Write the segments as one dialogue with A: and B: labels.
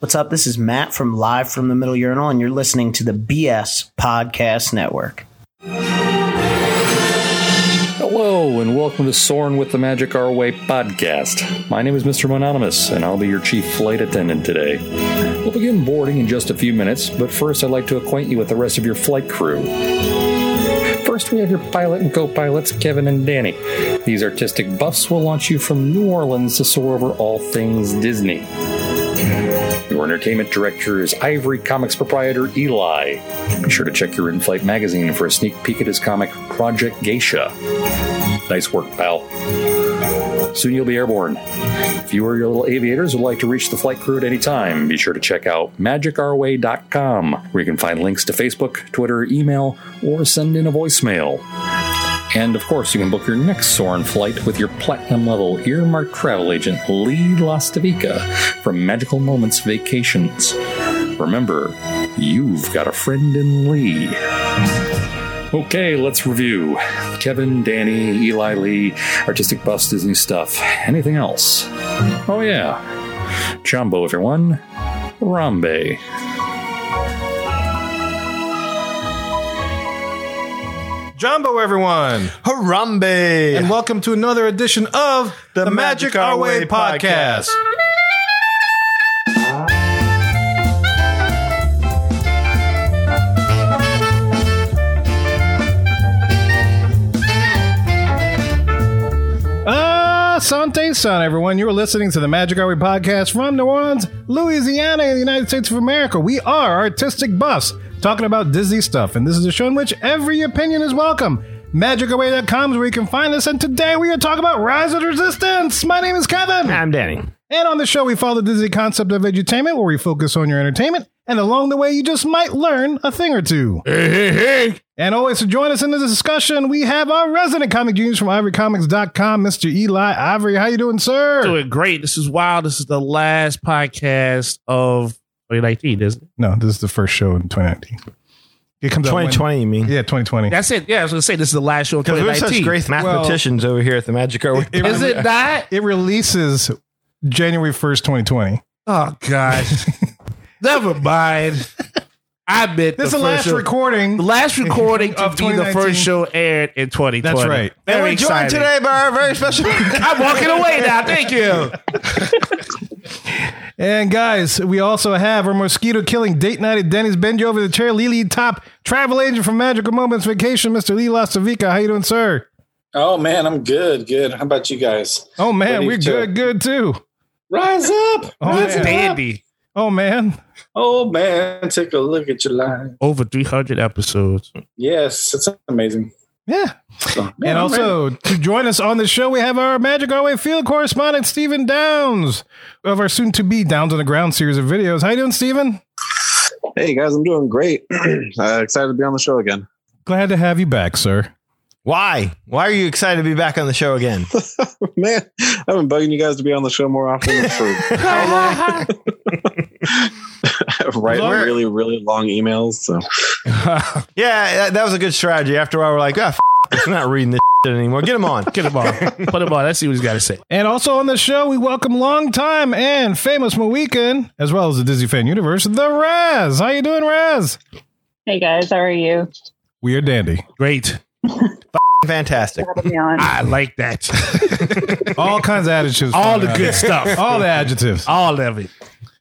A: What's up? This is Matt from Live from the Middle Urinal, and you're listening to the BS Podcast Network.
B: Hello, and welcome to Soren with the Magic Our Way podcast. My name is Mr. Mononymous, and I'll be your chief flight attendant today. We'll begin boarding in just a few minutes, but first, I'd like to acquaint you with the rest of your flight crew. First, we have your pilot and co pilots, Kevin and Danny. These artistic buffs will launch you from New Orleans to soar over all things Disney. Your entertainment director is Ivory Comics proprietor Eli. Be sure to check your in flight magazine for a sneak peek at his comic, Project Geisha. Nice work, pal. Soon you'll be airborne. If you or your little aviators would like to reach the flight crew at any time, be sure to check out magicourway.com, where you can find links to Facebook, Twitter, email, or send in a voicemail. And of course, you can book your next Soren flight with your platinum level earmarked travel agent, Lee Lastavica, from Magical Moments Vacations. Remember, you've got a friend in Lee. Okay, let's review. Kevin, Danny, Eli Lee, artistic buffs, Disney stuff. Anything else? Oh, yeah. Jumbo, everyone. Rambe.
C: Jumbo, everyone,
D: Harambe!
C: and welcome to another edition of the, Magic, Our Way podcast. Ah, Sante San, everyone. You are listening to the Magic Our Way podcast from New Orleans, Louisiana, in the United States of America. We are artistic buffs talking about Disney stuff, and this is a show in which every opinion is welcome. MagicAway.com is where you can find us, and today we are talking about Rise of the Resistance. My name is Kevin.
D: I'm Danny.
C: And on the show, we follow the Disney concept of edutainment, where we focus on your entertainment, and along the way, you just might learn a thing or two. And always to join us in the discussion, we have our resident comic genius from ivorycomics.com, Mr. Eli Ivory. How you doing, sir?
E: doing great. This is wild. This is the last podcast of 2019, isn't it?
C: No, this is the first show in 2019. It comes out when-
D: 2020, you mean?
C: Yeah, 2020.
E: That's it. Yeah, I was gonna say this is the last show of
D: Because we're
E: 2019.
D: such great mathematicians over here at the Magic Hour.
C: It-
E: Is it not?
C: It releases January 1st, 2020.
E: Oh gosh. Never mind. I bet
C: This is the
E: first
C: last
E: show-
C: recording.
E: The last recording
C: Of
E: of be the
C: 2019.
E: first show aired in 2020.
C: That's right.
D: and
E: Very
D: we're joined
E: exciting.
D: today by our very special.
E: I'm walking away now. Thank you.
C: And guys, we also have our mosquito killing date night at Denny's Bend You Over the Chair, Lily Top, travel agent from Magical Moments Vacation, Mr. Lee Lastavica. How you doing, sir?
F: Oh man, I'm good. Good. How about you guys?
C: Oh man,
F: Ready
C: we're
F: to-
C: good, good too.
F: Rise up.
C: Oh,
F: Rise
C: man.
F: up.
E: Dandy.
C: Oh man.
F: Oh man, take a look at your line.
E: Over 300 episodes.
F: Yes, it's amazing.
C: Yeah.
F: So, man,
C: And
F: I'm ready.
C: also to join us on the show, we have our Magic Our Way field correspondent, Stephen Downs, of our soon to be Downs on the Ground series of videos. How you doing, Stephen?
G: Hey guys, I'm doing great. uh, excited to be on the show again.
C: Glad to have you back, sir.
D: Why? Why are you excited to be back on the show again?
G: Man, I've been bugging you guys to be on the show more often for how long? Write
C: Long-
G: really, really long emails. So
D: yeah, that, that was a good strategy. After a while, we're like, ah, f- this, we're not reading this shit anymore. Get him on.
E: Get him on. Put him on. Let's see what he's got to say.
C: And also on the show, we welcome longtime and famous Mohican, as well as the Disney fan universe, the Raz. How you doing, Raz?
H: Hey guys, how are you?
C: We are dandy.
E: Great.
D: Fantastic.
H: Having me on.
E: I like that.
C: All kinds of adjectives.
E: All
C: thrown
E: the
C: out
E: good
C: there.
E: stuff.
C: All the adjectives.
E: All of it.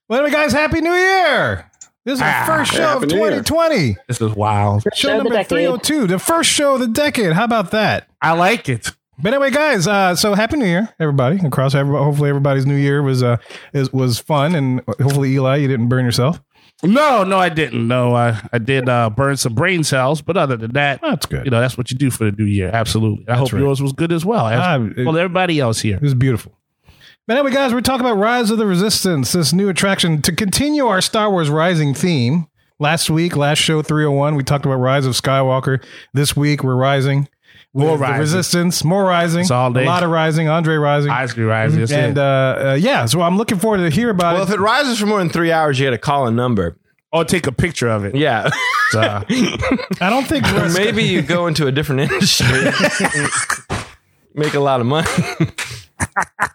C: Well, anyway, guys, happy New Year! This is our
E: Ah,
C: first show of
G: Happy New Year.
C: 2020.
E: This is wild.
C: Show
H: Show of the
C: number
H: decade.
C: 302, the first show of the decade. How about that?
E: I like it.
C: But anyway, guys, uh, so happy New Year, everybody! Across everybody, hopefully everybody's New Year was uh, is, was fun, and hopefully Eli, you didn't burn yourself.
E: No, no, I didn't. No, I, I did uh, burn some brain cells, but other than that,
C: That's good.
E: you know, that's what you do for the new year. Absolutely. I hope
C: right.
E: yours was good as well.
C: Ah,
E: As-
C: it-
E: well, everybody else here.
C: It was beautiful. But anyway, guys, we're talking about Rise of the Resistance, this new attraction to continue our Star Wars Rising theme. Last week, last show 301, we talked about Rise of Skywalker. This week, we're rising. with
E: More
C: the
E: rising.
C: Resistance, more rising.
E: It's all day.
C: A lot of rising. Andre rising.
E: Eyes be rising. That's
C: and
E: it.
C: uh, uh, yeah, so I'm looking forward to hear about
D: Well, if
C: it.
D: it rises for more than three hours, you got to call a number.
E: or take a picture of it.
D: Yeah.
E: Uh,
C: I don't think we're-
D: Maybe you go into a different industry, and make a lot of money.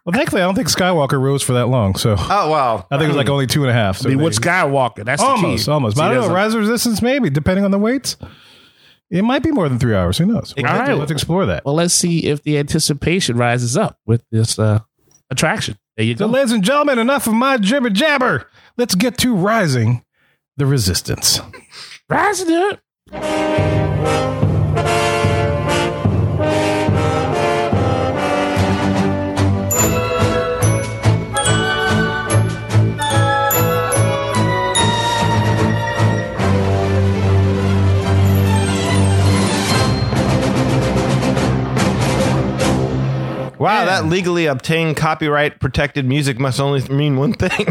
C: Well, thankfully, I don't think Skywalker rose for that long. So I
D: Oh wow!
C: think it was like only two and a half. So
E: I mean,
C: there
E: what's
C: you go.
E: Skywalker? That's
C: almost,
E: the key.
C: almost. But
E: See,
C: I don't
E: that's
C: know.
E: a-
C: Rise of Resistance, maybe, depending on the weights. It might be more than three hours. Who knows? We'll
E: All
C: have to-
E: right.
C: we'll have to explore that.
E: Well, let's see if the anticipation rises up with this uh, attraction. There you
C: So,
E: go.
C: ladies and gentlemen, enough of my jibber jabber. Let's get to rising the resistance.
E: Rising up.
D: Wow, that legally obtained copyright protected music must only mean one thing.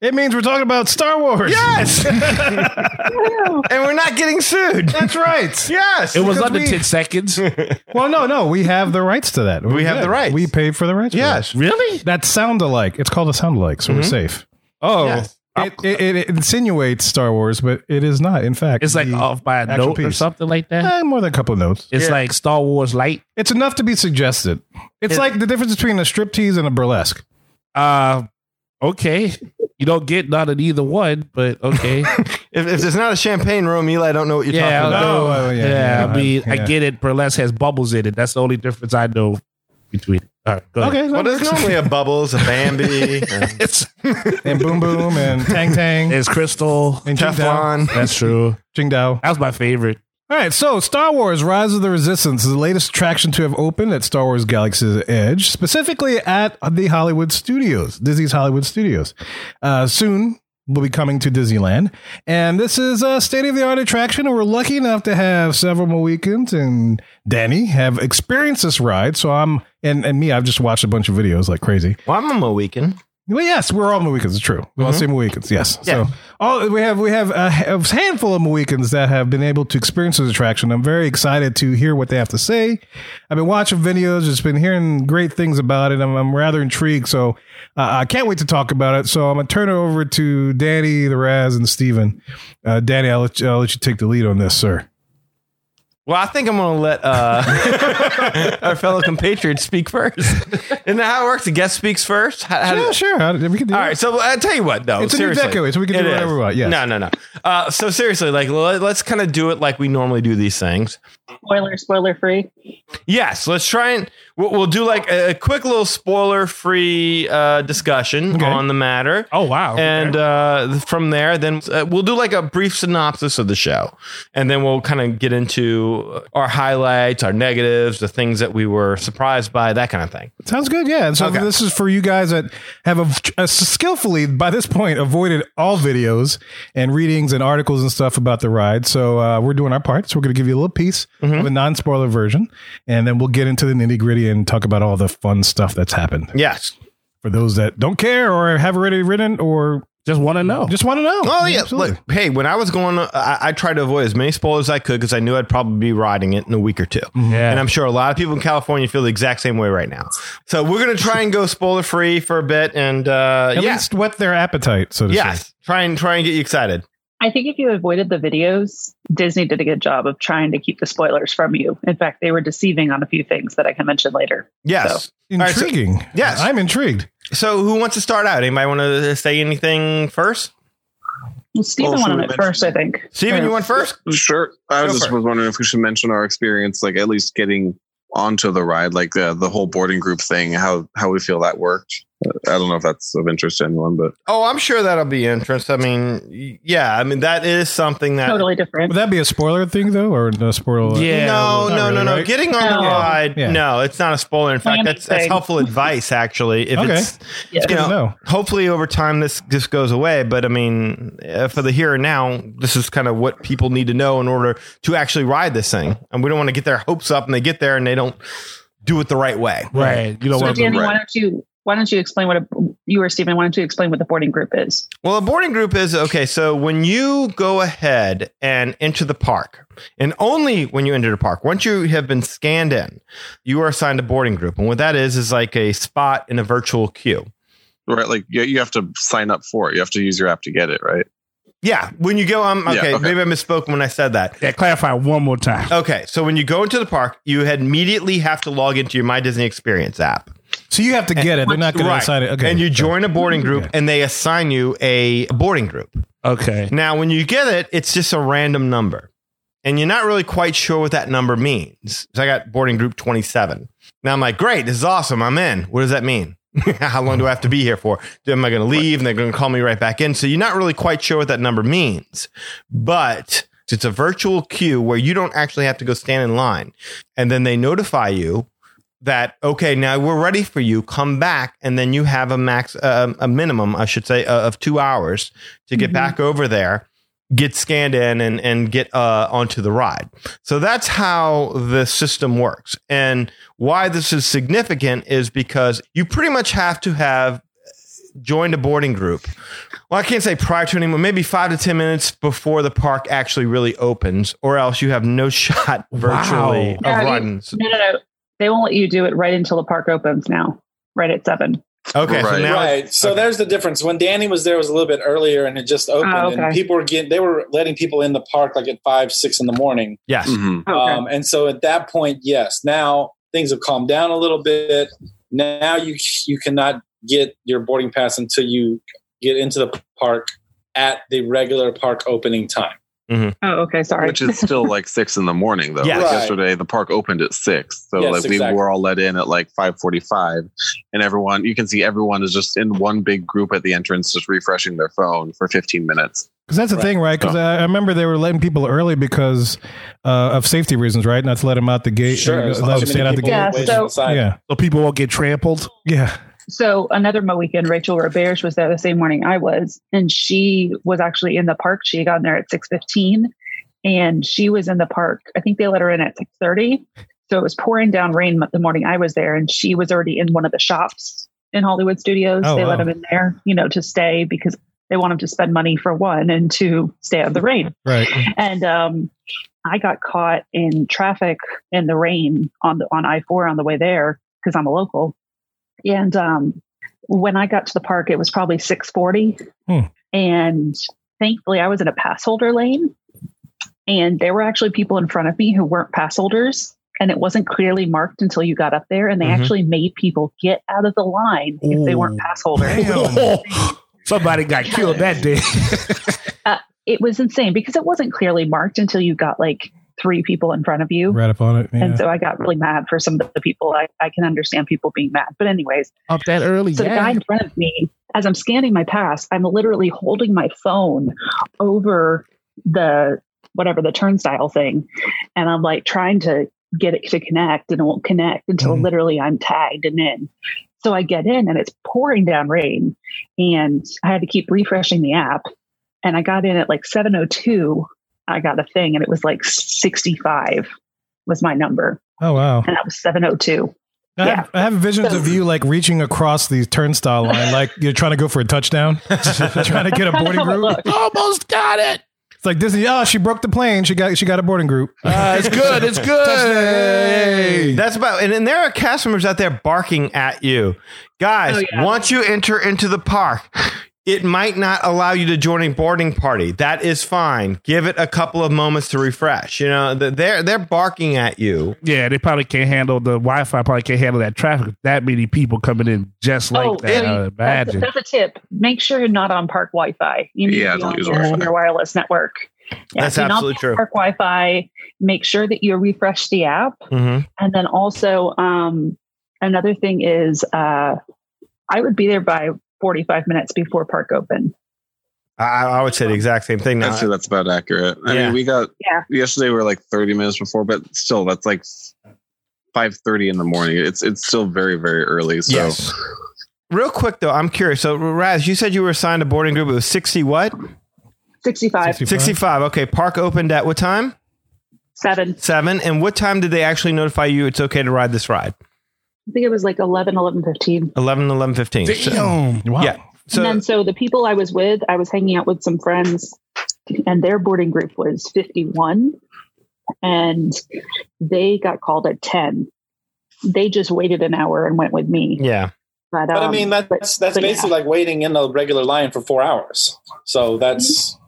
C: It means we're talking about Star Wars.
D: yes, and we're not getting sued.
C: That's right.
D: Yes,
E: It was
D: because
E: under
D: we-
E: 10 seconds.
C: Well, no, no, we have the rights to that.
D: We have the rights.
C: We paid for the rights. for
D: Yes,
E: really?
C: that. That sound alike. It's called a sound alike, so we're
E: Mm-hmm.
C: safe. Oh,
D: Yes.
C: it, it, it insinuates Star Wars, but it is not. In fact,
E: It's like
C: the-
E: off by a
C: actual
E: note or
C: piece.
E: something like that.
C: eh, more than a couple of notes.
E: It's like Star Wars light.
C: It's enough to be suggested. It's
E: It-
C: like the difference between a striptease and a burlesque.
E: Uh, okay. You don't get none of either one, but okay.
D: If, if there's not a champagne room, Eli, I don't know what you're
E: yeah,
D: talking about.
C: about-
E: I know.
C: Oh, yeah,
E: yeah,
C: yeah,
E: I mean,
C: yeah.
E: I get it. Burlesque has bubbles in it. That's the only difference I know between. It. All right, go uh, ahead.
C: Okay,
D: Well,
C: that
D: there's
C: works.
D: normally a bubbles, a Bambi, a
E: It's,
C: and boom boom and tang tang
E: it's crystal.
C: and jing dao,
D: Teflon.
E: That's true.
C: jing dao.
E: That was my favorite.
C: All right, so Star Wars Rise of the Resistance is the latest attraction to have opened at Star Wars Galaxy's Edge, specifically at the Hollywood Studios, Disney's Hollywood Studios. Uh, soon will be coming to Disneyland. And this is a state of the art attraction, and we're lucky enough to have several Mohicans and Danny have experienced this ride. So I'm, and, and me, I've just watched a bunch of videos like crazy.
D: Well, I'm a Mohican.
C: Well, yes, we're all Mohicans. It's true. We all see Mohicans. Yes.
D: Mm-hmm. Yeah.
C: So all we have we have a, ha- a handful of Mohicans that have been able to experience this attraction. I'm very excited to hear what they have to say. I've been watching videos. Just been hearing great things about it. I'm, I'm rather intrigued. So uh, I can't wait to talk about it. So I'm gonna turn it over to Danny, the Raz, and Steven. Uh, Danny, I'll let, you, I'll let you take the lead on this, sir.
D: Well, I think I'm going to let uh, our fellow compatriots speak first. Isn't that how it works? The guest speaks first. How, how
C: yeah,
D: does-
C: sure. How- we can do
D: All
C: that.
D: right, so I tell you what, though,
C: It's a new
D: seriously,
C: decade, so we can do
D: It
C: whatever
D: is.
C: we want, yes.
D: No, no, no. Uh, so seriously, like let, us kind of do it like we normally do these things.
H: Spoiler, spoiler free.
D: Yes, let's try and we'll, we'll do like a, a quick little spoiler-free uh, discussion
C: Okay.
D: on the matter.
E: Oh wow!
D: And uh, th- from there, then uh, we'll do like a brief synopsis of the show. And then we'll kind of get into our highlights, our negatives, the things that we were surprised by, that kind of thing.
C: Sounds good, yeah. And so
D: Okay.
C: this is for you guys that have a, a skillfully, by this point, avoided all videos and readings and articles and stuff about the ride. So uh, we're doing our part. So we're going to give you a little piece
D: Mm-hmm.
C: of a non-spoiler version, and then we'll get into the nitty gritty and talk about all the fun stuff that's happened
D: Yes.
C: for those that don't care or have already written or
E: just want to know.
C: just want to know.
D: Oh, yeah.
C: Absolutely.
D: Look, hey, when I was going, uh, I, I tried to avoid as many spoilers as I could because I knew I'd probably be riding it in a week or two.
E: yeah,
D: And I'm sure a lot of people in California feel the exact same way right now. So we're going to try and go spoiler free for a bit and, uh,
C: At
D: yes,
C: least whet their appetite, so to say.
D: yes, try and try and get you excited.
H: I think if you avoided the videos, Disney did a good job of trying to keep the spoilers from you. In fact, they were deceiving on a few things that I can mention later.
D: Yes. right, so-
C: Intriguing.
D: Yes.
C: I'm intrigued.
D: So who wants to start out? Anybody want to say anything first?
H: Well, Stephen
G: Well, should
H: went
G: we
H: on it
G: mention-
H: first, I think.
D: Steven, you want first?
G: Sure. I was
D: Go
G: just
D: for it.
G: was wondering if we should mention our experience, like at least getting onto the ride, like the the whole boarding group thing, how how we feel that worked. Uh, I don't know if that's of interest to anyone, but
D: Oh, I'm sure that'll be interest. I mean, y- yeah, I mean that is something that.
H: Totally different.
C: Would that be a spoiler thing though, or no spoiler?
E: Yeah.
D: no,
C: well, not
D: no, no,
C: really,
D: no.
C: right?
D: Getting on the
H: No.
D: ride,
C: Yeah.
D: no, it's not a spoiler. In fact,
H: Planning
D: that's that's
H: thing.
D: helpful advice actually. If
C: Okay.
D: it's
H: Yeah.
D: you know,
C: No.
D: hopefully over time this just goes away. But I mean, uh, for the here and now, this is kind of what people need to know in order to actually ride this thing. And we don't want to get their hopes up, and they get there and they don't do it the right way.
E: right. You know
H: So,
E: what?
H: Danny,
G: right.
H: why don't you why don't you explain what a you or Stephen? Why don't you explain what the boarding group is?
D: Well, a boarding group is okay. So when you go ahead and enter the park, and only when you enter the park, once you have been scanned in, you are assigned a boarding group. And what that is is like a spot in a virtual queue.
G: right, like you, you have to sign up for it. You have to use your app to get it, right?
D: Yeah. When you go, um,
G: Yeah,
D: okay,
G: okay.
D: maybe I misspoke when I said that.
E: Yeah, clarify one more time.
D: Okay. So when you go into the park, you had immediately have to log into your My Disney Experience app.
C: So you have to get it. They're not going to
D: Right.
C: assign it. Okay.
D: And you join a boarding group
C: Okay.
D: and they assign you a boarding group.
E: Okay.
D: Now, when you get it, it's just a random number. And you're not really quite sure what that number means. So I got boarding group 27. Now I'm like, great, this is awesome. I'm in. What does that mean? How long do I have to be here for? Am I going to leave and they're going to call me right back in? So you're not really quite sure what that number means. But it's a virtual queue where you don't actually have to go stand in line. And then they notify you that okay now we're ready for you come back and then you have a max um, a minimum i should say uh, of two hours to get
I: Mhm.
D: back over there get scanned in and and get uh, onto the ride so that's how the system works and why this is significant is because you pretty much have to have joined a boarding group well i can't say prior to anyone maybe five to ten minutes before the park actually really opens or else you have no shot virtually of
E: Wow.
I: Yeah, I mean,
D: riding
I: No, no, no. They won't let you do it right until the park opens now, right at seven.
D: okay so
G: Right.
D: now
F: right. So
D: okay.
F: there's the difference. When Danny was there, it was a little bit earlier, and it just opened,
I: Oh, okay.
F: and people were getting they were letting people in the park like at five, six in the morning.
D: yes
G: Mhm.
I: Oh,
F: Um, and so at that point, yes. Now things have calmed down a little bit. Now you you cannot get your boarding pass until you get into the park at the regular park opening time.
I: oh, okay. Sorry.
G: Which is still like six in the morning though.
D: Yes.
G: Like
F: Right.
G: yesterday the park opened at six. So
F: Yes,
G: like we
F: exactly.
G: were all let in at like five forty five and everyone you can see everyone is just in one big group at the entrance just refreshing their phone for fifteen minutes.
C: Because that's the
F: Right.
C: thing, right? Because I I remember they were letting people early because uh, of safety reasons, right? Not to let them out the gate.
F: Sure.
C: Let
F: there's
C: them
F: not too
C: stand
F: many
C: out the
F: people
C: gate.
I: Yeah,
F: waiting
I: so-
F: outside.
C: Yeah.
E: So people won't get trampled.
C: Yeah.
I: So another Mo weekend, Rachel Roberge was there the same morning I was, and she was actually in the park. She got in there at six fifteen, and she was in the park. I think they let her in at six thirty. So it was pouring down rain the morning I was there, and she was already in one of the shops in Hollywood Studios.
C: Oh,
I: they let
C: wow.
I: them in there, you know, to stay because they want them to spend money for one and to stay out of the rain
C: Right.
I: and um, I got caught in traffic in the rain on the, on I four on the way there because I'm a local. And um, when I got to the park, it was probably six forty,
C: Hmm.
I: and thankfully I was in a pass holder lane, and there were actually people in front of me who weren't pass holders. And it wasn't clearly marked until you got up there, and they
D: Mhm.
I: actually made people get out of the line if they weren't
E: Ooh.
I: pass holders.
F: Oh.
E: Somebody got killed that day.
I: It was insane because it wasn't clearly marked until you got like three people in front of you.
C: Right up on it. Yeah.
I: And so I got really mad for some of the people. I, I can understand people being mad. But, anyways,
E: Up that early.
I: so the guy in front of me, as I'm scanning my pass, I'm literally holding my phone over the whatever the turnstile thing. And I'm like trying to get it to connect and it won't connect until
C: Mhm.
I: literally I'm tagged and in. So I get in and it's pouring down rain. And I had to keep refreshing the app. And I got in at like 702. I got a thing and it was like 65 was my number.
C: oh, wow.
I: And that was 702.
C: I, have, I have visions
I: So-
C: of you like reaching across the turnstile line, like you're trying to go for a touchdown, trying to get a
I: Kinda
C: boarding
I: how it
C: group.
I: looked.
E: Almost got it.
C: It's like Disney. Oh, she broke the plane. She got she got a boarding group.
E: Uh, it's good. It's good.
D: That's about and, and there are cast members out there barking at you. Guys,
I: Oh, yeah.
D: once you enter into the park, it might not allow you to join a boarding party. That is fine. Give it a couple of moments to refresh. You know, th- they're they're barking at you.
E: Yeah, they probably can't handle the Wi-Fi. Probably can't handle that traffic. That many people coming in just like
I: Oh,
E: that.
I: yeah.
E: I would
I: That's,
E: imagine.
I: that's a tip. Make sure you're not on park Wi-Fi. You need
G: Yeah,
I: to be
G: don't
I: on
G: use
I: your,
G: Wi-Fi.
I: your wireless network.
D: That's
I: do not
D: absolutely
I: be on
D: true.
I: Park Wi-Fi. Make sure that you refresh the app,
D: Mm-hmm.
I: and then also um, another thing is, uh, I would be there by 45 minutes before park open.
D: I, I would say the exact same thing. Now,
G: I'd say that's about accurate. I
D: Yeah.
G: mean we got
I: Yeah.
G: yesterday we were like thirty minutes before, but still that's like five thirty in the morning. It's it's still very, very early. So
D: yes. Real quick though, I'm curious. So Raz, you said you were assigned a boarding group. It was sixty what?
I: 65,
D: Sixty five. Okay. Park opened at what time?
I: 7.
D: Seven. And what time did they actually notify you it's okay to ride this ride?
I: I think it was like 11, 11, 15.
D: 11, 11, 15. So-
E: Damn.
C: Wow.
D: Yeah. So
I: and then so the people I was with, I was hanging out with some friends, and their boarding group was 51, and they got called at 10. They just waited an hour and went with me.
D: yeah,
I: But,
F: But I
I: um,
F: mean, that's that's
I: but yeah.
F: basically like waiting in a regular line for four hours. So
I: Mm-hmm.
F: that's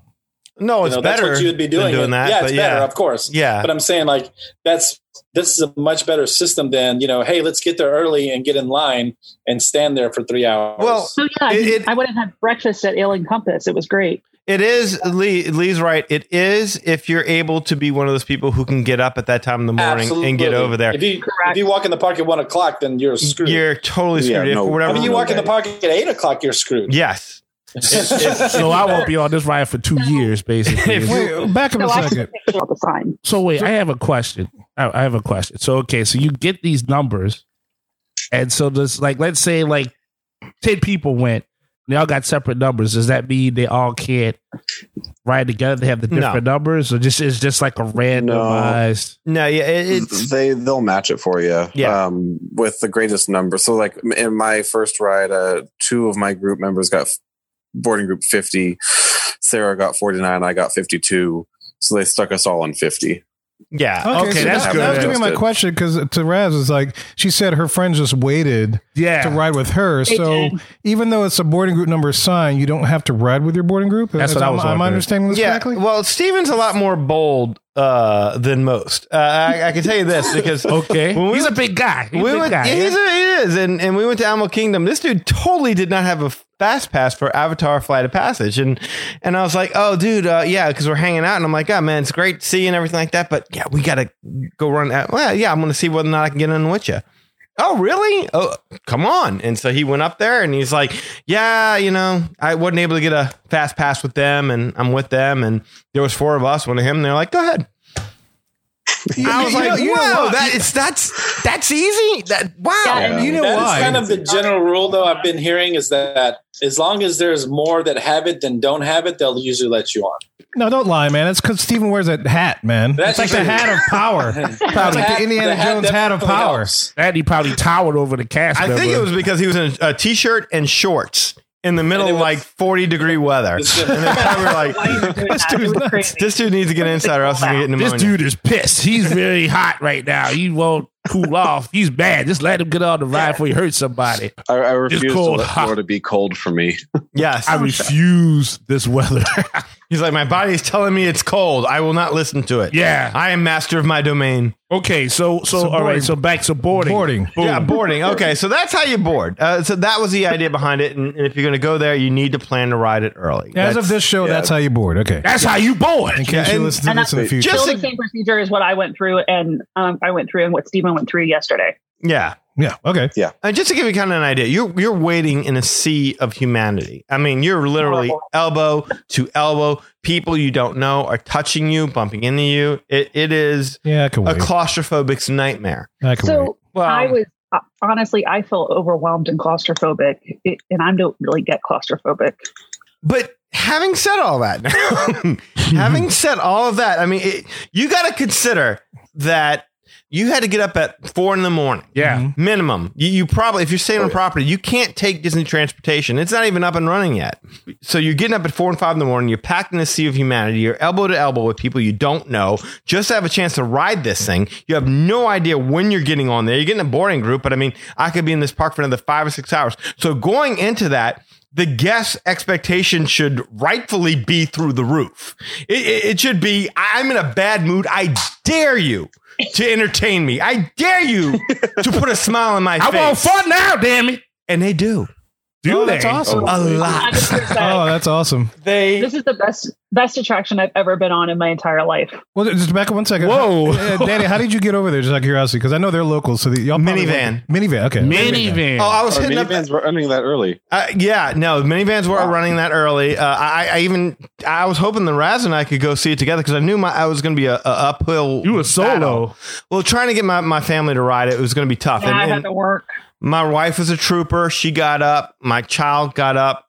D: no,
F: you
D: Oh, it's
F: know,
D: better.
F: that's what you would be
D: than
F: doing.
D: doing that,
F: yeah,
D: but
F: it's
D: yeah.
F: better, of course.
D: yeah,
F: But I'm saying like that's this is a much better system than you know hey let's get there early and get in line and stand there for three hours
D: Well,
H: So yeah, I
D: It-
H: mean,
D: it-
H: I went and had breakfast at Ale and Compass. It was great.
D: It is Lee. Lee's right. It is if you're able to be one of those people who can get up at that time in the morning
F: Absolutely.
D: and get over there.
F: if you
H: Correct.
F: if you walk in the park at one o'clock then you're screwed
D: You're totally
G: Yeah,
D: screwed. if
G: no.
D: for whatever.
F: I mean, you
G: No
F: walk in the
G: way.
F: park at eight o'clock, you're screwed.
D: yes.
E: so I won't be on this ride for two years, basically.
C: Wait, back up
H: So
C: a
H: I took
C: second.
H: a picture of the sign.
E: so wait, I have a question. I, I have a question. So okay, so you get these numbers, and so does like let's say like ten people went, they all got separate numbers. Does that mean they all can't ride together? They have the
D: No.
E: different numbers, or just it's just like a randomized.
D: No. Yeah. It, it's
G: they they'll match it for you
D: Yeah.
G: um, with the greatest number. So like m- in my first ride, uh, two of my group members got f- boarding group fifty. Sarah got forty nine. I got fifty two. So they stuck us all in fifty.
D: yeah.
E: Okay, that's
C: that,
E: good.
C: That was gonna be my
G: That's good.
C: question because to Raz is like she said her friends just waited
E: Yeah,
C: to ride with her.
H: They
C: So
H: did.
C: even though it's a boarding group number sign, you don't have to ride with your boarding group.
E: That's what I was
C: Am I
E: wondering.
C: understanding this
D: Yeah.
C: correctly?
D: Well, Steven's a lot more bold uh, than most. Uh, I, I can tell you this because
E: Okay,
D: When we
E: he's a
D: went-
E: big guy. He's
D: we
E: a big
D: went,
E: guy.
D: yeah, he's a, he is, and and we went to Animal Kingdom. This dude totally did not have a fast pass for Avatar: Flight of Passage, and and I was like, oh, dude, uh, yeah, because we're hanging out, and I'm like, oh man, it's great to see you and everything like that, but yeah, we gotta go run. Out. Well, yeah, I'm gonna see whether or not I can get in with you. Oh really? Oh, come on! And so he went up there, and he's like, "Yeah, you know, I wasn't able to get a fast pass with them, and I'm with them, and there was four of us, one of him. And they're like, go ahead, I was
C: You
D: like,
C: know- you know
D: wow,
C: what?
D: that is that's that's easy. That wow.
H: Yeah.
C: You know
F: That's
C: why?
F: kind of the general rule, though. I've been hearing is that as long as there's more that have it than don't have it, they'll usually let you on.
C: no, don't lie, man. That's because Steven wears that hat, man.
F: That's
C: That's like the
F: true.
C: hat of power. It's like
F: The
C: the
F: hat-
C: Indiana
F: the hat
C: Jones hat of
F: definitely
C: power.
F: helps.
E: and he probably towered over the cast.
D: I think
E: member.
D: it was because he was in a t-shirt and shorts in the middle
F: And it
D: of
F: was-
D: like 40 degree weather. And
F: It's good.
D: then we were like,
H: Why are you doing
D: this
H: that? It
D: dude's
H: was
D: nuts.
H: crazy.
D: This dude needs to get inside or else he's gonna get pneumonia.
E: This dude is pissed. He's really hot right now. He won't cool off. He's bad. Just let him get on the ride before he hurts somebody.
G: I, I refuse to
E: cold.
G: let Florida be cold for me.
D: yes,
E: I refuse this weather.
D: he's like, my body's telling me it's cold. I will not listen to it.
E: yeah.
D: I am master of my domain.
E: Okay. So so all right. So back to boarding.
C: Boarding.
E: Boom.
D: Yeah, boarding. Okay, so that's how you board. Uh, so that was the idea behind it. And, and if you're going to go there, you need to plan to ride it early.
C: As of this show,
G: yeah.
C: that's how you board. Okay.
E: That's how you board.
C: In case you
D: and-
C: listen to
H: and
C: this in the
G: I-
C: future.
D: Just
H: Still
D: a-
H: the same procedure is what I went through, and um, I went through, and what Stephen went through yesterday.
D: yeah.
C: yeah. Okay.
D: And just to give you kind of an idea, you're you're waiting in a sea of humanity. I mean, you're literally
H: Horrible.
D: elbow to elbow. People you don't know are touching you, bumping into you. It it is
C: Yeah, I can
D: a
C: wait.
D: claustrophobic's nightmare.
C: I can wait.
H: So
D: Well,
H: I was uh, honestly, I felt overwhelmed and claustrophobic, it, and I don't really get claustrophobic.
D: but having said all that, having said all of that, I mean, it, you got to consider that you had to get up at four in the morning.
E: Yeah.
C: Mhm.
D: Minimum. You, you probably, if you're staying on property, you can't take Disney transportation. It's not even up and running yet. So you're getting up at four and five in the morning. You're packed in a sea of humanity. You're elbow to elbow with people you don't know just to have a chance to ride this thing. You have no idea when you're getting on there. You're getting a boarding group, but I mean, I could be in this park for another five or six hours. So going into that, the guest expectation should rightfully be through the roof. It, it, it should be, "I- I'm in a bad mood. I dare you to entertain me. I dare you to put a smile on my
E: I
D: face.
E: want fun now, damn it.
D: And they do.
E: Do
D: Oh,
E: they?
D: that's awesome.
G: Oh,
D: a
G: they do.
H: I
D: lot.
H: just was
C: Oh,
H: like,
C: that's awesome.
D: They
H: this is the best best attraction I've ever been on in my entire life.
C: Well, just back up one second.
E: Whoa.
C: Uh, Danny, how did you get over there? Just out of curiosity, because I know they're locals. So the, y'all probably
D: Minivan.
C: went- minivan. Okay.
E: Minivan.
D: Oh, I was
G: Our
D: hitting up.
G: minivans were running that early.
D: Uh, yeah, no, minivans were running that early. Uh, I, I even I was hoping the Raz and I could go see it together because I knew my I was going to be a, a uphill.
E: you were
D: battle.
E: solo.
D: Well, trying to get my, my family to ride it was going to be tough.
H: Yeah, I
D: And-
H: had
D: and
H: to work.
D: my wife was a trooper. She got up. My child got up,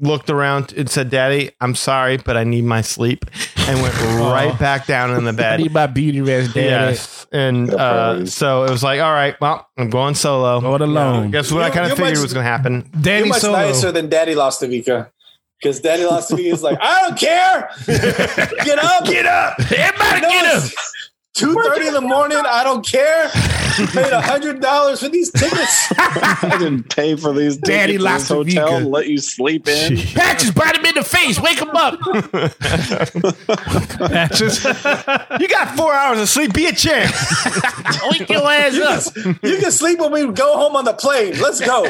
D: looked around, and said, "Daddy, I'm sorry, but I need my sleep," and went right back down in the
E: I
D: bed.
E: need my beauty rest, damn it.
D: Yes, and uh, so it was like, all right, well, I'm going solo.
E: Going alone.
D: Guess what? I
F: You-
D: kind
F: you
D: of figured
F: must-
D: was going to happen.
F: You're
C: Danny
F: much
C: Solo.
F: nicer than Daddy Lostavica. Because Daddy Lostavica is like, I don't care. Get up.
D: Get up! Everybody,
F: Two thirty in the morning. I don't care.
E: paid hundred dollars for these tickets.
G: I didn't pay for these.
F: Daddy
G: tickets to this
F: Las
G: hotel
F: Vegas.
G: and let you sleep in.
F: Patches, bite him in the face. Wake him up.
C: Patches.
D: You got four hours of sleep. Be a champ.
F: Wake your ass
E: You
F: up.
E: can, you can sleep when we go home on the plane. Let's go.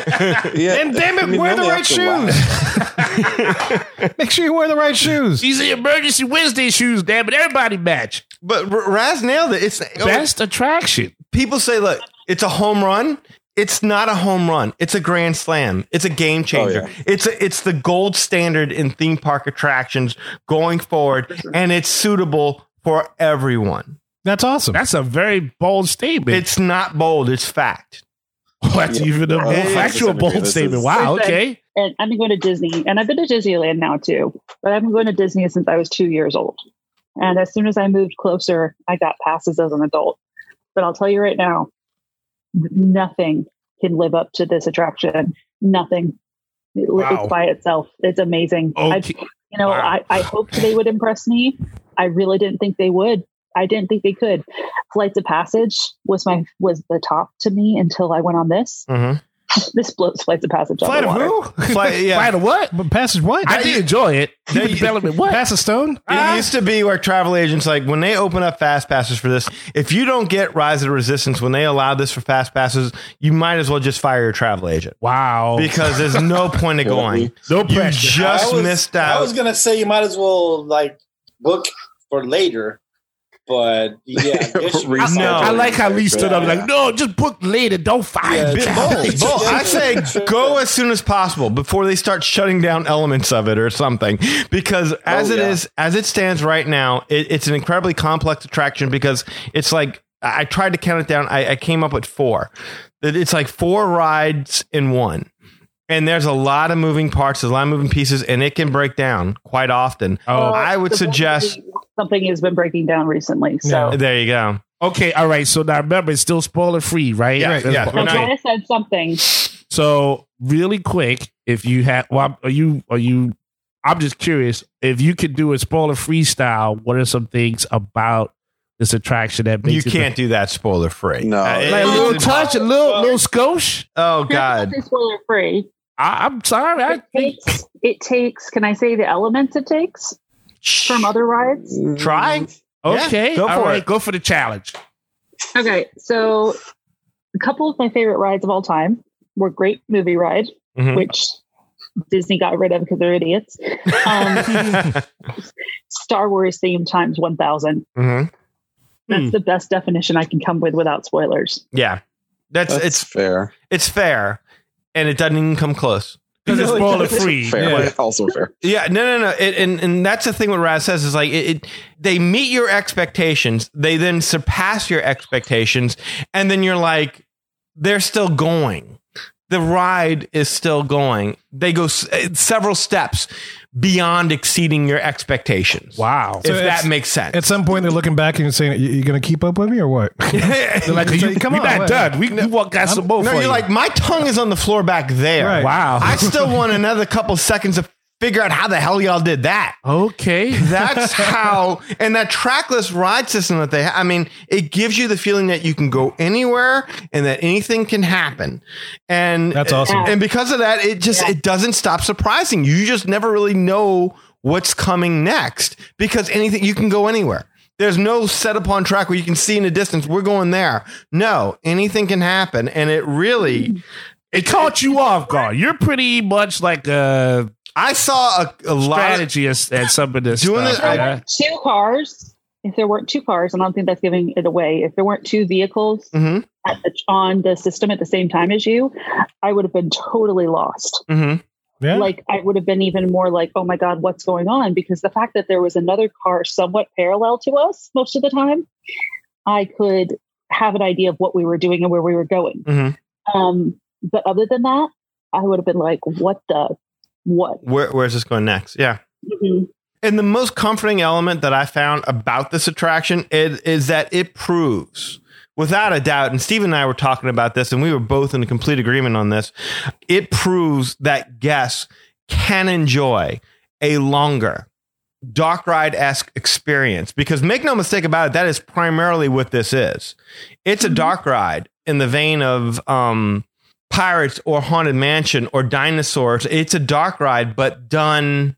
G: Yeah,
C: And damn it,
G: I mean,
C: wear the
G: only
C: right
G: after a while.
C: shoes. Make sure you wear the right shoes.
F: These are emergency Wednesday shoes, damn it. Everybody match.
D: But R- Raz nailed it. It's
F: Best attraction.
D: people say, look, it's a home run. It's not a home run. It's a grand slam. It's a
E: Oh,
D: game changer. It's a, it's the gold standard in theme park attractions going forward, and it's suitable for everyone.
C: That's awesome.
F: That's a very bold statement.
D: It's not bold. It's fact.
F: That's even a bold,
G: Yeah, yeah,
F: actual
G: disagree.
F: bold
G: This
F: statement.
G: is-
F: Wow.
I: Listen.
F: Okay.
I: And I've been going to Disney, and I've been to Disneyland now too. But I've been going to Disney since I was two years old. And as soon as I moved closer, I got passes as an adult. But I'll tell you right now, nothing can live up to this attraction. Nothing. It-
F: Wow.
I: It's by itself. It's amazing. I,
F: Okay.
I: you know,
F: Wow.
I: I, I hoped they would impress me. I really didn't think they would. I didn't think they could. Flights of Passage was my was the top to me until I went on this.
F: Mm-hmm.
D: Mhm.
I: This blows Flights of Passage. out
C: Flight
I: the
C: of
I: water.
C: who?
D: Flight- yeah.
F: By the what?
C: But passage what?
F: I did enjoy it.
D: There
F: Human
D: you-
F: development. What?
C: Pass a stone?
D: It used to be where travel agents like when they open up fast passes for this. If you don't get Rise of the Resistance when they allow this for fast passes, you might as well just fire your travel agent
F: wow.
E: Oh.
D: because there's no point of going.
F: no
D: You
F: pressure.
D: just
E: I was-
D: missed
E: I
D: out.
E: was gonna say you might as well like book for later, but yeah, I guess you-
G: Reschedule.
D: No.
F: I like how Lee stood up
E: Yeah.
F: like, no, just book later. Don't fire.
D: Bit
F: me."
D: bold, bold. I say go as soon as possible before they start shutting down elements of it or something. Because as
E: Oh,
D: it is,
E: yeah.
D: as it stands right now, it, it's an incredibly complex attraction because it's like I I tried to count it down. I, I came up with four. It- It's like four rides in one. And there's a lot of moving parts, there's a lot of moving pieces, and it can break down quite often.
F: Oh,
D: I would
I: The one
D: suggest-
I: thing- something has been breaking down recently. So
D: There you go.
F: okay. All right. So now remember, it's still spoiler free, right?
D: Yeah,
F: That's-
D: yeah.
I: I
D: We're not-
I: might have said something.
F: So really quick, if you had, well, are you are you? I'm just curious if you could do a spoiler freestyle. What are some things about this attraction that
D: You
F: makes it-
D: can't do that spoiler free.
G: No.
F: like a little
D: it's-
F: touch, a little little skosh?
D: oh God.
I: spoiler free.
F: I, I'm sorry, I
I: It takes. It takes. Can I say the elements it takes from other rides?
D: Try. Yeah,
F: okay.
D: go
F: all
D: for
F: right,
D: it.
F: go for the challenge.
I: Okay, so a couple of my favorite rides of all time were Great Movie Ride,
D: Mhm.
I: which Disney got rid of because they're idiots. Um, Star Wars theme times one thousand.
D: hmm
I: That's the best definition I can come with without spoilers.
D: Yeah. That's,
G: That's
D: it's
G: fair.
D: it's fair and it doesn't even come close.
F: Because it's
G: Really?
F: spoiler free.
G: Fair.
C: Yeah.
G: Yeah, also fair.
D: Yeah, no, no, no. It, and and that's the thing. What Raz says is like it, it. They meet your expectations. They then surpass your expectations, and then you're like, they're still going. The ride is still going. They go s- eh, several steps beyond exceeding your expectations.
F: Wow.
D: if
C: So it's-
D: that makes sense.
C: At some point, they're looking back and you're saying, "You, you gonna keep up with me or what?"
F: They're like,
C: So
F: you,
C: come
F: come we
C: on,
F: not
C: wait.
F: done. We, we want got some more
D: Oh, no,
F: for
D: you're
F: you.
D: like my tongue is on the floor back there.
C: Right.
F: wow.
D: I still want another couple seconds to figure out how the hell y'all did that.
F: okay.
D: That's how, and that trackless ride system that they ha I mean, it gives you the feeling that you can go anywhere and that anything can happen. And
C: That's awesome.
D: And because of that, it just,
I: Yeah.
D: it doesn't stop surprising you. You just never really know what's coming next because anything, you can go anywhere. There's no set upon track where you can see in the distance, we're going there. No, anything can happen. And it really,
F: It caught you off guard. You're pretty much like
E: uh,
F: a
D: I saw a, a lot of,
F: strategist at some of this
D: Doing
F: stuff.
D: it- I-
F: yeah.
I: Two cars. If there weren't two cars, and I don't think that's giving it away. If there weren't two vehicles
D: Mhm.
I: at the, on the system at the same time as you, I would have been totally lost.
D: Mhm.
C: Yeah.
I: Like I would have been even more like, oh my god, what's going on? Because the fact that there was another car somewhat parallel to us most of the time, I could have an idea of what we were doing and where we were going.
D: Mhm.
I: Um, but other than that, I would have been like, what the what?
D: where, where's this going next? Yeah.
I: Mhm.
D: And the most comforting element that I found about this attraction is, is that it proves, without a doubt, and Steve and I were talking about this, and we were both in complete agreement on this. It proves that guests can enjoy a longer dark ride esque experience because make no mistake about it, that is primarily what this is. It's a dark ride in the vein of um, Pirates or Haunted Mansion or Dinosaurs. It's a dark ride, but done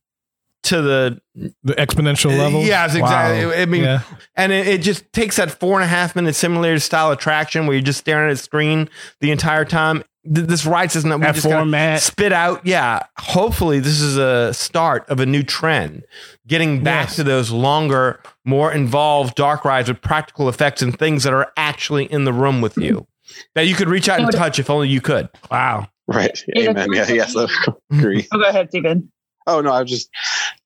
D: to the
C: The exponential level.
D: Uh, Yes, exactly.
C: Wow.
D: I mean,
C: Yeah.
D: and it, it just takes that four and a half minute simulator style attraction where you're just staring at a screen the entire time. Th- This ride is not we
F: That
D: just gotta
F: format.
D: spit out. Yeah, hopefully this is a start of a new trend, getting back
F: Yes.
D: to those longer, more involved dark rides with practical effects and things that are actually in the room with you that you could reach out and
I: Noted.
D: touch if only you could.
F: Wow.
G: Right.
I: It
G: Amen. Yeah.
I: applies to
G: Yes. I agree.
I: Oh, go ahead, Stephen.
G: Oh no, I was just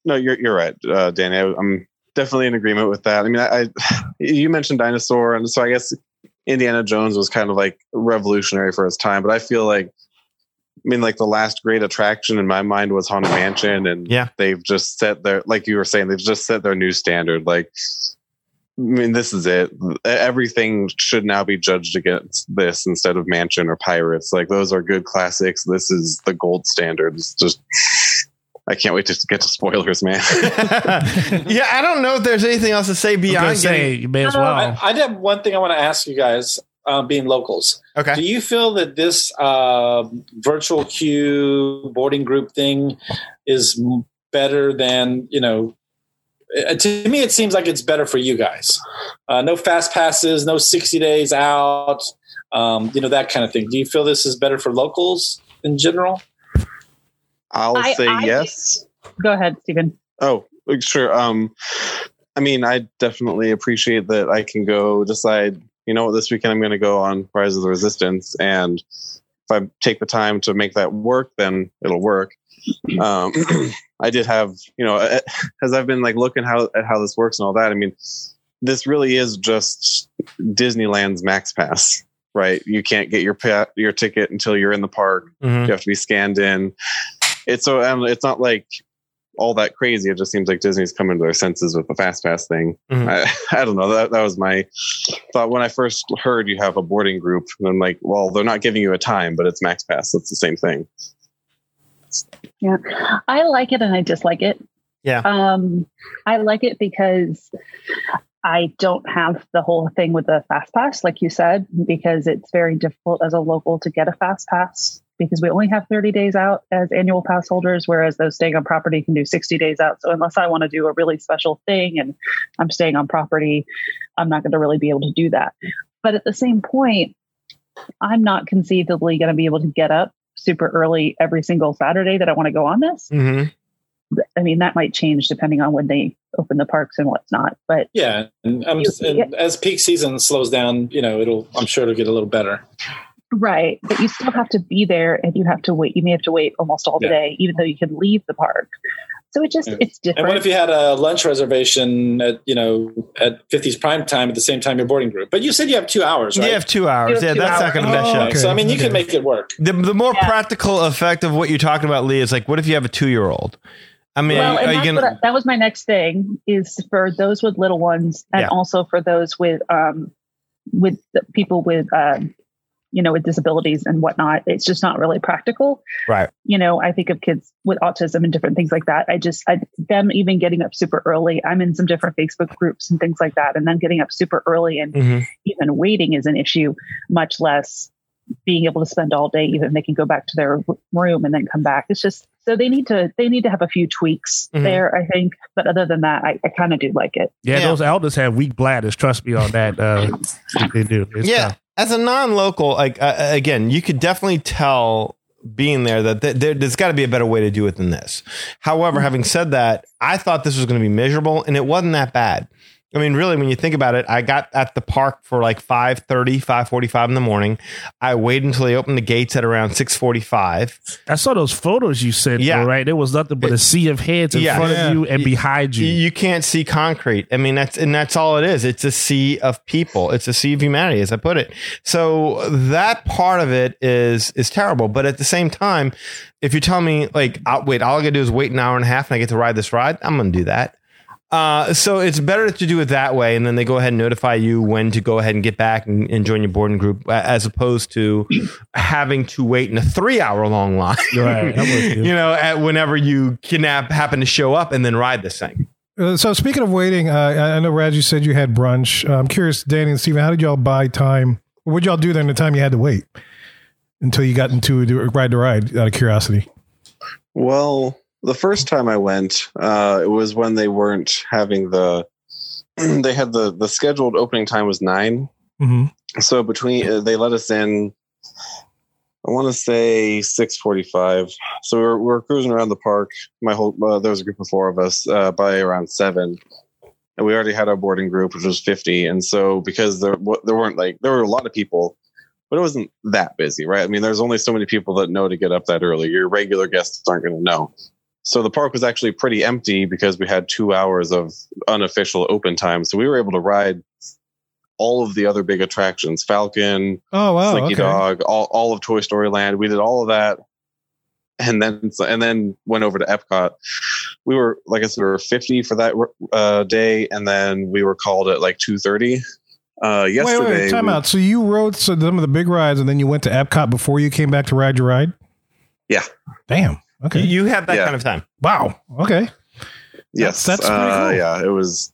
G: no. You're you're right, uh, Danny. I, I'm definitely in agreement with that. I mean, I, I you mentioned dinosaur, and so I guess Indiana Jones was kind of like revolutionary for its time. But I feel like, I mean, like the last great attraction in my mind was Haunted Mansion, and
D: Yeah.
G: they've just set their like you were saying, they've just set their new standard. Like, I mean, this is it. E-, Everything should now be judged against this instead of Mansion or Pirates. Like those are good classics. This is the gold standard. It's just. I can't wait to get to spoilers, man.
D: yeah, I don't know if there's anything else to say
F: Yeah,
D: beyond
F: say
D: getting.
F: you may as
I: No,
F: well.
E: Um, I, I did have one thing I want to ask you guys, um, being locals.
D: Okay.
E: Do you feel that this uh, virtual queue boarding group thing is m- better than you know? uh, To me, it seems like it's better for you guys. Uh, no fast passes, no sixty days out. Um, you know that kind of thing. Do you feel this is better for locals in general?
G: I'll
I: I-
G: say
I: I think-
G: yes.
I: Go ahead, Stephen.
G: Oh, sure. Um, I mean, I definitely appreciate that I can go decide, you know what, this weekend I'm going to go on Rise of the Resistance. And if I take the time to make that work, then it'll work. Um, I did have, you know, eh, as I've been like looking how, at how this works and all that, I mean, this really is just Disneyland's Max Pass, right? You can't get your pa- your ticket until you're in the park
D: Mhm.
G: you have to be scanned in it's so um, it's not like all that crazy it just seems like disney's coming to their senses with the fast pass thing
D: Mhm.
G: I, I don't know that, that was my thought when i first heard you have a boarding group and i'm like well they're not giving you a time but it's max pass that's the same thing
I: I like it and I dislike it.
D: Yeah.
I: Um, I like it because I don't have the whole thing with the fast pass, like you said, because it's very difficult as a local to get a fast pass because we only have 30 days out as annual pass holders, whereas those staying on property can do 60 days out. So unless I want to do a really special thing and I'm staying on property, I'm not going to really be able to do that. But at the same point, I'm not conceivably going to be able to get up super early every single Saturday that I want to go on this.
D: Mhm.
I: I mean, that might change depending on when they open the parks and what's not. But
E: Yeah, and, um, and as peak season slows down, you know it'll. I'm sure it'll get a little better.
I: right, but you still have to be there, and you have to wait. You may have to wait almost all
E: Yeah.
I: day, even though you can leave the park. So it just
E: Yeah.
I: it's
E: And
I: different.
E: what if you had a lunch reservation at you know at 50s prime time at the same time your boarding group? But you said you have two hours, right?
D: You have two hours. Yeah,
I: You have two
D: that's not going to
C: hours.
D: mess you
C: Oh,
D: up.
C: okay.
E: So I mean, you can
C: okay.
E: make it work.
D: The, the more
I: Yeah.
D: practical effect of what you're talking about, Lee, is like, what if you have a two year old? I mean,
I: well, and
D: are
I: that's
D: you
I: what I-
D: gonna?
I: that was my next thing is for those with little ones, and
D: Yeah.
I: also for those with um with the people with um you know with disabilities and whatnot. It's just not really practical.
D: Right.
I: you know, I think of kids with autism and different things like that. I just, I, them even getting up super early. I'm in some different Facebook groups and things like that. And them getting up super early and
D: Mhm.
I: even waiting is an issue, much less being able to spend all day, even they can go back to their r- room and then come back. It's just, so they need to, they need to have a few tweaks
D: Mhm.
I: there, I think. But other than that, I, I kind of do like it.
F: yeah,
D: Yeah.
F: those elders have weak bladders. Trust me on that. Uh, they do. It's uh,
D: Yeah,
F: tough.
D: as a non-local, like uh, again, you could definitely tell being there that th- there, there's got to be a better way to do it than this. However, having said that, I thought this was going to be miserable, and it wasn't that bad. I mean, really, when you think about it, I got at the park for like 5.30, 5.45 in the morning. I waited until they opened the gates at around 6.45.
F: I saw those photos you sent.
D: Yeah.
F: though, right. There was nothing but a sea of heads in
D: Yeah.
F: front of you and
D: Y-
F: behind you.
D: you, you can't see concrete. I mean, that's and that's all it is. It's a sea of people. It's a sea of humanity, as I put it. So that part of it is is terrible. But at the same time, if you tell me like, i wait, all I gotta do is wait an hour and a half, and I get to ride this ride, I'm gonna do that. Uh, so it's better to do it that way, and then they go ahead and notify you when to go ahead and get back and, and join your boarding group, a- as opposed to having to wait in a three-hour-long line.
F: Right, I'm with you.
D: you know, at whenever you kidnap happen to show up and then ride this thing.
C: Uh, so speaking of waiting, uh, I I know Raj, you said you had brunch. Uh, I'm curious, Danny and Steven, how did y'all buy time? What would y'all do during the time you had to wait until you got into the ride to ride? Out of curiosity,
G: Well, the first time I went, uh, it was when they weren't having the. They had the the scheduled opening time was nine,
C: mm-hmm.
G: so between uh, they let us in. I want to say six forty-five. So we were, we were cruising around the park. My whole uh, there was a group of four of us uh, by around seven, and we already had our boarding group, which was fifty. And so because there wa- there weren't like there were a lot of people, but it wasn't that busy, right? I mean, there's only so many people that know to get up that early. Your regular guests aren't going to know. So the park was actually pretty empty because we had two hours of unofficial open time. So we were able to ride all of the other big attractions, Falcon,
C: Oh wow,
G: Slinky
C: okay.
G: Dog, all, all of Toy Story Land. We did all of that, and then and then went over to Epcot. We were like I said, we were fifty for that uh, day, and then we were called at like two thirty. Uh,
C: Wait,
G: yesterday,
C: wait, wait, time
G: we-
C: out. So you rode some of the big rides, and then you went to Epcot before you came back to ride your ride.
G: Yeah.
C: Damn. Okay.
D: You have that
G: Yeah.
D: kind of time.
C: wow. Okay.
G: Yes,
C: That's- that's pretty
G: uh,
C: cool.
G: Yeah, it was.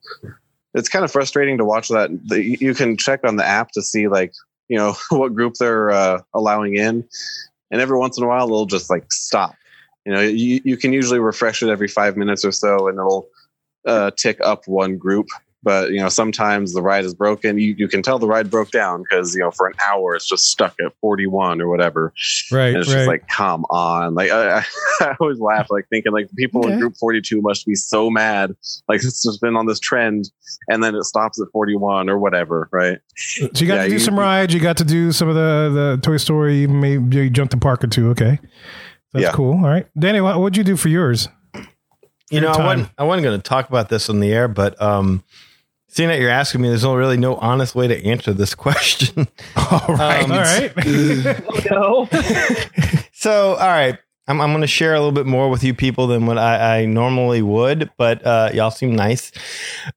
G: It's kind of frustrating to watch that. The, you can check on the app to see like you know what group they're uh, allowing in, and every once in a while it'll just like stop. You know, you, you can usually refresh it every five minutes or so, and it'll uh, tick up one group. But you know, sometimes the ride is broken. You you can tell the ride broke down because you know for an hour it's just stuck at forty one or whatever.
C: Right.
G: And it's
C: right.
G: just like, come on. Like, I, I always laugh, like, thinking, like, people
C: Okay.
G: in group 42 must be so mad. Like, it's just been on this trend, and then it stops at 41 or whatever, right?
C: So you got
G: Yeah,
C: to do
G: you-
C: some
G: you-
C: rides. You got to do some of the, the Toy Story. You Maybe you jumped a park or two. Okay, that's
G: Yeah.
C: cool. All right, Danny, what would you do for yours?
D: You know,
C: Your
D: I
C: time.
D: wasn't, I wasn't going to talk about this on the air, but um, seeing that you're asking me, there's no, really no honest way to answer this question. Um,
C: All all
D: right.
C: right.
H: Oh, No.
D: So, all right, I'm, I'm going to share a little bit more with you people than what I, I normally would, but uh, y'all seem nice.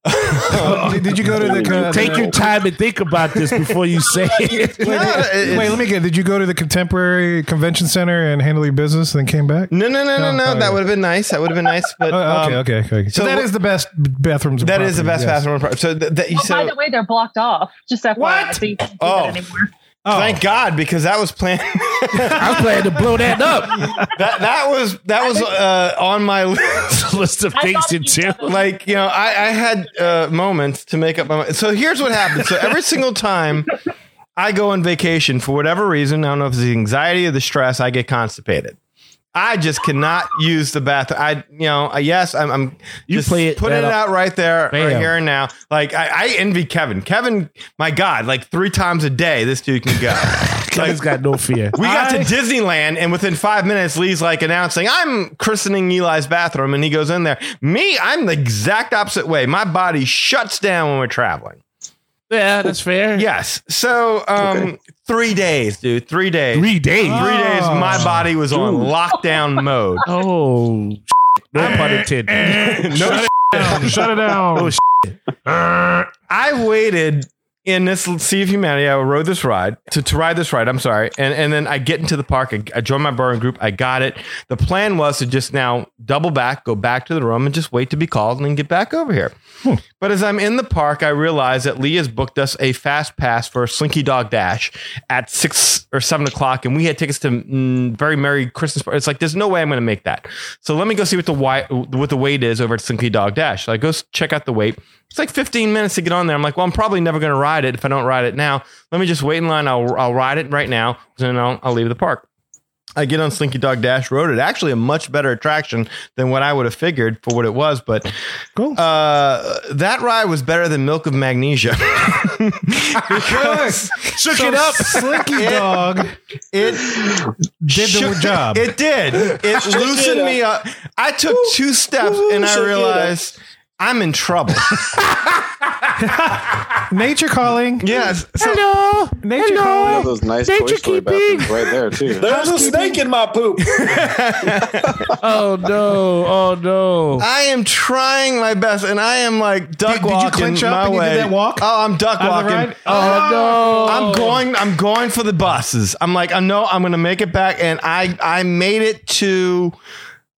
C: Oh, did- did you go to the uh,
E: Take your time and think about this before you say it.
C: Wait,
D: No,
C: did-
D: it's-
C: wait, let me get. Did you go to the Contemporary Convention Center and handle your business, and then came back?
D: No, no, no, no,
C: No,
D: no.
C: oh, yeah.
D: That would have been nice. That would have been nice. But
C: Oh, okay,
D: um,
C: okay, okay. So
D: so
C: that
D: what-
C: is the best bathrooms.
D: that is the best bathroom. approach. So, th- that-
H: Well, Oh, by
D: so
H: the way, they're blocked off. Just FYI,
D: What?
H: so you can't do
D: Oh.
H: that anymore.
D: thank God because that was planned.
E: I was planning to blow that up.
D: that that was that was uh, on my list.
E: List of
H: I
E: things
H: thought
E: to
H: you
E: do.
H: said that.
D: like you know i, I had uh, moments to make up my mind so here's what happened so every single time i go on vacation for whatever reason i don't know if it's the anxiety or the stress i get constipated I just cannot use the bathroom. I, you know, I, yes, I'm, I'm
E: You
D: just
E: play it
D: putting
E: that
D: it out
E: up.
D: right there, right
E: Bam.
D: here and now. Like I, I envy Kevin. Kevin, my God, like three times a day, this dude can go.
E: Kevin's got no fear.
D: We got
E: I-
D: to Disneyland, and within five minutes, Lee's like announcing, I'm christening Eli's bathroom. And he goes in there. Me, I'm the exact opposite way. My body shuts down when we're traveling.
E: Yeah, that's fair.
D: Yes. So, um,
G: Okay.
D: three days, dude. Three days. Three
E: Three days.
D: days, my body was on lockdown mode.
E: Oh, shit. no pun intended.
D: No,
C: Shut it down.
D: I waited in this Sea of Humanity. I rode this ride to, to ride this ride. I'm sorry. And and then I get into the park. I, I join my burn group. I got it. The plan was to just now double back, go back to the room, and just wait to be called, and then get back over here. But as I'm in the park, I realize that Lee has booked us a fast pass for Slinky Dog Dash at six or seven o'clock, and we had tickets to mm, Very Merry Christmas. Party. It's like there's no way I'm going to make that. So let me go see what the wi- what the wait is over at Slinky Dog Dash. So I go s- check out the wait. It's like 15 minutes to get on there. I'm like, well, I'm probably never going to ride it if I don't ride it now. Let me just wait in line. I'll I'll ride it right now, and I'll I'll leave the park. I get on Slinky Dog Dash Road. It actually a much better attraction than what I would have figured for what it was, but
C: Cool.
D: uh, that rye was better than milk of magnesia. because
E: Shook it up.
C: Slinky Dog
D: it
C: did the
D: shook-
C: job.
D: It did. It loosened me up. I took two steps and I realized I'm in trouble.
C: Nature calling.
D: yes. So
E: Hello.
C: Nature
G: You
E: Hello.
G: have those nice
E: Nature
G: Toy Story
E: keeping.
G: bathrooms right there, too.
F: There's a snake in my poop.
E: Oh no. Oh no.
D: I am trying my best, and I am like duck
C: Did- did you
D: walking
C: clinch up
D: my
C: and you did
D: way.
C: that walk
D: Oh, I'm duck
C: Out of the
D: walking.
C: ride?
E: Oh no.
D: I'm going. I'm going for the buses. I'm like, I know I'm going to make it back, and I I made it to.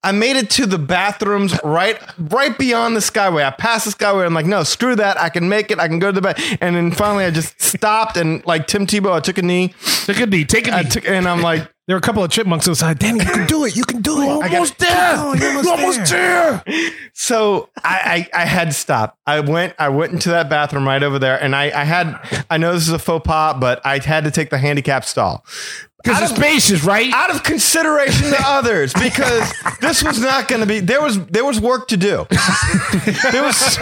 D: I made it to the bathrooms right right beyond the skyway. I passed the skyway. I'm like, no, screw that. I can make it. I can go to the back. And then finally, I just stopped and like Tim Tebow, I took a knee.
E: Take a knee. Take a
D: I
E: knee.
D: took and I'm like,
C: There were a couple of chipmunks outside. Damn, you can do it. You can do it. I got-
E: almost there.
C: Oh, you're almost
E: You're almost there.
D: so I, I I had to stop. I went I went into that bathroom right over there, and I I had I know this is a faux pas, but I had to take the handicap stall.
E: Because it's spacious, right?
D: out of consideration to others because this was not going to be there was there was work to do there was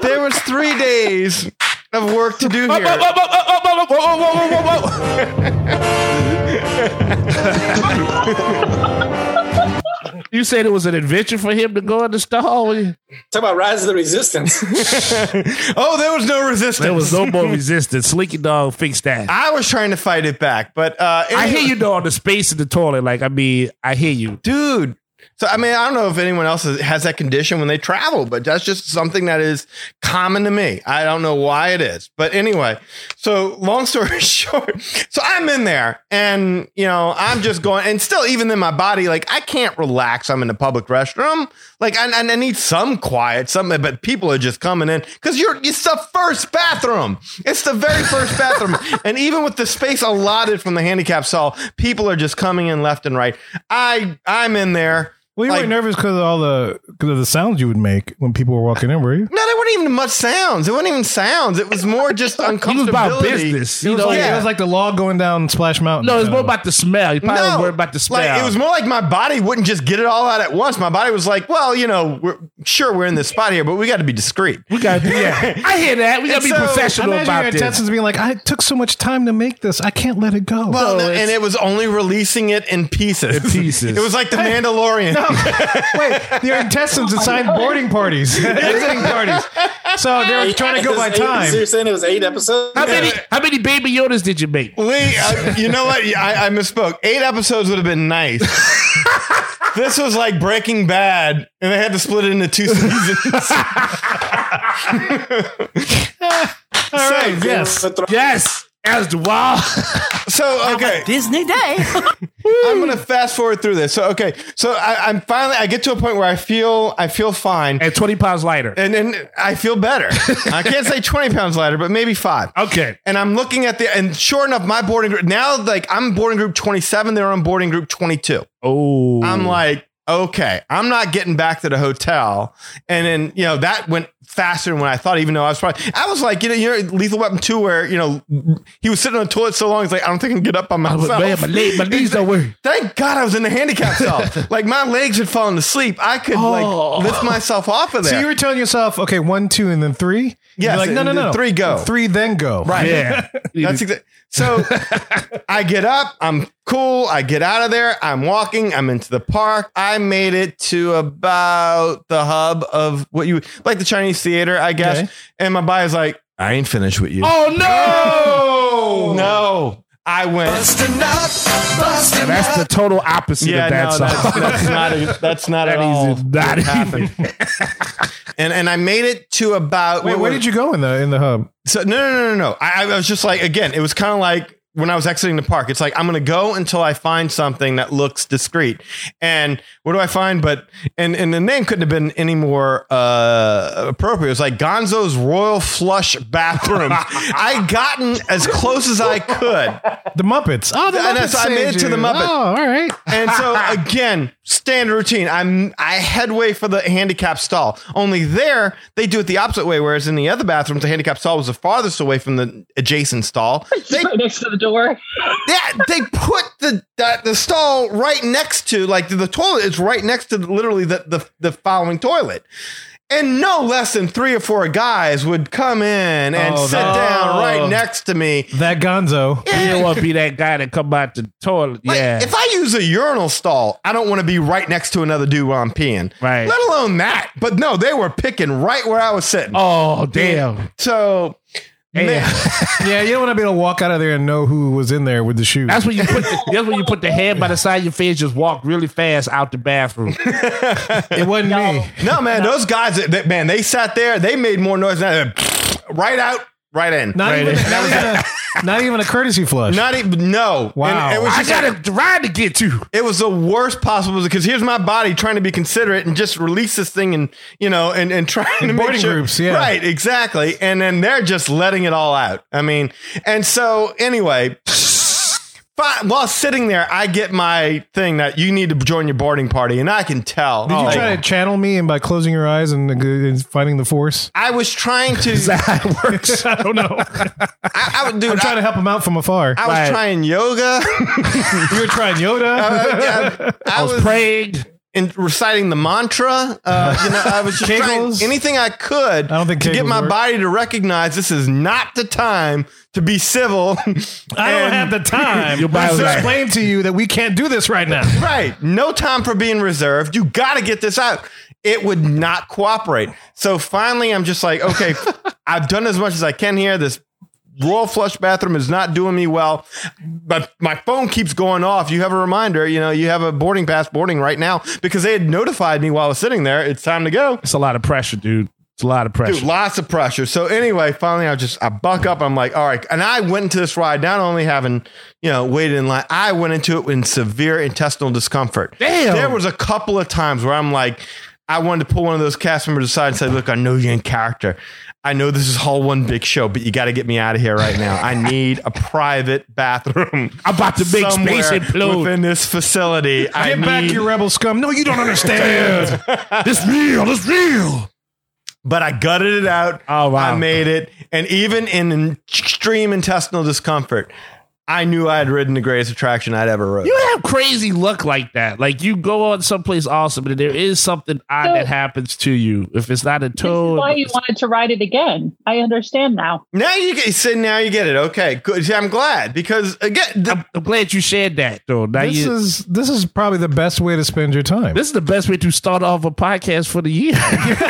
D: there was three days of work to do here
E: you said it was an adventure for him to go in the stall.
F: Talk about Rise of the Resistance.
D: oh there was no resistance
E: There was no more resistance. Slinky Dog fixed that. I,
D: i was trying to fight it back but uh
E: hear you though on the space in the toilet. Like I mean, I hear you.
D: dude so i mean i don't know if anyone else has- has that condition when they travel but that's just something that is common to me i don't know why it is but anyway so long story short so i'm in there and you know i'm just going and still even in my body like i can't relax i'm in the public restroom like i, I I need some quiet something but people are just coming in because you're it's the first bathroom it's the very first bathroom and even with the space allotted from the handicap stall people are just coming in left and right i i'm in there
C: Well, you
D: Like-
C: were nervous because of all the because of the sounds you would make when people were walking in, were you?
D: No, there weren't even much sounds. It wasn't even sounds. It was more just uncomfortability.
E: It was about business.
C: It
E: You
C: was,
E: know,
C: like,
D: yeah.
C: it was like the log going down Splash Mountain.
E: no, it's
C: Uh,
E: more about the smell. You probably was worried about the smell.
D: Like, it was more like my body wouldn't just get it all out at once. My body was like, well, you know, we're sure we're in this spot here, but we got to be discreet.
E: we got yeah. I hear that. We got to be
D: And so,
E: professional
C: Imagine your
E: about this.
C: intestines being like, I took so much time to make this. I can't let it go.
D: Well,
E: it's-
D: and it was only releasing it in pieces.
E: In pieces.
D: it was like the Mandalorian.
C: Wait, your intestines assigned boarding parties, exiting parties. So they were trying to go by
F: It was eight- so
C: time.
F: you're saying it was eight episodes?
E: How many how many baby Yodas did you make?
D: Lee, I, uh, you know what? I, I misspoke. Eight episodes would have been nice. this was like Breaking Bad, and they had to split it into two seasons.
C: All right, yes.
E: Yes, as the wow.
D: So okay,
A: Disney Day.
D: I'm gonna fast forward through this. So okay, so I, I'm finally I get to a point where I feel I feel fine,
E: and twenty pounds lighter.
D: and then I feel better. I can't say 20 pounds lighter, but maybe five.
E: Okay.
D: And I'm looking at the and sure enough, my boarding group now like I'm boarding group 27, they're on boarding group 22.
E: Oh,
D: I'm like, okay, I'm not getting back to the hotel. And then, you know, that went faster than when I thought, even though I was probably, I was like, you know, you're Lethal Weapon 2, where, you know, he was sitting on the toilet so long, he's like, I don't think I can get up by
E: I was,
D: myself.
E: man, my, leg, my knees don't work.
D: Thank God I was in the handicap cell. like, my legs had fallen asleep. I could,
E: Oh.
D: like, lift myself off of there.
C: So you were telling yourself, okay, one, two, and then three. You're
D: Yes,
C: like no,
D: and
C: no,
D: then
C: no,
D: three go.
C: three, then go.
D: Right.
E: Yeah,
D: That's exactly. So I get up. I'm cool. I get out of there. I'm walking. I'm into the park. I made it to about the hub of what you like the Chinese theater, I guess.
C: Okay.
D: And my body's like, I ain't finished with you.
E: Oh no!
D: no. I went.
E: And that's the total opposite
D: Yeah,
E: of that
D: no, that's,
E: song.
D: that's not. A, that's not
E: That
D: at
E: is
D: all.
E: not
D: what happened. and and I made it to about.
C: Wait, where did you go in the in the hub?
D: So no, no, no, no, no. I, I was just like, again, it was kind of like when I was exiting the park. It's like I'm going to go until I find something that looks discreet. And what do I find? But and and the name couldn't have been any more uh, appropriate. It was like Gonzo's Royal Flush Bathroom. I gotten as close as I could.
C: The Muppets. Oh, the
D: I know,
C: Muppets.
D: so I made
C: saved
D: it to the
C: you.
D: Muppet.
C: Oh, all right.
D: And so again, standard routine. I'm I headway for the handicap stall. Only there they do it the opposite way. Whereas in the other bathrooms, the handicap stall was the farthest away from the adjacent stall. They
H: right next to the door.
D: yeah, they put the that the stall right next to like the toilet is right next to literally the the, the following toilet. And no less than three or four guys would come in and
C: Oh,
D: sit
C: no.
D: down right next to me.
C: That Gonzo.
E: You don't want to be that guy that come out the toilet.
D: Like,
E: yeah,
D: If I use a urinal stall, I don't want to be right next to another dude while I'm peeing.
E: Right.
D: Let alone that. But no, they were picking right where I was sitting.
E: oh damn,
D: So
E: damn.
D: man,
C: Yeah, you don't want to be able to walk out of there and know who was in there with the shoes.
E: That's when you put the, that's when you put the hand by the side of your face, just walk really fast out the bathroom.
C: it wasn't me.
D: no man, those guys that- that- man, they sat there, they made more noise than I did. right out right in.
C: Not,
E: Right.
C: even,
E: That
C: not,
D: was
C: even a, not even a courtesy flush.
D: Not even no.
C: Wow.
D: And it was
E: I
D: just like-
E: got a ride to get to.
D: it was the worst possible because here's my body trying to be considerate and just release this thing and you know and and trying to make
C: boarding
D: sure,
C: groups, yeah.
D: right exactly and then they're just letting it all out I mean and so anyway fi- while sitting there I get my thing that you need to join your boarding party and I can tell Oh.
C: Did you
D: like,
C: try to channel me and by closing your eyes and, and finding the force?
D: I was trying to
E: That works.
C: I don't know.
D: I, I would do
C: I'm trying to help him out from afar.
D: I was
E: Right.
D: trying yoga
C: you were trying Yoda.
D: Uh, I, I- I
E: I was praying.
D: in reciting the mantra. Uh, you know, I was just trying
C: Kegels?
D: anything I could
C: I don't think
D: to get
C: Kegels
D: my
C: work.
D: body to recognize this is not the time to be civil.
C: I don't
D: And-
C: have the time
E: Your body
C: to
E: was like-
C: explain to you that we can't do this right now.
D: Right. No time for being reserved. You got to get this out. It would not cooperate. So finally, I'm just like, okay, I've done as much as I can here. This royal flush bathroom is not doing me well, but my phone keeps going off. You have a reminder, you know, you have a boarding pass boarding right now because they had notified me while I was sitting there. It's time to go.
E: It's a lot of pressure, dude. It's a lot of pressure.
D: Dude, lots of pressure. So anyway, finally, I just I buck up. I'm like, all right. And I went into this ride not only having you know waited in line, I went into it in severe intestinal discomfort.
E: Damn.
D: There was a couple of times where I'm like, I wanted to pull one of those cast members aside and say, look, I know you're in character. I know this is all one big show, but you got to get me out of here right now. I need a private bathroom.
E: I'm about to make
D: somewhere
E: space implode.
D: within this facility. Get I
C: Get back,
D: need-
C: you rebel scum. No, you don't understand.
E: This real. This real.
D: but I gutted it out.
E: Oh, wow.
D: I made it. And even in extreme intestinal discomfort, I knew I had ridden the greatest attraction I'd ever rode.
E: You have crazy luck like that. Like you go on someplace awesome, and there is something odd
H: So-
E: that happens to you. If it's not a
H: This is
E: toe,
H: why you wanted to ride it again. I understand now.
D: Now you get, see, now you get it. Okay, good. See, I'm glad because again, the,
E: I'm, I'm glad you shared that, though. Now
C: this
E: you-
C: is this is probably the best way to spend your time.
E: this is the best way to start off a podcast for the year.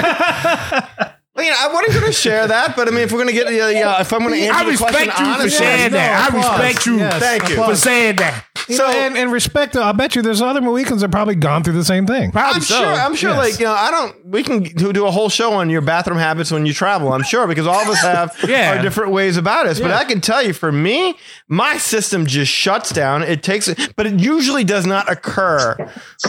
D: I mean, I wasn't going to share that, but I mean, if we're going to get, yeah, yeah, if I'm going to answer
E: I
D: the
E: respect
D: question
E: you for
D: honestly-
E: saying
D: No,
E: that. I
D: applause.
E: respect you.
D: Yes, Thank you.
E: for saying that.
D: So-
C: So and, and respect. though, I bet you there's other Mohicans that probably gone through the same thing.
E: Probably
D: I'm
E: so.
D: sure. I'm sure.
C: Yes.
D: Like you know, I don't. We can do, do a whole show on your bathroom habits when you travel. I'm sure because all of us have
E: Yeah.
D: our different ways about us. But I can tell you, for me, my system just shuts down. It takes, but it usually does not occur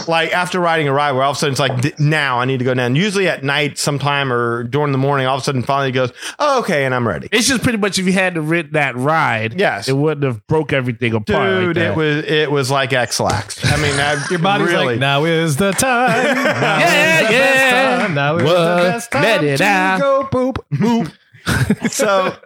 D: like after riding a ride where all of a sudden it's like "D- now I need to go down. Usually at night, sometime or during the morning, all of a sudden finally it goes oh, okay, and I'm ready.
E: It's just pretty much if you had to rent that ride,
D: Yes.
E: it wouldn't have broke everything apart. like
D: Dude,
E: that.
D: it was it was like X-Lax. I mean, I, your
C: Body's
D: really.
C: like, now is the time. Now
E: Yeah,
C: is the
E: yeah.
C: Best time. Now is
E: What?
C: the best time
E: Let it
C: to
D: Ah.
E: out.
C: go poop.
D: so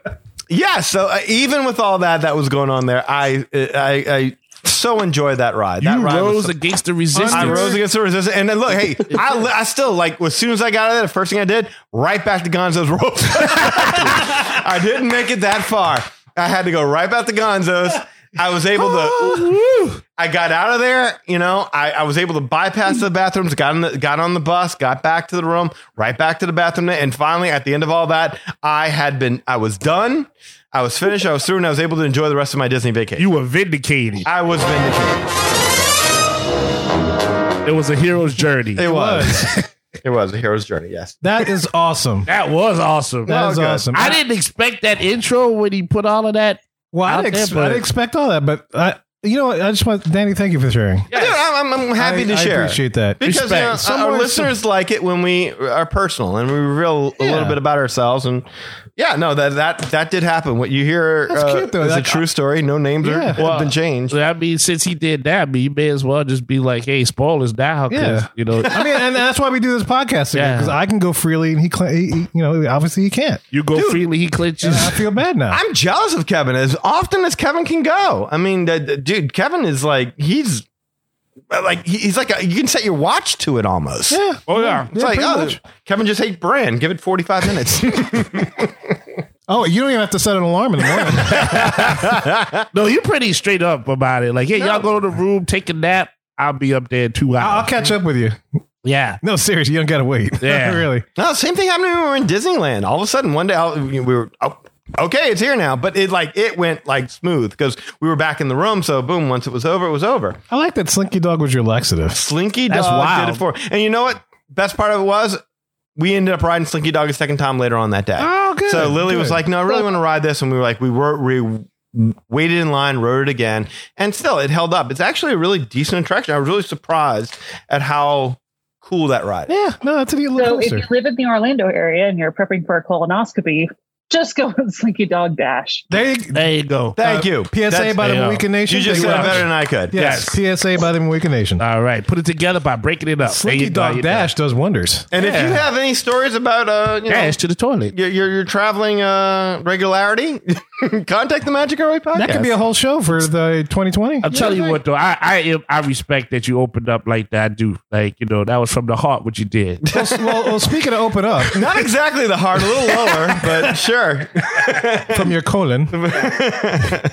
D: yeah so uh, even with all that that was going on there i i i so enjoyed that ride that
E: you
D: ride was
E: rose
D: so-
E: against the resistance.
D: I rose against the resistance, and then look, hey, I, li- I still like. As soon as I got out of there, the first thing I did, right back to Gonzo's ropes. I didn't make it that far. I had to go right back to Gonzo's. I was able to. I got out of there. You know, I, I was able to bypass the bathrooms. Got on the, got on the bus. Got back to the room. Right back to the bathroom. And finally, at the end of all that, I had been. I was done. I was finished. I was through, and I was able to enjoy the rest of my Disney vacation.
E: You were vindicated.
D: I was vindicated.
E: It was a hero's journey.
D: It was. it was a hero's journey. Yes.
C: That is awesome.
E: That was awesome.
C: That
D: Oh,
C: is
D: good.
C: awesome.
E: I didn't expect that intro when he put all of that.
C: Well, I
E: out
C: didn't,
E: there,
C: ex- I
E: but-
C: didn't expect all that, but I, you know, what? I just want Danny. Thank you for sharing.
D: Dude, I'm, I'm- I'm happy
C: I,
D: to share.
C: I appreciate that.
D: because you know,
E: Respect.
D: our- our
C: Someone-
D: listeners like it when we are personal and we reveal a little
C: Yeah.
D: bit about ourselves. And yeah, no, that that that did happen. What you hear
C: That's
D: uh,
C: cute, though.
D: is
C: Like,
D: a true story. No names are,
C: Yeah.
D: have been changed.
E: I mean, since he did that, I mean, you may as well just be like, "Hey, spoilers now." 'cause,
C: Yeah.
E: you know,
C: I mean, and that's why we do this podcast
E: Yeah.
C: because I can go freely, and he, cl- he, he- you know, obviously he can't.
E: you go freely, he
C: And
E: clinches.
C: I feel bad now.
D: I'm jealous of Kevin as often as Kevin can go. I mean, the, the- dude, Kevin is like he's like he- he's like a, you can set your watch to it almost.
C: yeah.
E: Oh yeah,
D: It's like,
C: pretty
D: oh,
C: much.
D: Kevin just ate brand. Give it 45 minutes.
C: Oh, you don't even have to set an alarm in the morning.
E: no, you're pretty straight up about it. Like, hey, y'all go to the room, take a nap. I'll be up there in two
C: I'll I'll
E: hours.
C: catch up with you.
E: yeah,
C: No, seriously, you don't gotta wait.
E: Yeah.
C: really.
D: No, same thing happened when we were in Disneyland. All of a sudden, one day I- we were oh, okay, it's here now. But it like it went like smooth because we were back in the room. So boom, once it was over, it was over.
C: I like that Slinky Dog was your laxative.
D: Slinky
E: That's
D: Dog
E: wild.
D: did it for. And you know what? Best part of it was we ended up riding Slinky Dog a second time later on that day.
E: Oh, good.
D: so Lily was
E: good.
D: like, "No, I really want to ride this," and we were like, "We were we waited in line, rode it again, and still it held up. It's actually a really decent attraction. I was really surprised at how cool that ride. is.
C: Yeah, no, that's a neat little
H: So if
C: coaster.
H: you live in the Orlando area and you're prepping for a colonoscopy, just go with Slinky Dog Dash.
C: They
E: there you go.
D: Thank you.
C: PSA
D: That's-
C: by the
E: yeah.
C: Weekend Nation.
D: you just
C: Thank
D: said it
C: Rob.
D: better than I could.
C: Yes, PSA by the Weekend Nation.
E: All right, put it together by breaking it up. There
C: Slinky
E: Uh, you go,
C: Dog
E: you
C: Dash does wonders.
D: And if you have any stories about uh, you
E: go.
D: know,
E: dash to the toilet.
D: your, your your traveling uh regularity, contact the Magic Airway podcast.
C: That could be a whole show for the 2020.
E: I'm telling you what though, I I am, I respect that you opened up like that. I do like you know that was from the heart what you did.
C: well, well, speaking of open up
D: not exactly the heart, a little lower, but sure.
C: from your colon.
H: So back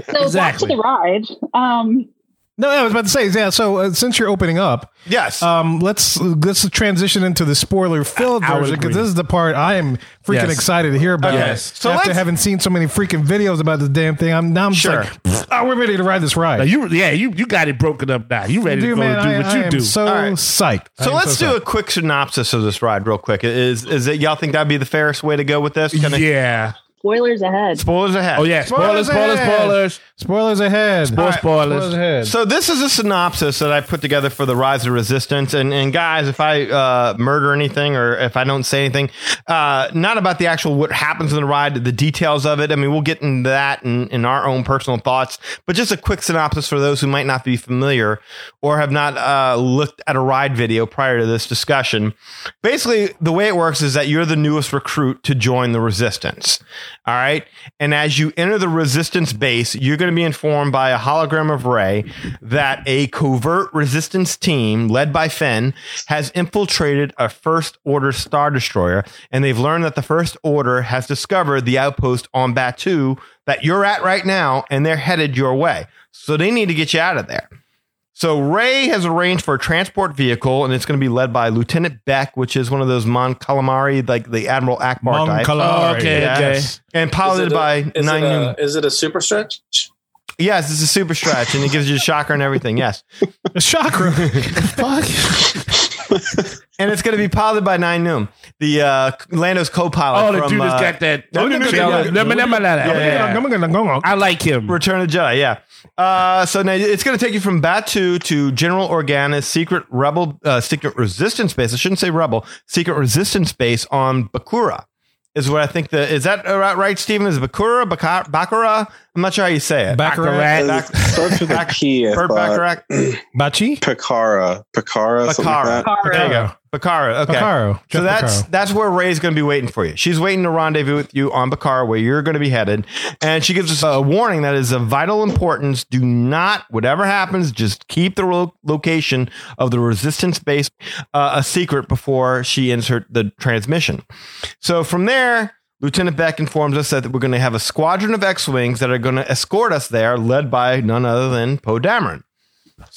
H: to
E: Exactly.
H: the ride. Um,
C: No, I was about to say, yeah. So uh, since you're opening up,
D: Yes.
C: um, let's let's transition into the spoiler filled
E: I would
C: version because
E: agree.
C: this is the part I am freaking
E: Yes.
C: excited to hear about.
E: Yes.
D: So
C: after
D: let's-
C: having seen so many freaking videos about this damn thing, I'm now I'm
D: Sure.
C: just like, oh, we're ready to ride this ride.
E: Now, you yeah you you got it broken up now. You ready to
C: Dude,
E: go
C: man,
E: do
C: I-
E: what
C: I
E: you
C: am
E: do?
C: So
D: All right.
C: psyched.
D: so
C: I'm
D: let's do
C: psyched.
D: a quick synopsis of this ride, real quick. Is is it y'all think that'd be the fairest way to go with this? Kinda-
E: yeah.
H: spoilers ahead.
D: Spoilers ahead.
E: Oh yeah. Spoilers.
C: Spoilers,
E: Spoilers. Spoilers.
C: Spoilers ahead.
E: More spoilers.
C: Spoilers ahead.
D: So this is a synopsis that I put together for the Rise of Resistance, and and guys, if I uh, murder anything or if I don't say anything, uh, not about the actual what happens in the ride, the details of it. I mean, we'll get into that in, in our own personal thoughts, but just a quick synopsis for those who might not be familiar or have not uh, looked at a ride video prior to this discussion. Basically, the way it works is that you're the newest recruit to join the Resistance. All right. And as you enter the resistance base, you're going to be informed by a hologram of Ray that a covert resistance team led by Finn has infiltrated a First Order Star Destroyer. And they've learned that the First Order has discovered the outpost on Batu that you're at right now, and they're headed your way. So they need to get you out of there. So Ray has arranged for a transport vehicle, and it's going to be led by Lieutenant Beck, which is one of those Mon Calamari, like the Admiral Akbar
C: Mon
D: type.
C: Calamari.
E: Okay,
D: Yes. And
F: Is
D: piloted
F: it a-
D: by
F: is
D: nine.
F: it a-
D: young-
F: is it a super stretch?
D: yes, it's a super stretch, and it gives you a shocker and everything. Yes,
C: A chakra.
D: and it's going to be piloted by Nine Noom, the uh, Lando's
E: Oh,
D: co-pilot
E: the
D: from
E: dude
D: uh,
E: has got that.
D: no, no, no, no, no,
E: Remember- remember that.
D: Yeah, yeah, yeah.
C: I'm gonna go on.
E: I like him.
D: Return of the Jedi. Yeah. Uh, so now it's going to take you from Batu to General Organa's secret rebel, uh, secret resistance base. I shouldn't say rebel, secret resistance base on Bakura. Is what I think the is that right, right Stephen? Is it Bakura, Baka- Bakura? I'm not sure how you say it.
C: Baccarat.
E: Baccarat.
D: Bac-
G: Starts with a
D: Bac-
G: P, I
D: Burt
G: thought.
D: Bacharach.
C: Bachi.
G: Picara, Picara, something like
D: Picara.
G: that.
D: There you go. Bakara. Okay.
C: Picaro.
D: So that's that's where Ray's going to be waiting for you. She's waiting to rendezvous with you on Bakara, where you're going to be headed, and she gives us a warning that is of vital importance. Do not, whatever happens, just keep the lo- location of the resistance base uh, a secret before she ends her the transmission. So from there, Lieutenant Beck informs us that we're going to have a squadron of X-wings that are going to escort us there, led by none other than Poe Dameron.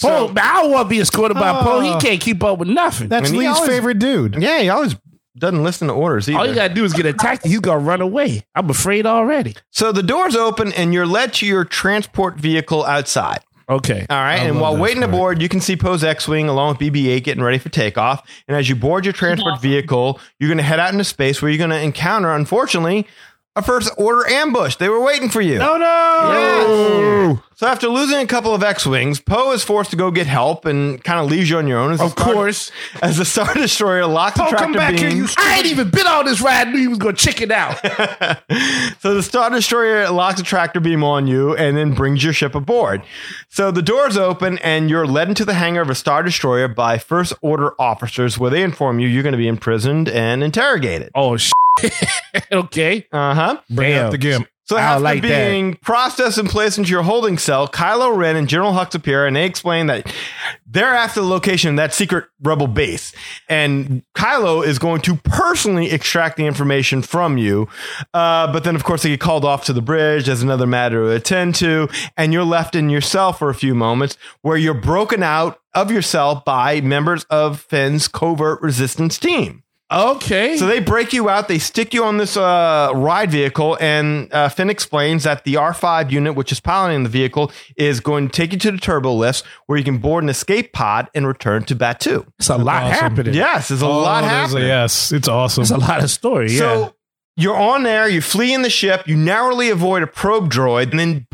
E: Poe, but I don't want to be escorted by Poe. He
C: Oh.
E: can't keep up with nothing.
C: That's
D: And he
C: Lee's
D: always-
C: favorite dude.
D: Yeah, he always doesn't listen to orders either.
E: All you gotta do is get attacked. He's gonna run away. I'm afraid already.
D: So the doors open and you're led to your transport vehicle outside.
E: Okay.
D: All right.
C: I
D: and
C: love
D: while
C: that
D: waiting
C: story.
D: aboard, you can see Poe's X Wing along with BB 8 getting ready for takeoff. And as you board your transport vehicle, you're going to head out into space where you're going to encounter, unfortunately, a first order ambush. They were waiting for you.
E: Oh no!
D: Yes. So after losing a couple of X Wings, Poe is forced to go get help and kind of leaves you on your own. As the
E: Of
D: Star-
E: course.
D: As the Star Destroyer locks the
E: Poe,
D: tractor
E: come back here.
D: beam.
E: You I ain't even been on this ride. I knew you was gonna check it out.
D: so the Star Destroyer locks a tractor beam on you and then brings your ship aboard. So the doors open and you're led into the hangar of a Star Destroyer by First Order officers, where they inform you you're going to be imprisoned and interrogated.
E: oh shit. okay.
D: Uh huh.
C: Bring
E: Damn.
C: up the gimp.
D: So
E: I
D: after
E: like that.
D: being processed and placed into your holding cell, Kylo Ren and General Hux appear, and they explain that they're after the location of that secret rebel base, and Kylo is going to personally extract the information from you. Uh, but then, of course, they get called off to the bridge as another matter to attend to, and you're left in your cell for a few moments, where you're broken out of your cell by members of Finn's covert resistance team.
E: Okay.
D: So they break you out, they stick you on this uh, ride vehicle, and uh, Finn explains that the R5 unit, which is piloting the vehicle, is going to take you to the turbo lifts where you can board an escape pod and return to Batu.
E: it's a lot
C: Awesome.
E: happening.
D: Yes, there's a
C: Oh,
D: lot
C: there's a
D: happening.
C: yes, it's awesome.
E: It's a lot of story. Yeah.
D: So you're on there, you flee in the ship, you narrowly avoid a probe droid, and then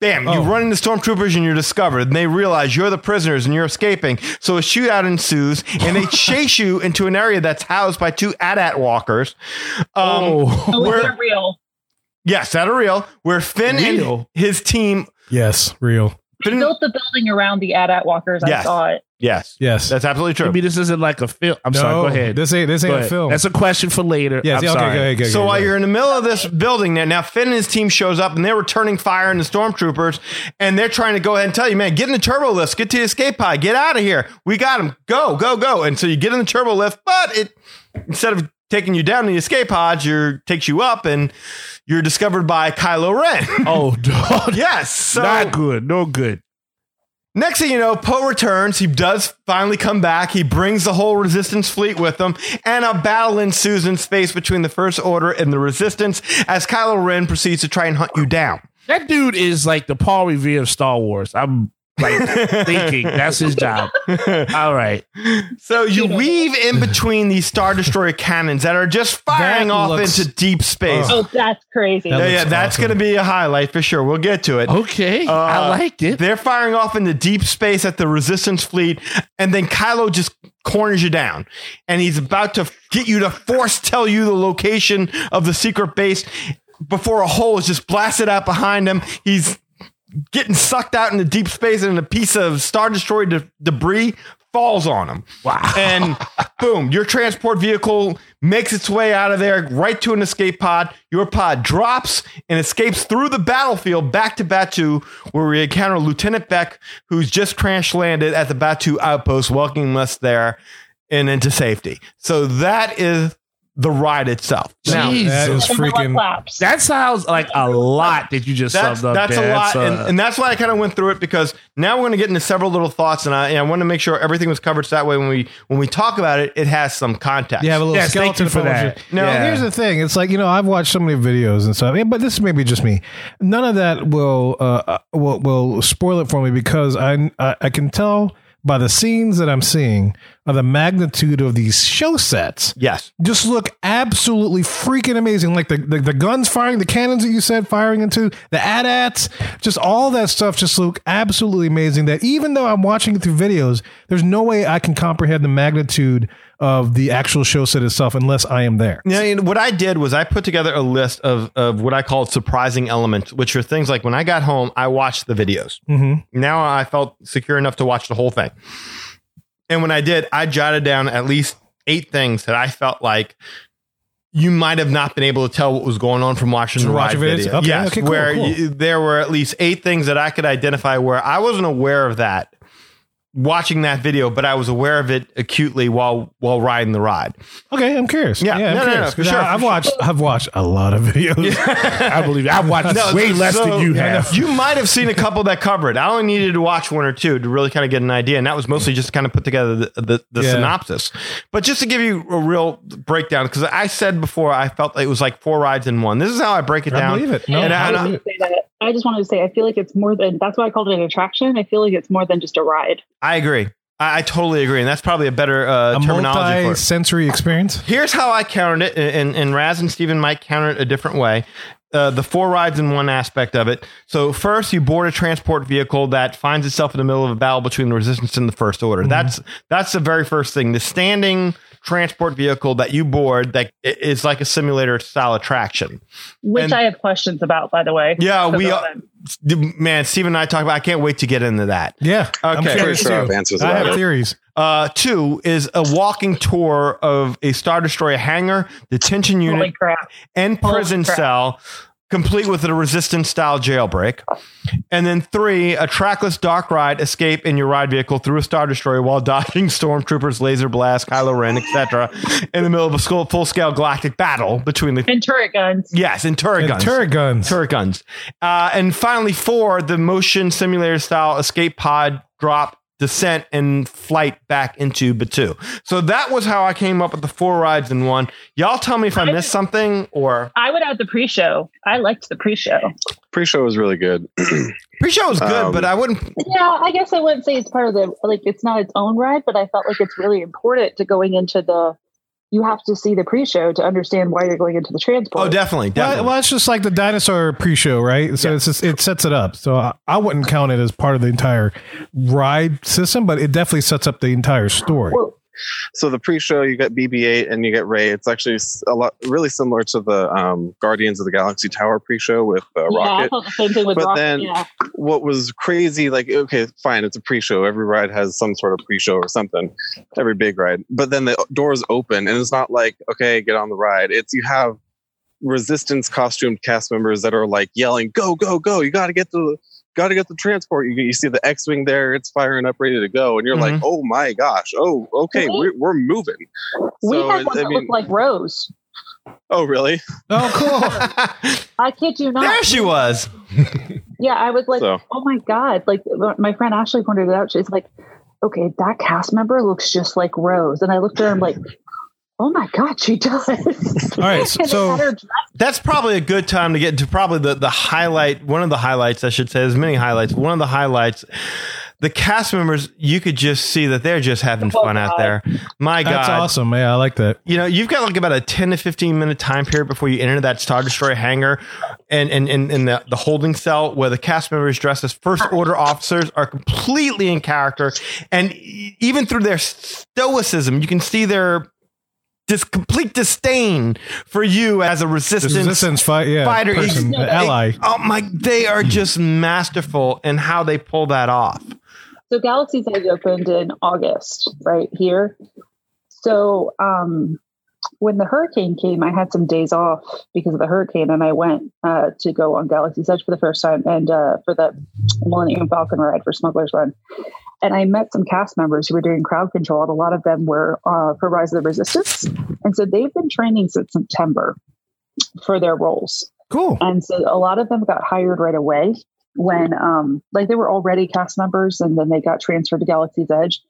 D: bam, you
C: Oh.
D: run into stormtroopers and you're discovered. And they realize you're the prisoners and you're escaping. So a shootout ensues, and they chase you into an area that's housed by two AT-AT walkers. Um,
E: oh.
H: Oh,
D: Where-
H: they're real.
D: Yes, that are real. Where Finn and
E: Real?
D: his team.
C: yes, real.
H: They
D: Finn and-
H: built the building around the AT-AT walkers. I
D: Hmm. Yes.
H: saw it.
D: yes,
C: Yes.
D: that's absolutely true.
E: Maybe this isn't like a film. I'm sorry.
C: No,
E: Go ahead.
C: This ain't this
E: Go
C: ain't a
E: ahead.
C: film.
E: That's a question for later.
C: yes,
E: I'm
C: yeah, okay,
E: sorry.
C: go ahead, go ahead,
D: so
C: go
D: while
C: ahead.
D: you're in the middle of this building there, now Finn and his team shows up and they're returning fire and the stormtroopers, and they're trying to go ahead and tell you, man, get in the turbo lift, get to the escape pod, get out of here. We got him. Go, go, go. And so you get in the turbo lift, but it instead of taking you down to the escape pod, you takes you up and you're discovered by Kylo Ren.
E: Oh, no.
D: yes. So
E: not good. No good.
D: Next thing you know, Poe returns. He does finally come back. He brings the whole Resistance fleet with him, and a battle ensues in space between the First Order and the Resistance as Kylo Ren proceeds to try and hunt you down.
E: That dude is like the Paul Revere of Star Wars. I'm thinking that's his job. All right.
D: so you weave in between these Star Destroyer cannons that are just firing
C: That
D: off
C: looks-
D: into deep space.
C: Oh.
H: Oh, that's crazy.
C: That
D: yeah,
C: looks
D: yeah, that's
C: awesome.
D: going to be a highlight for sure. We'll get to it.
E: Okay. I
D: Uh,
E: liked it.
D: They're firing off into deep space at the Resistance fleet, and then Kylo just corners you down, and he's about to get you to force tell you the location of the secret base before a hole is just blasted out behind him. He's getting sucked out into deep space, and a piece of Star Destroyer de- debris falls on him.
E: Wow.
D: And boom, your transport vehicle makes its way out of there right to an escape pod. Your pod drops and escapes through the battlefield back to Batu, where we encounter Lieutenant Beck, who's just crash landed at the Batu outpost, welcoming us there and into safety. So that is the ride itself. Now,
E: Jeez.
C: that is
H: Number one
C: freaking
H: laps.
E: That sounds like a lot that you just
D: that's
E: summed up.
D: that's
E: there.
D: a lot,
E: So,
D: and, and that's why I kind of went through it because now we're going to get into several little thoughts, and I, and I want to make sure everything was covered. So that way, when we when we talk about it, it has some context.
C: you have a little
E: yes, thank
C: skeleton
E: you for
C: folder.
E: that.
D: Now,
C: Well,
E: Yeah.
C: here's the thing. It's like you know, I've watched so many videos and stuff, but this may be just me. None of that will uh, will will spoil it for me because I I, I can tell by the scenes that I'm seeing are the magnitude of these show sets
D: Yes.
C: just look absolutely freaking amazing. Like the, the, the guns firing, the cannons that you said firing into, the AT-ATs, just all that stuff just look absolutely amazing. That even though I'm watching it through videos, there's no way I can comprehend the magnitude of the actual show set itself unless I am there.
D: Now, you know, what I did was I put together a list of, of what I called surprising elements, which are things like when I got home, I watched the videos.
C: Mm-hmm.
D: Now I felt secure enough to watch the whole thing. And when I did, I jotted down at least eight things that I felt like you might have not been able to tell what was going on from watching
C: From
D: the ride
C: watching videos?
D: video.
C: Okay,
D: yes,
C: okay, cool,
D: where
C: cool.
D: You, there were at least eight things that I could identify where I wasn't aware of that watching that video, but I was aware of it acutely while while riding the ride.
C: Okay, I'm curious.
D: Yeah,
C: I'm
D: no, no, no,
C: curious.
D: for
C: 'Cause
D: sure,
C: I, have
D: for sure.
C: watched I've watched a lot of videos.
E: I believe it. I've watched
D: No,
E: way less
D: so-
E: than you
D: Yeah,
E: have.
D: You might have seen a couple that covered. I only needed to watch one or two to really kind of get an idea, and that was mostly just to kind of put together the, the, the
C: Yeah.
D: synopsis. But just to give you a real breakdown, because I said before I felt like it was like four rides in one. This is how I break it
C: I
D: down.
C: believe it.
D: And I-
H: I,
D: and
H: just wanted to
D: I-
H: say that. I just wanted to say I feel like it's more than that's why I called it an attraction. I feel like it's more than just a ride.
D: I agree. I, I totally agree, and that's probably a better uh,
C: a
D: terminology for it.
C: multi-sensory experience.
D: Here's how I counted it, and, and Raz and Steven might counter it a different way. Uh, the four rides in one aspect of it. So first, you board a transport vehicle that finds itself in the middle of a battle between the Resistance and the First Order.
C: Mm-hmm.
D: That's that's the very first thing. The standing transport vehicle that you board that i- is like a simulator style attraction.
H: Which
D: And-
H: I have questions about, by the way.
D: Yeah, we
H: About
D: are-
H: them.
D: Man, Steven and I talked about. I can't wait to get into that.
C: Yeah. I'm
D: Okay.
G: Pretty
C: curious
G: sure I have
C: too.
G: answers
C: I
G: about
C: have
G: it.
C: theories.
D: Uh, two is a walking tour of a Star Destroyer hangar, detention unit,
H: Holy crap!
D: and
H: Holy
D: prison
H: crap.
D: cell, complete with a resistance style jailbreak. And then three, a trackless dark ride escape in your ride vehicle through a Star Destroyer while dodging stormtroopers, laser blast, Kylo Ren, etc. in the middle of a full scale galactic battle between the.
H: And turret guns.
D: Yes, and turret
C: And
D: guns.
C: turret guns.
D: Turret guns. Uh, and finally, four, the motion simulator style escape pod drop descent and flight back into Batu. So that was how I came up with the four rides in one. Y'all tell me if I missed something or
I: I would add the pre-show. I liked the pre-show.
G: Pre-show was really good.
D: pre-show was good,
G: Um,
D: but I wouldn't.
I: Yeah, I guess I wouldn't say it's part of the like it's not its own ride, but I felt like it's really important to going into the you have to see the pre-show to understand why you're going into the transport.
D: Oh, definitely,
C: Well,
D: definitely.
C: well, it's just like the dinosaur pre-show, right? So it's just, it sets it up. So I, I wouldn't count it as part of the entire ride system, but it definitely sets up the entire story.
I: Well,
G: so the pre-show you get BB-8 and you get Ray. It's actually s- a lot really similar to the um, Guardians of the Galaxy Tower pre-show with uh,
I: yeah, I
G: Rocket.
I: felt the same thing with
G: But
I: Rocket.
G: then-
I: yeah.
G: What was crazy, like okay, fine, it's a pre-show. Every ride has some sort of pre-show or something. Every big ride, but then the doors open and it's not like okay, get on the ride. It's you have resistance costumed cast members that are like yelling, "Go, go, go! You got to get the." Got to get the transport. You, you see the X-wing there; it's firing up, ready to go, and you're like, "Oh my gosh! Oh, okay,
I: Right.
G: we're, we're moving."
I: we
G: So,
I: had one
G: I
I: that
G: mean-
I: looked like Rose.
G: Oh, really?
C: Oh, cool.
I: I kid you not.
D: there she was.
I: Yeah, I was like,
G: So-
I: oh my god! Like my friend Ashley pointed it out. She's like, okay, that cast member looks just like Rose, and I looked at her. I'm like, oh my god, she does.
C: All right, so-
I: And they had her
D: That's probably a good time to get to probably the, the highlight. One of the highlights, I should say, there's many highlights. One of the highlights, the cast members, you could just see that they're just having
I: Oh,
D: fun out
I: God.
D: there. My God.
C: That's awesome. Yeah, I like that.
D: you know, you've got like about a 10 to 15 minute time period before you enter that Star Destroyer hangar and and, and, and the, the holding cell where the cast members dressed as first order officers are completely in character. And e- even through their stoicism, you can see their dis- complete disdain for you as a
C: The
D: resistance.
C: resistance Hmm. fight, yeah,
D: Fighter is-
C: person,
I: No,
C: uh,
I: they-
C: ally.
D: Oh my, they are just masterful in how they pull that off.
I: So Galaxy's Edge opened in August, right here. So um, when the hurricane came, I had some days off because of the hurricane, and I went uh, to go on Galaxy's Edge for the first time and uh, for the Millennium Falcon ride for Smuggler's Run. And I met some cast members who were doing crowd control, and a lot of them were uh, for Rise of the Resistance. And so they've been training since September for their roles.
C: Cool.
I: And so a lot of them got hired right away when, um, like, they were already cast members and then they got transferred to Galaxy's Edge.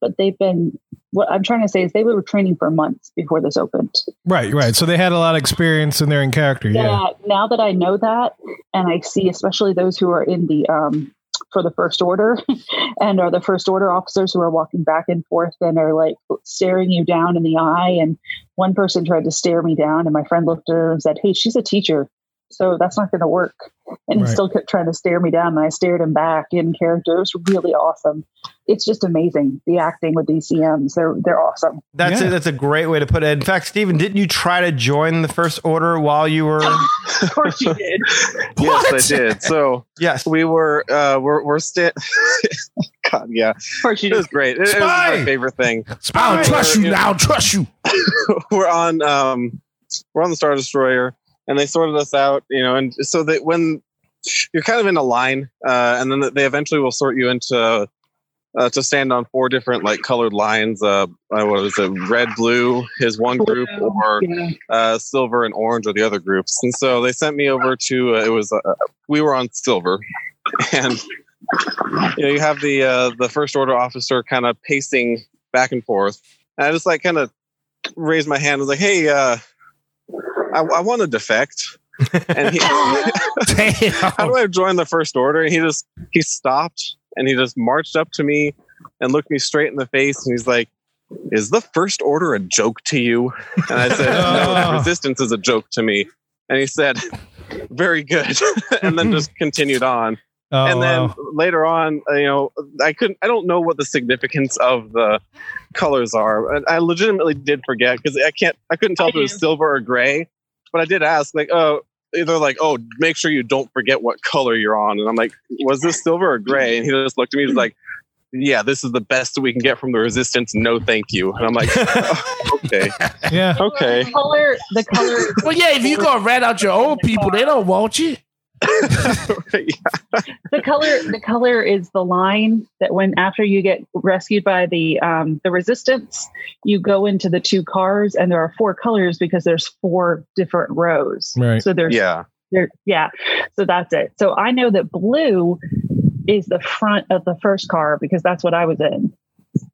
I: But they've been, what I'm trying to say is they were training for months before this opened.
C: Right, right. So they had a lot of experience and they're in character. Yeah.
I: Yeah. Now that I know that and I see, especially those who are in the, um, for the first order and are the first order officers who are walking back and forth and are like staring you down in the eye. And one person tried to stare me down and my friend looked at her and said, Hey, she's a teacher. So that's not going to work. And
C: Right.
I: he still kept trying to stare me down and I stared him back in character. It was really awesome. It's just amazing. The acting with these CMs. They're, they're awesome.
D: That's
C: Yeah.
D: it. That's a great way to put it. In fact, Steven, didn't you try to join the first order while you were?
I: Of course you did.
G: Yes, I did. So
D: yes.
G: we were uh, we're we're sta- God, yeah,
I: Of course you
G: it
I: did.
G: was great. It, it was
F: Spy!
G: my favorite thing.
F: I don't
G: Alright.
F: trust you.
G: You're-
F: I don't trust you.
G: we're on um, we're on the Star Destroyer, and they sorted us out, you know, and so that when you're kind of in a line, uh, and then they eventually will sort you into uh, to stand on four different like colored lines. Uh, uh, what is it? Red, blue is one group,
I: Blue.
G: or
I: Yeah.
G: uh, silver and orange are the other groups. And so they sent me over to uh, it was uh, we were on silver, and you know you have the uh, the first order officer kind of pacing back and forth, and I just like kind of raised my hand and was like, "Hey, uh, I, I want to defect." and he, how
F: Damn.
G: do I join the first order? And he just he stopped and he just marched up to me and looked me straight in the face and he's like, "Is the first order a joke to you?" And I said, "No,
C: Oh.
G: resistance is a joke to me." And he said, "Very good," and then just continued on.
C: Oh,
G: and then
C: wow.
G: later on, uh, you know, I couldn't, I don't know what the significance of the colors are. And I legitimately did forget because I can't, I couldn't tell
I: I
G: if it was
I: do.
G: silver or gray. But I did ask, like, oh, they're like, oh, make sure you don't forget what color you're on. And I'm like, was this silver or gray? And he just looked at me, he was like, yeah, this is the best that we can get from the resistance. No, thank you. And I'm like, "Oh, okay,
C: yeah.
G: okay.
I: The color, the color.
F: Well, yeah, if you gonna rat out your own people, they don't want you.
I: the color the color is the line that when after you get rescued by the um, the resistance you go into the two cars and there are four colors because there's four different rows
C: Right.
I: so there's
G: yeah.
I: there yeah so that's it so i know that blue is the front of the first car because that's what I was in.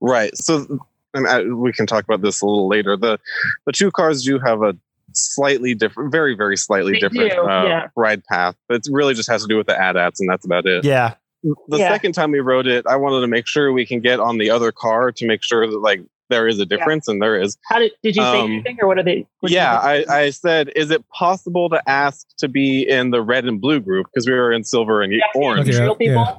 G: Right. So, and I, we can talk about this a little later. The the two cars do have a slightly different, very very slightly
I: They
G: different
I: do,
G: uh,
I: yeah.
G: ride path, but it really just has to do with the AT-ATs, and that's about it.
D: Yeah.
G: The
I: Yeah.
G: second time we rode it, I wanted to make sure we can get on the other car to make sure that like there is a difference, and there is.
I: How did did you say
G: Um,
I: anything or what are they? what did
G: yeah,
I: you-
G: I, I said, is it possible to ask to be in the red and blue group because we were in silver and orange?
C: Okay,
I: Real people?
C: yeah.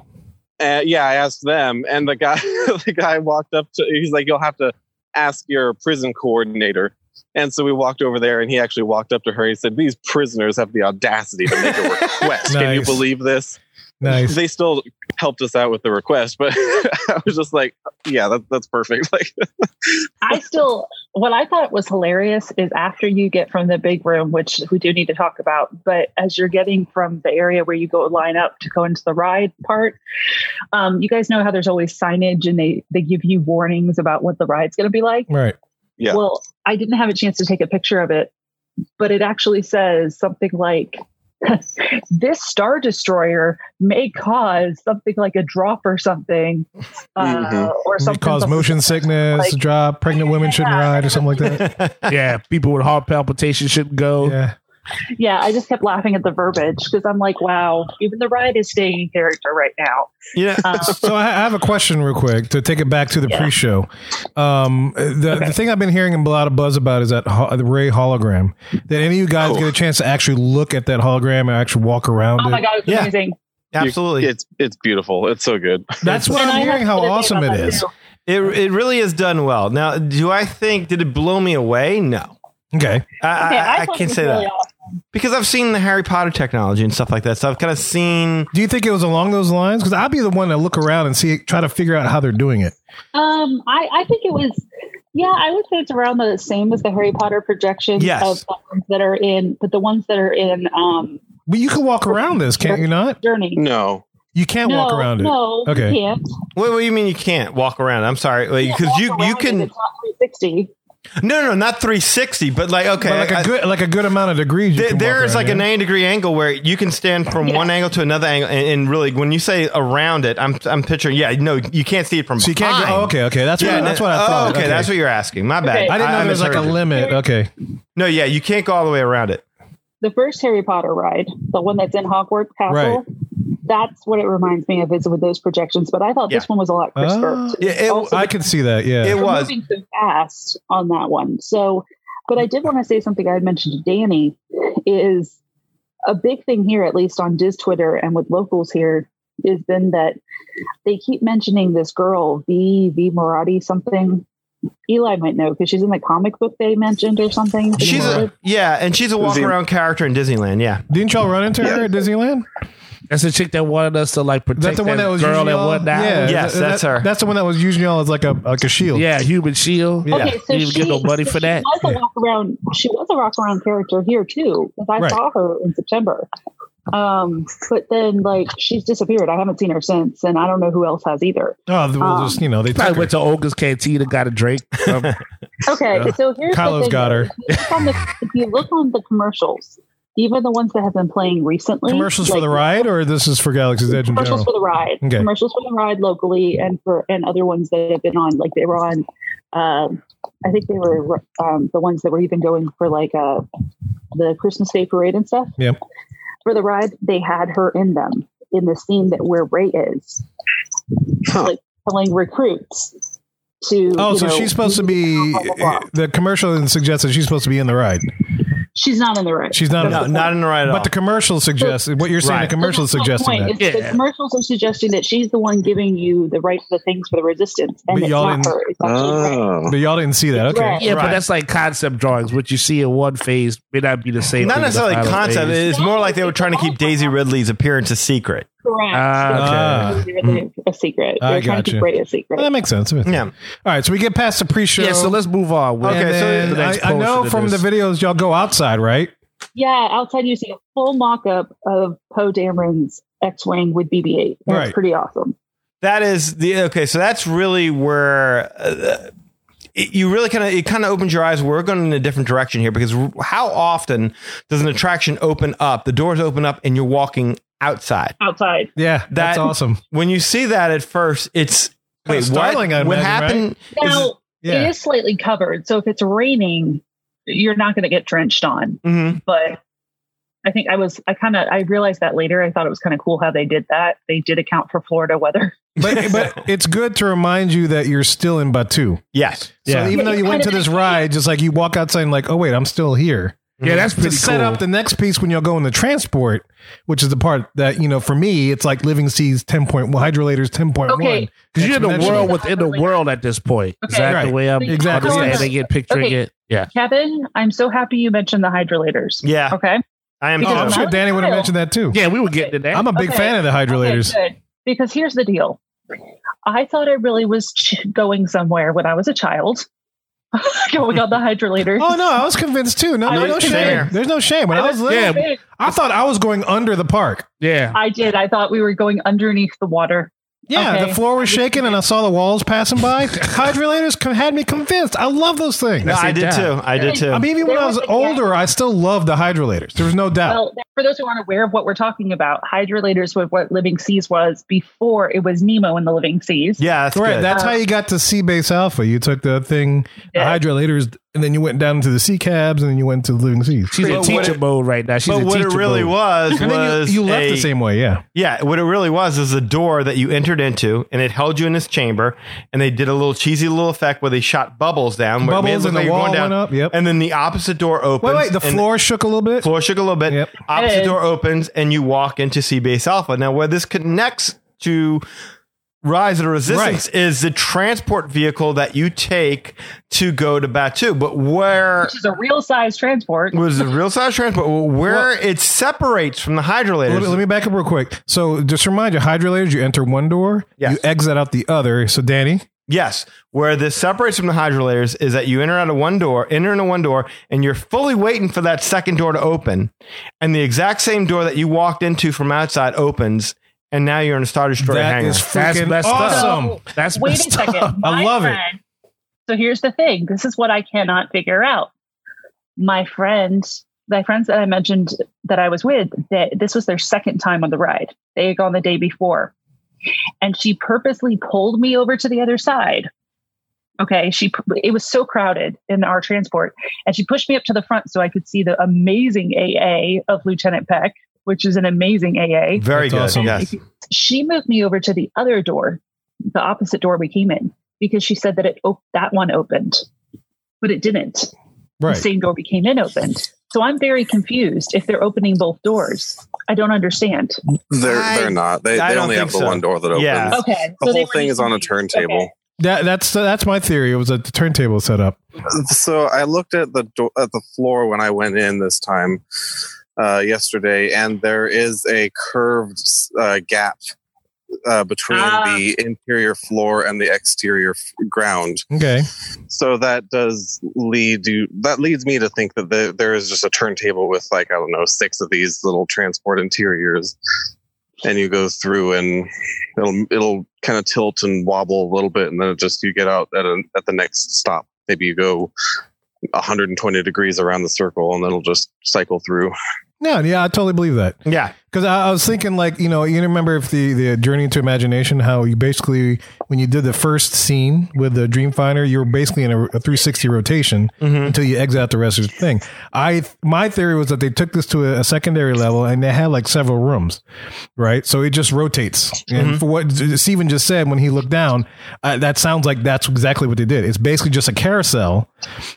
G: And yeah, I asked them, and the guy the guy walked up to. He's like, "You'll have to ask your prison coordinator." And so we walked over there, and he actually walked up to her. He said, "These prisoners have the audacity to make a request. Can you
C: Nice.
G: believe this?"
C: Nice.
G: They still helped us out with the request, but I was just like, "Yeah, that, that's perfect." Like,
I: I still, what I thought was hilarious is after you get from the big room, which we do need to talk about, but as you're getting from the area where you go line up to go into the ride part, um, you guys know how there's always signage and they, they give you warnings about what the ride's going to be like.
C: Right.
G: Yeah.
I: Well, I didn't have a chance to take a picture of it, but it actually says something like, this star destroyer may cause something like a drop or something, uh,
G: Mhm.
I: or something
C: Cause
I: something-
C: motion sickness,
I: like-
C: drop, pregnant women shouldn't ride, or something like that.
E: yeah, people with heart palpitation should go.
C: Yeah.
I: Yeah, I just kept laughing at the verbiage because I'm like, wow, even the ride is staying in character right now.
D: Yeah.
I: Um,
C: So I I have a question, real quick, to take it back to the
I: Yeah.
C: pre-show. Um, the, the thing I've been hearing a lot of buzz about is that ho- the Ray hologram. Did any of you guys
G: Oh.
C: get a chance to actually look at that hologram and actually walk around
I: oh
C: it?
I: my god, it's
D: Yeah.
I: amazing!
D: Absolutely.
G: it's it's beautiful. It's so good.
C: That's what
I: And
C: I'm
I: I have
C: hearing. How
I: something to say
C: awesome
I: about
C: it
I: that,
C: is.
I: too.
D: It, it really is done well. Now, do I think, did it blow me away? No.
C: Okay.
D: I,
I: Okay,
D: I, I
I: thought it
D: can't
I: was
D: say
I: really
D: that.
I: awesome.
D: Because I've seen the Harry Potter technology and stuff like that. So I've kind of seen.
C: Do you think it was along those lines? Because I'd be the one to look around and see, try to figure out how they're doing it.
I: Um, I, I think it was, yeah, I would say it's around the same as the Harry Potter projections
D: Yes.
I: of the ones that are in, but the ones that are in um,
C: But you can walk around this, can't you not?
I: Journey.
G: No,
C: You can't
I: no,
C: walk around it.
I: No,
C: Okay.
I: you can't.
D: What, what do you mean you can't walk around? I'm sorry.
I: can't
D: Because
I: walk
D: you,
I: around
D: you
I: if
D: can.
I: It's not 360.
D: No, no, not 360, but like, okay.
C: But like a
D: I-
C: good, like a good amount of degrees. You
D: There-
C: can walk
D: there is
C: around
D: like a
C: in.
D: 90 degree angle where you can stand from
I: Yeah.
D: one angle to another angle and, and really when you say around it I'm I'm picturing yeah no you can't see it from
C: So you can't
D: behind.
C: go. Oh, okay, okay. That's
D: Yeah,
C: what.
D: no-
C: That's what I
D: oh,
C: thought.
D: okay, that's what you're asking. My bad.
I: Okay.
C: I didn't know there was like a
D: misheard you.
C: limit. Okay.
D: No, yeah, you can't go all the way around it.
I: the first Harry Potter ride, the one that's in Hogwarts Castle, that's what it reminds me of is with those projections. But I thought this
D: Yeah. Oh.
I: one was a lot crisper.
C: Ah.
I: too.
D: Yeah, it-
I: Also,
C: I can see that. Yeah.
D: It
I: they were
D: was.
I: moving so fast on that one. So, but I did want to say something I had mentioned to Danny is a big thing here, at least on Diz Twitter and with locals here, has been that they keep mentioning this girl V V Marathi something. Eli might know because she's in the comic book they mentioned or something.
D: She's a yeah, and she's a walk
G: Zero.
D: around character in Disneyland. Yeah,
C: Didn't y'all run into her at Disneyland?
E: That's the chick that wanted us to like protect
C: Is that the one that was
E: girl
C: using
E: that
C: y'all?
E: won that.
C: Yeah.
E: one.
D: Yes,
C: Is that-
D: that's
C: that-
D: her.
C: That's the one that was using y'all as like a like a shield.
E: yeah, human shield.
C: Yeah.
I: Okay, so
E: Didn't even
I: she,
E: give no money
I: so
E: for that.
I: She was a walk around. She was a walk around character here too, because I
C: Right.
I: saw her in September. Um, but then like she's disappeared. I haven't seen her since, and I don't know who else has either.
C: Oh, well,
I: Um,
C: just you know they
E: I
C: took her.
E: went to Olga's canteen and got a drink. Um,
I: Okay,
E: Yeah.
I: so here's the
C: Kylo's
I: thing.
C: got her.
I: If you look on the- if you look on the commercials, even the ones that have been playing recently,
C: Commercials for
I: like-
C: the ride, or this is for Galaxy's Edge in
I: commercials
C: general.
I: for the ride
C: Okay.
I: commercials for the ride locally and for and other ones that have been on like they were on um i think they were um, the ones that were even going for like uh the christmas day parade and stuff
C: Yeah.
I: for the ride they had her in them in the scene that where ray is
G: Huh.
I: like telling recruits to
C: Oh,
I: you
C: so
I: know,
C: she's supposed to be
I: blah, blah, blah.
C: the commercial suggests that she's supposed to be in the ride.
I: she's not in the ride
C: She's not.
D: no, not in the right at all.
C: but the commercial suggests what you're saying.
D: Right.
C: The commercial
I: That's my
C: suggesting
I: point,
C: that.
I: is that
E: Yeah.
I: The commercials are suggesting that she's the one giving you the right the things for the resistance, and
C: But
I: it's
C: y'all
I: not
C: didn't-
I: her. It's actually
G: Uh,
I: Ray.
G: Oh.
C: But y'all didn't see that. Okay.
I: Right.
E: yeah, but
D: Right.
E: that's like concept drawings. What you see in one phase may not be the same.
D: not
E: thing in the
D: necessarily
E: final
D: concept.
E: phase.
D: It's more like they were trying to keep Daisy Ridley's appearance a secret.
I: Correct.
E: Ah,
C: okay.
I: It's really, really a secret.
C: Mm. I
I: They're trying to
C: gotcha.
I: keep Ray a secret.
C: Well, that makes sense. All
D: Yeah,
C: right, so we get past the pre-show.
E: Yeah, so let's move on. We're-
D: Okay,
C: And
D: so
C: then
E: the next
C: I, I know
E: portion of
C: from the
E: this.
C: videos y'all go outside, right?
I: yeah, outside you see a full mock up of Poe Dameron's X Wing with BB 8. That's
C: Right.
I: pretty awesome.
D: that is the okay. So that's really where. Uh, it, you really kind of it kind of opens your eyes. We're going in a different direction here because how often does an attraction open up? The doors open up and you're walking outside.
I: outside.
C: Yeah, that's
D: That-
C: awesome.
D: When you see that at first, it's
C: Kinda
D: wait, what?
C: startling, I'd
D: what
C: imagine,
D: happened?
I: Now
C: Yeah.
I: it is slightly covered, so if it's raining, you're not going to get drenched on.
D: Mhm.
I: But I think I was I kind of I realized that later. I thought it was kind of cool how they did that. They did account for Florida weather.
C: but but it's good to remind you that you're still in Batu.
D: Yes.
C: So
E: Yeah.
C: even though you went to this ride, just like you walk outside and like, oh wait, I'm still here.
E: Yeah, that's
C: To
E: pretty
C: set
E: cool.
C: up the next piece when you'll go in the transport, which is the part that you know for me, it's like Living Seas 10.1, Hydrolators 10.1.
I: Okay.
E: Because you're in the
C: Exponentially.
E: world within the world at this point. Is
I: Okay.
E: that
C: Right.
E: the way I'm
C: Exactly.
E: understanding it, picturing
I: Okay.
E: it? Yeah.
I: Kevin, I'm so happy you mentioned the hydrolators.
D: Yeah,
I: Okay.
D: I am.
C: Oh, I'm
D: too.
C: sure Danny would have mentioned that too.
E: Yeah, we were getting to that.
C: I'm a big
I: Okay.
C: fan of the hydrolators.
I: Okay, good. Because here's the deal. I thought I really was ch- going somewhere when I was a child, going on the hydrolator.
C: Oh no, I was convinced too. No,
I: I
C: no,
I: was
C: no shame.
D: there.
C: There's no shame. When I was little,
E: yeah.
C: I thought I was going under the park.
E: yeah.
I: I did. I thought we were going underneath the water.
C: Yeah,
I: Okay.
C: the floor was shaking and I saw the walls passing by. Hydrolators co- had me convinced. I love those things.
D: No, I did too. I did too.
C: I mean, even
I: There
C: when I
I: was
C: was
I: a-
C: older, I still loved the hydrolators. There was no doubt.
I: Well, for those who aren't aware of what we're talking about, hydrolators was what Living Seas was before it was Nemo in the Living Seas.
D: yeah, that's
C: right,
D: good.
C: that's how you got to sea base alpha. You took the thing, the
I: uh, Yeah.
C: hydrolators, and then you went down to the sea cabs, and then you went to living seas.
E: She's in
D: But what
E: teacher
D: it-
E: mode right now. She's
D: but
E: in
D: what
E: teacher
D: it really
E: mode.
D: was
C: And then
D: was
C: you, you left
D: a-
C: the same way, yeah.
D: Yeah, what it really was is a door that you entered into, and it held you in this chamber, and they did a little cheesy little effect where they shot bubbles down, where it made it
C: Bubbles
D: look
C: and
D: like
C: the
D: you're
C: wall
D: going down,
C: went up. Yep.
D: and then the opposite door opens.
C: wait, wait, the
D: and
C: floor shook a little bit.
D: floor shook a little bit.
C: Yep.
D: Opposite
I: Hey.
D: door opens, and you walk into Sea Base Alpha. Now, where this connects to Rise of the Resistance is the transport vehicle that you take to go to Batu, but where
I: Which is a real size transport.
D: was the real size transport? Where it separates from the hydrolators.
C: Let me, let me back up real quick. So just to remind you, hydrolators, you enter one door,
D: Yes.
C: you exit out the other. So Danny,
D: Yes, where this separates from the hydrolators is that you enter out of one door, enter into one door, and you're fully waiting for that second door to open, and the exact same door that you walked into from outside opens, and now you're in a Star Destroyer
C: that
D: hangar.
C: is
E: That's
C: freaking
E: messed up.
C: awesome.
E: That's
I: Wait
E: messed
I: a second.
E: up.
C: I love it.
I: friend, it. So here's the thing. This is what I cannot figure out. My friend, my friends that I mentioned that I was with, that this was their second time on the ride. They had gone the day before. And she purposely pulled me over to the other side. Okay, she pu- it was so crowded in our transport and she pushed me up to the front so I could see the amazing AA of Lieutenant Peck, which is an amazing AA
D: Very good.
C: That's awesome.
D: Yes.
I: she moved me over to the other door, the opposite door we came in, because she said that it op- that one opened, but it didn't. The
C: Right.
I: same door we came in opened. So I'm very confused if they're opening both doors. I don't understand.
G: They're
D: I-
G: they're not. They,
D: I
G: they
D: don't
G: only have the
D: think so.
G: one door that opens.
D: Yeah.
I: Okay,
G: The whole thing is on a turntable.
C: That, that's that's my theory. It was a turntable setup.
G: so I looked at the do- at the floor when I went in this time uh, yesterday, and there is a curved uh, gap uh, between
I: Ah.
G: the interior floor and the exterior f- ground.
C: Okay.
G: So that does lead you. That leads me to think that the, there is just a turntable with like I don't know six of these little transport interiors, and you go through and it'll it'll kind of tilt and wobble a little bit, and then it just you get out at a, at the next stop. Maybe you go 120 degrees around the circle, and then it'll just cycle through.
C: No, yeah, I totally believe that.
D: Yeah.
C: Because I, I was thinking, like, you know, you remember if the, the Journey into Imagination, how you basically, when you did the first scene with the Dreamfinder, you were basically in a, a 360 rotation
D: Mhm.
C: until you exit out the rest of the thing. I My theory was that they took this to a, a secondary level and they had like several rooms, right? So it just rotates. And for what Steven just said when he looked down, uh, that sounds like that's exactly what they did. It's basically just a carousel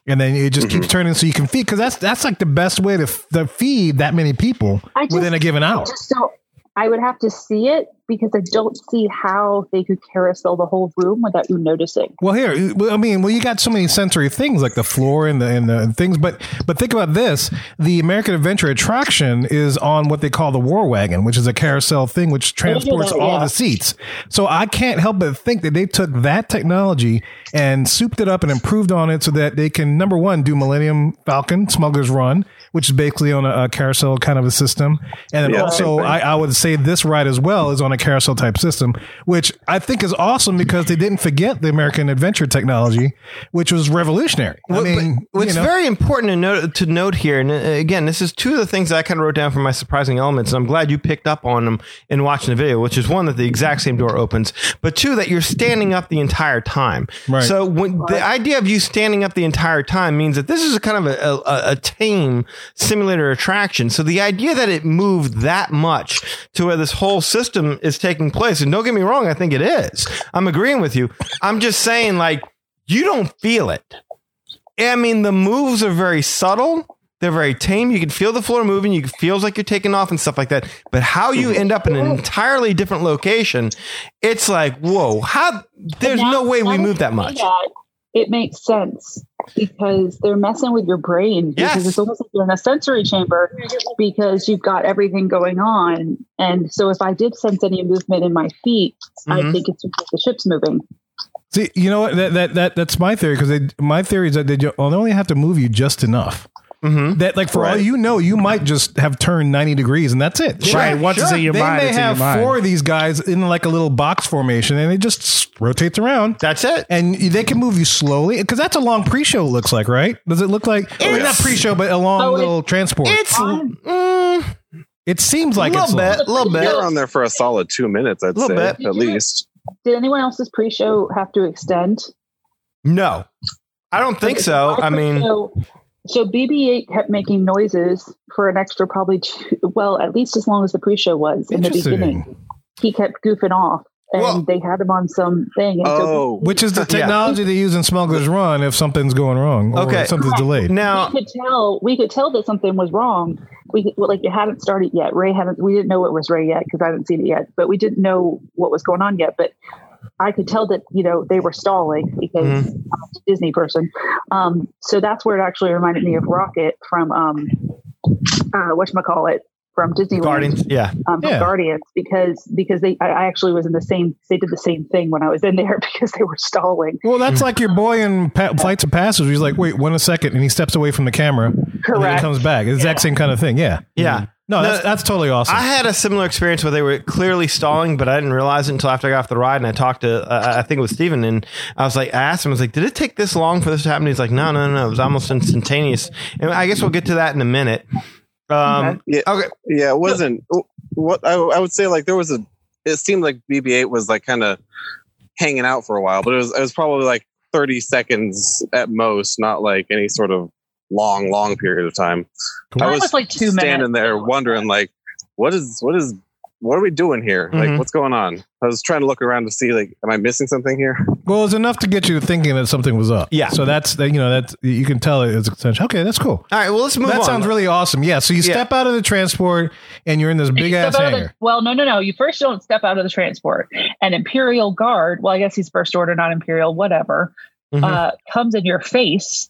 C: and then it just keeps turning so you can feed, because that's, that's like the best way to, f- to feed that many people
J: I just-
C: within a given hour.
J: just don't. I would have to see it because I don't see how they could carousel the whole room without you noticing.
C: Well, here, well, I mean, well, you got so many sensory things like the floor and the and the things, but but think about this: the American Adventure attraction is on what they call the War Wagon, which is a carousel thing which transports
I: that,
C: all
I: Oh, yeah.
C: the seats. So I can't help but think that they took that technology and souped it up and improved on it so that they can number one do Millennium Falcon Smuggler's Run, which is basically on a, a carousel kind of a system. And then
G: Yeah,
C: also,
G: same thing.
C: Oh, I, I would say this ride as well is on a carousel type system, which I think is awesome because they didn't forget the American Adventure technology, which was revolutionary. I
D: Well, but
C: mean,
D: what's
C: you know,
D: very important to note, to note here, and uh, again, this is two of the things that I kind of wrote down for my surprising elements, and I'm glad you picked up on them in watching the video, which is one that the exact same door opens, but two that you're standing up the entire time.
C: Right.
D: So when the idea of you standing up the entire time means that this is a kind of a, a, a tame simulator attraction. So the idea that it moved that much to where this whole system is taking place, and don't get me wrong, I think it is. I'm agreeing with you. I'm just saying, like. You don't feel it. I mean, the moves are very subtle. They're very tame. You can feel the floor moving. You can feels like you're taking off and stuff like that. But how you end up in an entirely different location, it's like, whoa, how there's
I: now-
D: no way
I: now
D: we move
I: you
D: that
I: say
D: much.
I: that, It makes sense because they're messing with your brain because
D: Yes.
I: it's almost like you're in a sensory chamber because you've got everything going on. And so if I did sense any movement in my feet, I
D: Mhm.
I: think it's because the ship's moving.
C: see, you know what? That, that, that, that's my theory because my theory is that they ju- well, they only have to move you just enough.
D: hmm
C: That, like, for all
G: Right.
C: you know, you might just have turned 90 degrees and that's it.
E: right. Once it's in your
C: they
E: mind,
C: may
E: it's in your
C: have
E: mind.
C: four of these guys in like a little box formation and it just rotates around
D: That's it.
C: and they can move you slowly because that's a long pre-show looks like right does it look like or
D: It's-
C: not pre-show but a long
I: Oh, it-
C: little transport
D: It's mm,
C: it seems like
D: little
C: it's long.
D: bit, little bit.
G: You're on there for a solid two minutes, I'd
D: Little
G: say,
D: bit.
G: at least.
I: Did anyone else's pre show have to extend?
D: No, I don't think so. I mean,
I: so, so BB-8 kept making noises for an extra probably two, well, at least as long as the pre-show was in the
C: Interesting.
I: beginning. He kept goofing off, and
D: Well-
I: they had him on some thing. And so
G: Oh,
C: which is the technology they use in smugglers run if something's going wrong or
D: Okay.
C: if something's delayed
D: now
I: we could tell we could tell that something was wrong. We could- well, like it hadn't started yet. Ray hadn't. We didn't know it was Ray yet because I hadn't seen it yet. But we didn't know what was going on yet. But I could tell that you know they were stalling because
D: Mm-hmm.
I: I'm a Disney person. Um, so that's where it actually reminded me of Rocket from um, uh, what call it from Disneyland
D: Guardians, yeah,
I: um, from
C: Yeah.
I: Guardians because because they I, I actually was in the same they did the same thing when I was in there because they were stalling.
C: well that's like your boy in pa- flights of passage he's like wait one a second and he steps away from the camera and then he
I: Correct.
C: comes back exact same kind of thing yeah
D: yeah.
C: no, that's, that's totally awesome
D: I had a similar experience where they were clearly stalling, but I didn't realize it until after I got off the ride and I talked to, uh, I think it was Steven, and I was like, I asked him, I was like, did it take this long for this to happen? He's like, no, no, no, no. it was almost instantaneous. And I guess we'll get to that in a minute. Um,
G: Yeah.
D: okay.
G: Yeah, it wasn't. oh, What I, I would say, like there was a. It seemed like BB-8 was like kind of hanging out for a while, but it was it was probably like thirty seconds at most, not like any sort of long, long period of time. I
I: Mine was like two
G: standing
I: minutes.
G: there wondering, like, what is what is what are we doing here?
D: Mhm.
E: Mm-hmm.
G: Like, what's going on? I was trying to look around to see, like, am I missing something here?
C: Well, it's enough to get you thinking that something was up.
D: Yeah.
C: So that's that. You know, that's you can tell it is essential. Okay, that's cool.
D: All right. Well, let's move
C: that
D: on.
C: sounds really awesome. Yeah. So you
D: Yeah.
C: step out of the transport and you're in this big
I: You
C: ass
I: step out of the-
C: hangar.
I: well, no, no, no. You first don't step out of the transport. An Imperial guard, well, I guess he's first order, not Imperial, whatever,
D: Mhm.
E: Mm-hmm.
I: uh, comes in your face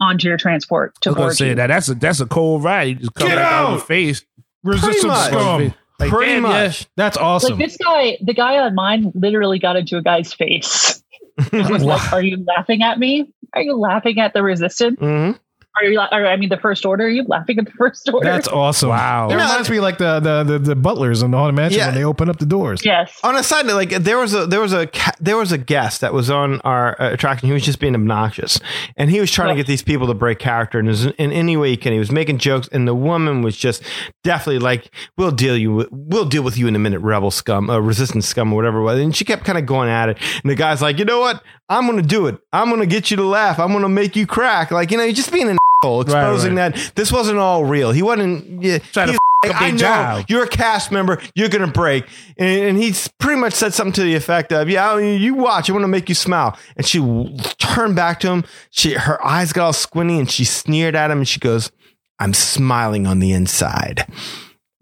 I: onto your transport
E: I
I: to
E: was gonna
I: board
E: say
I: you.
E: that that's a that's a cold ride. You just come
D: Get
E: right out!
D: out!
E: in the face.
D: Pretty
C: Resistance
D: much.
C: scum.
E: Like,
D: Pretty
E: damn, yeah.
D: much.
C: That's awesome.
I: Like this guy, the guy on mine literally got into a guy's face. I was like, "Are you laughing at me? Are you laughing at the resistance?
D: Mhm.
I: Are you? La- or, I mean, the first order? Are you laughing at the first order?
C: That's awesome.
E: Wow.
C: It reminds me like the the the, the butlers in the haunted mansion
D: Yeah.
C: when they open up the doors.
I: yes.
D: on a side note, like there was a there was a ca- there was a guest that was on our uh, attraction. He was just being obnoxious, and he was trying to get these people to break character in, his, in any way he can. He was making jokes, and the woman was just definitely like, "We'll deal you. With, we'll deal with you in a minute, rebel scum, uh, resistance scum, or whatever." it was. And she kept kind of going at it, and the guy's like, "You know what? I'm going to do it. I'm going to get you to laugh. I'm going to make you crack." Like you know, he's just being an asshole, exposing that this wasn't all real. He wasn't yeah,
E: Trying to
D: he-
E: f- up
D: I
E: their
D: know
E: job.
D: you're a cast member. You're gonna break, and, and he's pretty much said something to the effect of, "Yeah, I mean, you watch. I want to make you smile." And she w- turned back to him. She her eyes got all squinty, and she sneered at him, and she goes, "I'm smiling on the inside."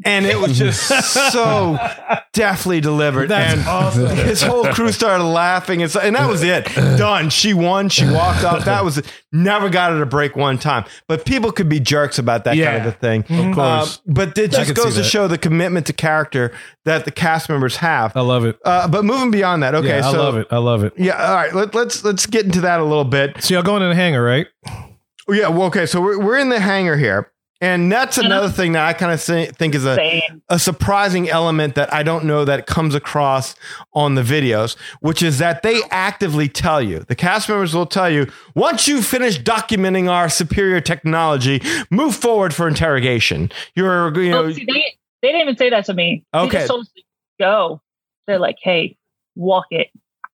D: And it was just so deftly delivered. and his whole crew started laughing. And, so, and that was it. Done. She won. She walked off. That was it. Never got her to break one time. But people could be jerks about that
E: Yeah.
D: kind of a thing.
E: Of course.
D: Uh, but it
C: I
D: just
C: could see
D: goes to
C: that.
D: show the commitment to character that the cast members have.
C: I love it.
D: Uh, but moving beyond that, okay,
C: Oh. yeah,
D: so
C: I love it. I love it.
D: yeah, all right, let, let's let's get into that a little bit.
C: So y'all going in the hangar, right?
D: Yeah. Well, okay. So we're, we're in the hangar here. And that's
I: Mhm.
D: another thing that I kind of think is a,
I: Same.
D: a surprising element that I don't know that comes across on the videos, which is that they actively tell you, the cast members will tell you, once you finish documenting our superior technology, move forward for interrogation. You're, you know,
I: oh, see, they, they didn't even say that to me. They
D: Okay.
I: just told us to go. They're like, hey, walk it.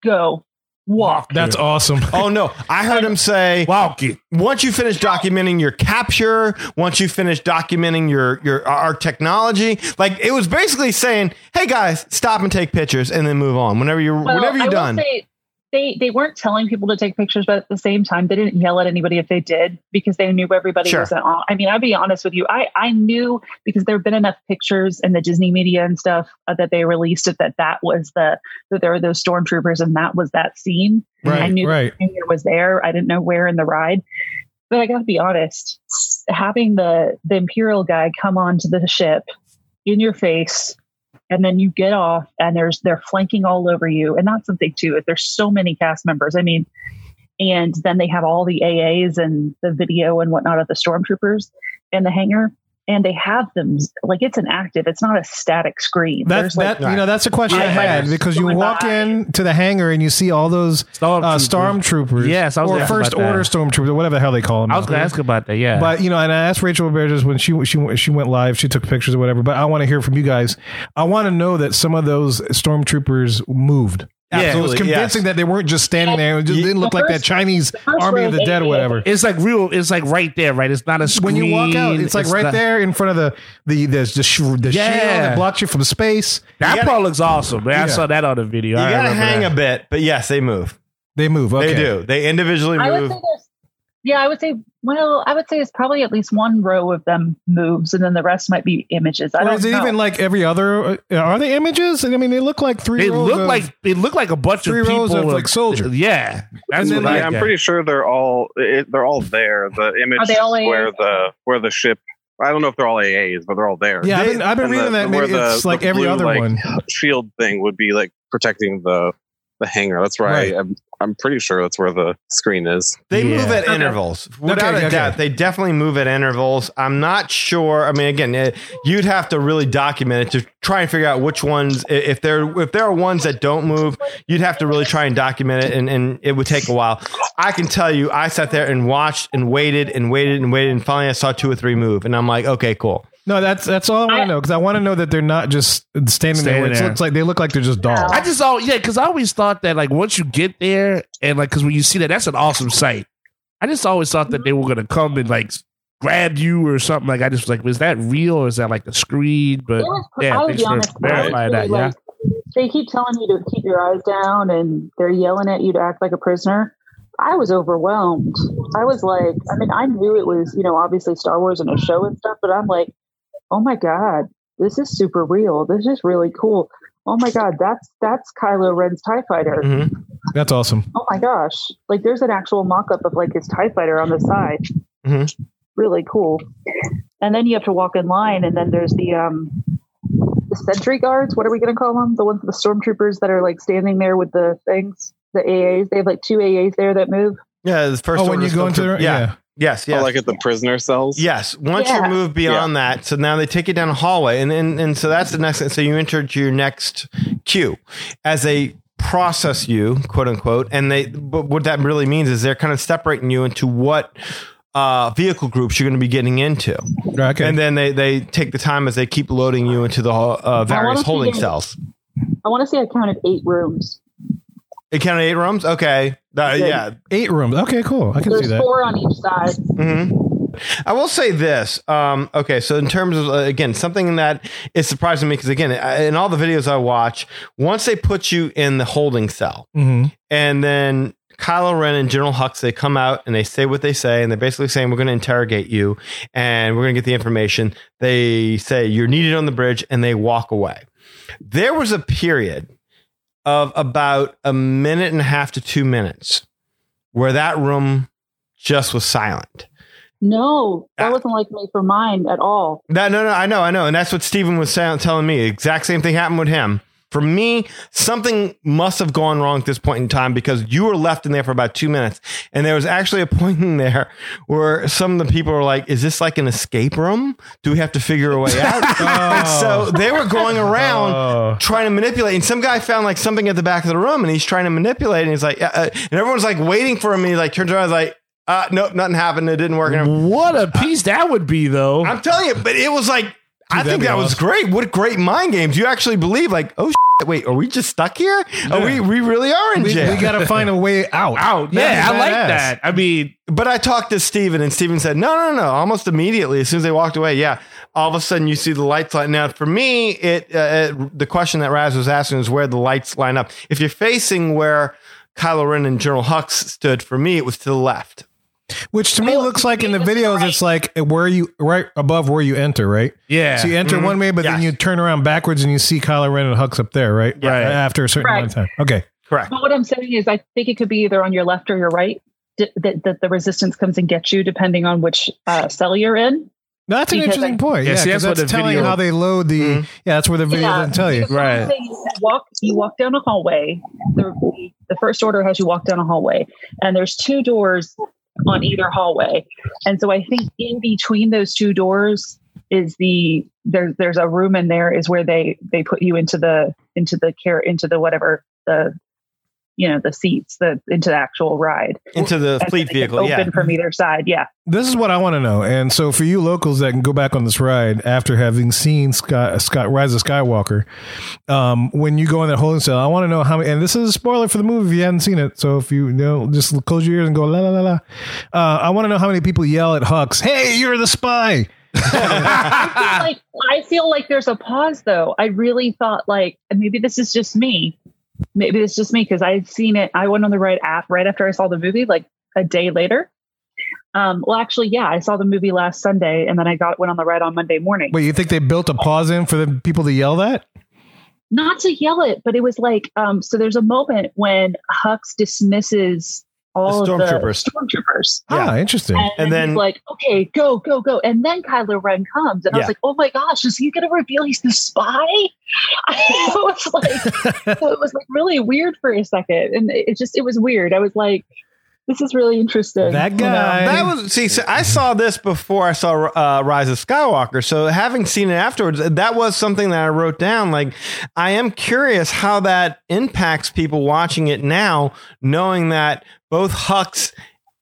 I: Go. Walk.
E: That's awesome.
D: oh no, I heard him say,
E: Wow, kid.
D: once you finish documenting your capture, once you finish documenting your your our technology, like it was basically saying, "Hey guys, stop and take pictures, and then move on. Whenever you're
I: Well,
D: whenever
I: I
D: you're
I: will
D: done,
I: say they they weren't telling people to take pictures, but at the same time, they didn't yell at anybody if they did because they knew everybody
D: Sure.
I: wasn't on. I mean, I'll be honest with you, I I knew because there have been enough pictures in the Disney media and stuff uh, that they released it that that was the that there were those stormtroopers and that was that scene. I
C: Right,
I: knew
C: right.
I: It was there. I didn't know where in the ride. But I got to be honest, having the the imperial guy come onto the ship in your face, and then you get off, and there's they're flanking all over you, and that's something too. If there's so many cast members, I mean, and then they have all the AAs and the video and whatnot of the stormtroopers in the hangar, and they have them like it's an active. It's not a static screen.
C: That's
I: There's, like,
C: that. You know, that's a question I had
I: firefighters
C: because you
I: going
C: walk
I: by.
C: in to the hangar and you see all those uh, stormtroopers.
E: Yes, I was
C: or
E: gonna ask
C: first
E: about that.
C: order stormtroopers, or whatever the hell they call them.
E: I was going to ask about that. Yeah.
C: But you know, and I asked Rachel Burgess when she she she went live, she took pictures or whatever. But I want to hear from you guys. I want to know that some of those stormtroopers moved.
D: Yeah.
C: So it was
D: Absolutely,
C: convincing
D: yes.
C: that they weren't just standing there. It just
D: Ye-
C: didn't look
I: The
C: like that
I: first-
C: Chinese
I: the first
C: army of
I: row
C: the dead or
I: they-
C: whatever.
E: it's like real. It's like right there, right? It's not a screen.
C: when you walk out, it's like right
E: not-
C: there in front of the the the, the, sh- the shield
E: Yeah.
C: that blocks you from space.
E: That
D: You gotta-
E: part looks awesome, man. I
C: Yeah.
E: saw that on the video.
D: you
E: I
D: gotta
E: remember
D: hang
E: that.
D: a bit." But yes, they move.
C: They move. Okay.
D: They do. They individually
I: I would
D: move.
I: say there's, yeah, I would say, well, I would say it's probably at least one row of them moves, and then the rest might be images. I
C: Or
I: don't
C: is it
I: know.
C: even like every other? uh, Are they images? I mean, they look like three.
E: They
C: rows
E: look
C: of-
E: like they look like a bunch
C: three
E: of people
C: rows of, like, soldiers.
E: Yeah, that's
G: And
E: what
G: then,
E: I
G: yeah, I'm
E: get.
G: pretty sure they're all it, they're all there. The
I: Are
G: image
I: they all
G: where
I: AAs?
G: the where the ship. I don't know if they're all AAs, but they're all there.
C: Yeah, I've been, I've been
G: And
C: reading
G: the-
C: that.
G: where
C: Maybe
G: the-
C: it's like
G: the
C: every
G: blue,
C: other
G: like,
C: one.
G: Shield thing would be like protecting the the hangar. That's where
C: Right.
G: I, I'm, I'm pretty sure that's where the screen is.
D: They
E: Yeah.
D: move at
I: Okay.
D: intervals. Without
C: Okay,
D: a
C: okay.
D: doubt, they definitely move at intervals. I'm not sure. I mean, again, eh, you'd have to really document it to try and figure out which ones. i- If there if there are ones that don't move, you'd have to really try and document it, and, and it would take a while. I can tell you, I sat there and watched and waited and waited and waited, and finally I saw two or three move, and I'm like, okay, cool.
C: No, that's that's all I want to
I: I-
C: know because I want to know that they're not just standing, there.
E: Standing
C: It
E: there.
C: looks like they look like they're just dolls.
E: I just all yeah, because I always thought that like once you get there and like because when you see that, that's an awesome sight. I just always thought that they were gonna come and like grab you or something. Like I just was like, was that real or is that like a screen?
I: It
E: But
I: was,
E: yeah,
I: I would
E: thanks
I: be
E: for
I: honest. I would
E: verifying
I: say,
E: that, yeah.
I: like, They keep telling you to keep your eyes down, and they're yelling at you to act like a prisoner. I was overwhelmed. I was like, I mean, I knew it was, you know, obviously Star Wars and a show and stuff, but I'm like, oh my god, this is super real. This is really cool. Oh my god, that's that's Kylo Ren's Tie Fighter.
D: Mhm.
C: that's awesome.
I: oh my gosh like there's an actual mock-up of like his tie fighter on the side
D: Mhm.
I: really cool and then you have to walk in line and then there's the um the sentry guards what are we going to call them the ones the stormtroopers that are like standing there with the things the aas they have like two aas there that move
D: Yeah, the first
C: Oh, when
D: order
C: you go into
D: still-
C: the room?
D: yeah, yes, yes.
G: Oh, like at the prisoner cells.
D: Yes. Once
I: Yeah.
D: you move beyond that, so now they take you down a hallway, and and, and so that's the next. So you enter to your next queue as they process you, quote unquote. And they, but what that really means is they're kind of separating you into what uh, vehicle groups you're going to be getting into,
C: Right, okay.
D: and then they they take the time as they keep loading you into the uh, various
I: wanna see
D: holding
I: the-
D: cells.
I: i want to say i counted eight rooms
D: It counted eight rooms. Okay. Uh, yeah.
C: Eight rooms. Okay, cool. I can see
I: there's
C: that.
I: four on each side
D: hmm I will say this. Um, okay, so in terms of uh, again something that is surprising me because again I, in all the videos I watch, once they put you in the holding cell,
C: hmm
D: and then Kylo Ren and General Hux they come out and they say what they say, and they're basically saying we're going to interrogate you and we're going to get the information. They say you're needed on the bridge, and they walk away. There was a period of about a minute and a half to two minutes where that room just was silent.
I: no
D: Ah.
I: that wasn't like me for mine at all
D: No, no, no. I know, I know, and that's what Steven was sa- telling me. Exact same thing happened with him. For me, something must have gone wrong at this point in time because you were left in there for about two minutes. And there was actually a point in there where some of the people were like, Is this like an escape room? Do we have to figure a way out? And so they were going around
C: Oh.
D: trying to manipulate. And some guy found like something at the back of the room and he's trying to manipulate. And he's like, uh, uh, And everyone's like waiting for him. And he like turns around and is like, uh, Nope, nothing happened. It didn't work. And I'm-
E: What a piece that would be, though.
D: I'm telling you, but it was like I
C: that'd
D: think
C: be
D: that was
C: awesome.
D: great. What great mind games! You actually believe like, oh shit, wait, are we just stuck here? Are we we really are in
C: We,
D: jail?
C: we gotta find a way out.
E: out.
C: That'd
E: Yeah,
C: be
E: I like
C: badass.
E: that. I mean,
D: but I talked to Steven and Steven said, no, no, no. Almost immediately, as soon as they walked away, yeah, all of a sudden you see the lights light. Now, for me, it, uh, it the question that Raz was asking is where the lights line up. If you're facing where Kylo Ren and General Hux stood, for me, it was to the left.
C: Which to me looks like in the videos, it's like where you right above where you enter, right?
E: yeah.
C: So you enter one way, but then you
D: Yes.
C: turn around backwards and you see Kylo Ren and Hux up there, right?
D: Yeah.
C: Right. After a certain
I: Right.
C: amount of time. Okay.
D: Correct.
I: But what I'm saying is, I think it could be either on your left or your right. d- That, that the resistance comes and gets you depending on which uh, cell you're in.
C: No, that's an
I: Because
C: interesting
I: I-
C: point.
E: Yeah,
C: Yeah,
E: see,
C: 'cause
E: that's what
C: that's
E: the
C: telling you
E: video-
C: how they load the.
D: Mhm.
C: Yeah, that's where the video
I: Yeah.
C: doesn't tell you.
I: Because what I'm
E: Right.
I: saying is you walk. You walk down a hallway. The, the first order has you walk down a hallway, and there's two doors on either hallway, and so I think in between those two doors is the there, there's a room in there is where they they put you into the into the care into the whatever the you know the seats the into the actual ride
D: Into the
I: And
D: fleet
I: then it's
D: vehicle. Yeah.
I: open from either side yeah
C: This is what I want to know. And so for you locals that can go back on this ride after having seen Scott, Scott Rise of Skywalker, um, when you go in that holding cell, I want to know how many, and this is a spoiler for the movie if you haven't seen it. So if you, you know, just close your ears and go la la la la. Uh, I want to know how many people yell at Hux, hey, you're the spy.
I: feel like I feel like there's a pause though. I really thought like and maybe this is just me. Maybe it's just me because I had seen it. I went on the right app right after I saw the movie, like a day later. Um, well, actually, yeah, I saw the movie last Sunday, and then I got went on the ride on Monday morning.
C: Wait, you think they built a pause in for the people to yell that?
I: Not to yell it, but it was like um, so. There's a moment when Hux dismisses all
D: The
I: of the
D: stormtroopers.
I: stormtroopers.
C: Ah, interesting.
I: And,
D: And
I: then
D: then-
I: he's like, okay, go, go, go. And then Kylo Ren comes. And I
D: Yeah.
I: was like, oh my gosh, is he going to reveal he's the spy? I was like, so it was like really weird for a second. And it it just, it was weird. I was like, this is really interesting.
C: That
I: You know?
C: guy.
D: That was see. So I saw this before I saw uh, Rise of Skywalker. So having seen it afterwards, that was something that I wrote down. Like, I am curious how that impacts people watching it now, knowing that both Hux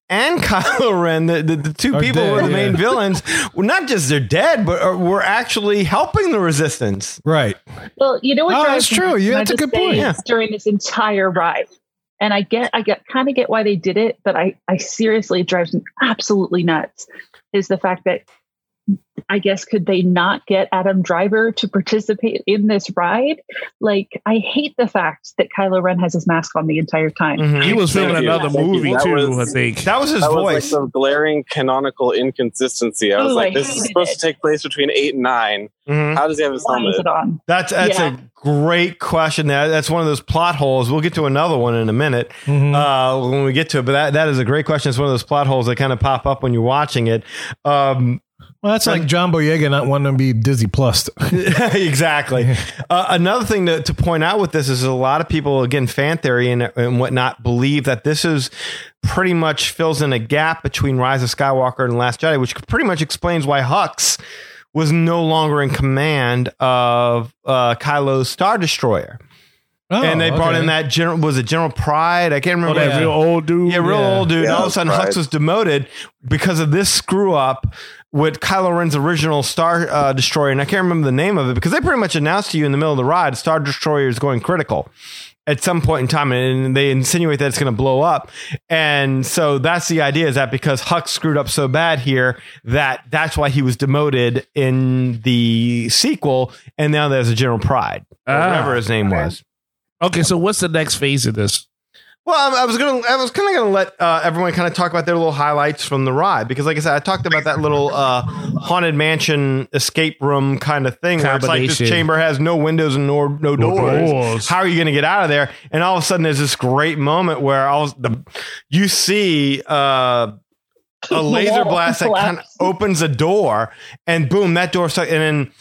D: and Kylo Ren, the, the, the two
C: Are
D: people who
C: dead,
D: were the
C: yeah.
D: main villains, were not just they're dead, but are, were actually helping the Resistance.
C: right.
I: Well, you know what?
C: Oh,
I: drives
C: that's
I: me
C: true.
I: nuts,
C: Yeah,
I: and I
C: that's a
I: just
C: good point,
I: say
C: yeah.
I: it's During this entire ride, and I get, I get, kind of get why they did it, but I, I seriously it drives me absolutely nuts. Is the fact that I guess could they not get Adam Driver to participate in this ride? Like, I hate the fact that Kylo Ren has his mask on the entire time.
C: Mm.
E: he was filming
G: Thank you.
E: another
G: Thank you.
E: movie
G: That
E: too.
G: was-
E: I think.
D: Mm-hmm. That was his
G: That
D: voice.
G: was like the glaring canonical inconsistency. I was
I: Ooh,
G: like,
I: I
G: this is
I: hated
G: supposed
I: it.
G: to take place between eight and nine.
D: Mhm.
G: How does he have his
I: Why is
G: helmet?
I: it on?
D: That's that's
I: Yeah.
D: a great question. That that's one of those plot holes. We'll get to another one in a minute
C: Mhm.
D: uh, when we get to it. But that, that is a great question. It's one of those plot holes that kind of pop up when you're watching it. Um,
C: Well, that's like John Boyega not wanting to be Disney plus.
D: exactly. Uh, another thing to, to point out with this is a lot of people, again, fan theory and, and whatnot, believe that this is pretty much fills in a gap between Rise of Skywalker and Last Jedi, which pretty much explains why Hux was no longer in command of uh, Kylo's Star Destroyer. and
C: Oh,
D: they brought in that general was it General Pride? I can't
E: Oh,
D: remember.
E: that
D: what-
E: real old dude.
D: yeah, real
C: Yeah.
D: old dude.
G: Yeah,
D: All of a sudden,
G: Pride.
D: Hux was demoted because of this screw up with Kylo Ren's original Star uh, Destroyer, and I can't remember the name of it because they pretty much announced to you in the middle of the ride, Star Destroyer is going critical at some point in time, and they insinuate that it's going to blow up. And so that's the idea is that because Hux screwed up so bad here that that's why he was demoted in the sequel, and now there's a General Pride, or
E: Ah.
D: whatever his name was.
E: Okay, so what's the next phase of this?
D: Well, I, I was gonna, I was kind of gonna let uh, everyone kind of talk about their little highlights from the ride because, like I said, I talked about that little uh, haunted mansion escape room kind of thing where it's like this
E: Combination.
D: chamber has no windows and nor no doors.
E: doors.
D: How are you gonna get out of there? And all of a sudden, there's this great moment where all the you see. Uh, a laser blast that kind of opens a door, and boom, that door stuck. And then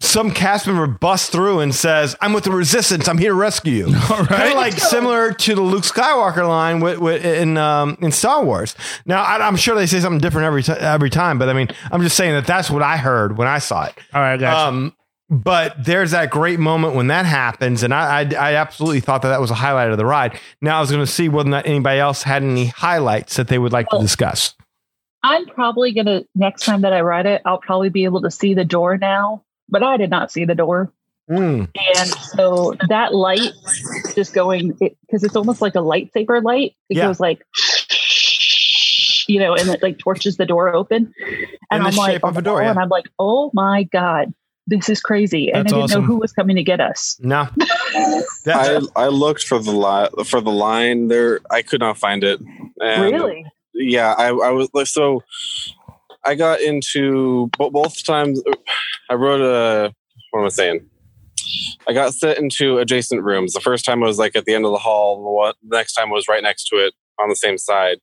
D: some cast member busts through and says, "I'm with the resistance. I'm here to rescue you." Kind of like similar to the Luke Skywalker line with, with, in um, in Star Wars. Now, I, I'm sure they say something different every ti- every time, but I mean, I'm just saying that that's what I heard when I saw it.
E: All right,
C: Uh,
E: guys.
D: Um, but there's that great moment when that happens, and I, I, I absolutely thought that that was a highlight of the ride. Now I was going to see whether or not anybody else had any highlights that they would like to discuss.
I: I'm probably gonna next time that I ride it, I'll probably be able to see the door now. But I did not see the door,
D: Mm.
I: and so that light just going because it's almost like a lightsaber light. It
D: Yeah.
I: goes like, you know, and it like torches the door open, and
D: In the
I: I'm like,
D: shape of a door,
I: oh,
D: yeah.
I: and I'm like, oh my god, this is crazy, and
C: That's
I: I didn't
C: awesome.
I: know who was coming to get us.
D: No, that,
G: I, I looked for the line for the line there. I could not find it. And
I: Really?
G: yeah I, I was like so i got into bo- both times i wrote a what am i saying i got set into adjacent rooms the first time i was like at the end of the hall and the one- the next time I was right next to it on the same side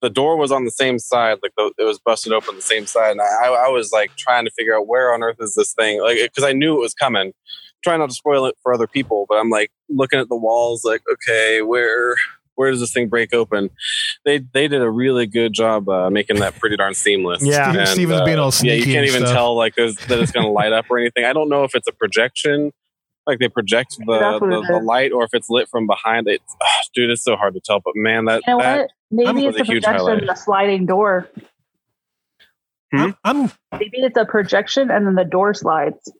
G: the door was on the same side like the, it was busted open the same side and I, I was like trying to figure out where on earth is this thing like because i knew it was coming trying not to spoil it for other people but i'm like looking at the walls like okay where where does this thing break open they they did a really good job uh, making that pretty darn seamless.
D: Yeah.
G: And, uh,
C: Steven's being all
G: yeah,
C: sneaky.
G: you can't
C: and
G: even
C: stuff.
G: tell like there's, that it's going to light up or anything. I don't know if it's a projection, like they project the,
I: That's what
G: the,
I: it
G: the
I: is.
G: light, or if it's lit from behind. It, ah, dude, it's so hard to tell. But man, that,
I: You know
G: that
I: what? Maybe
G: was
I: it's
G: a
I: a
G: huge
I: projection,
G: highlight.
I: and a sliding door.
D: Hmm?
C: I'm, I'm
I: Maybe it's a projection, and then the door slides.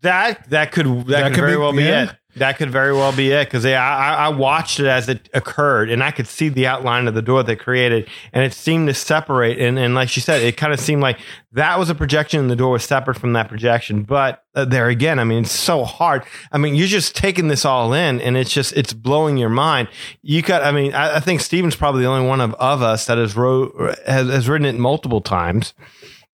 D: that that could that, could,
C: could
D: very
C: be-
D: well be
C: yeah.
D: it. That could very well be it because I, I I watched it as it occurred and I could see the outline of the door they created and it seemed to separate and and like she said it kind of seemed like that was a projection and the door was separate from that projection but uh, there again I mean it's so hard I mean you're just taking this all in and it's just it's blowing your mind you got I mean I, I think Steven's probably the only one of, of us that has wrote has, has written it multiple times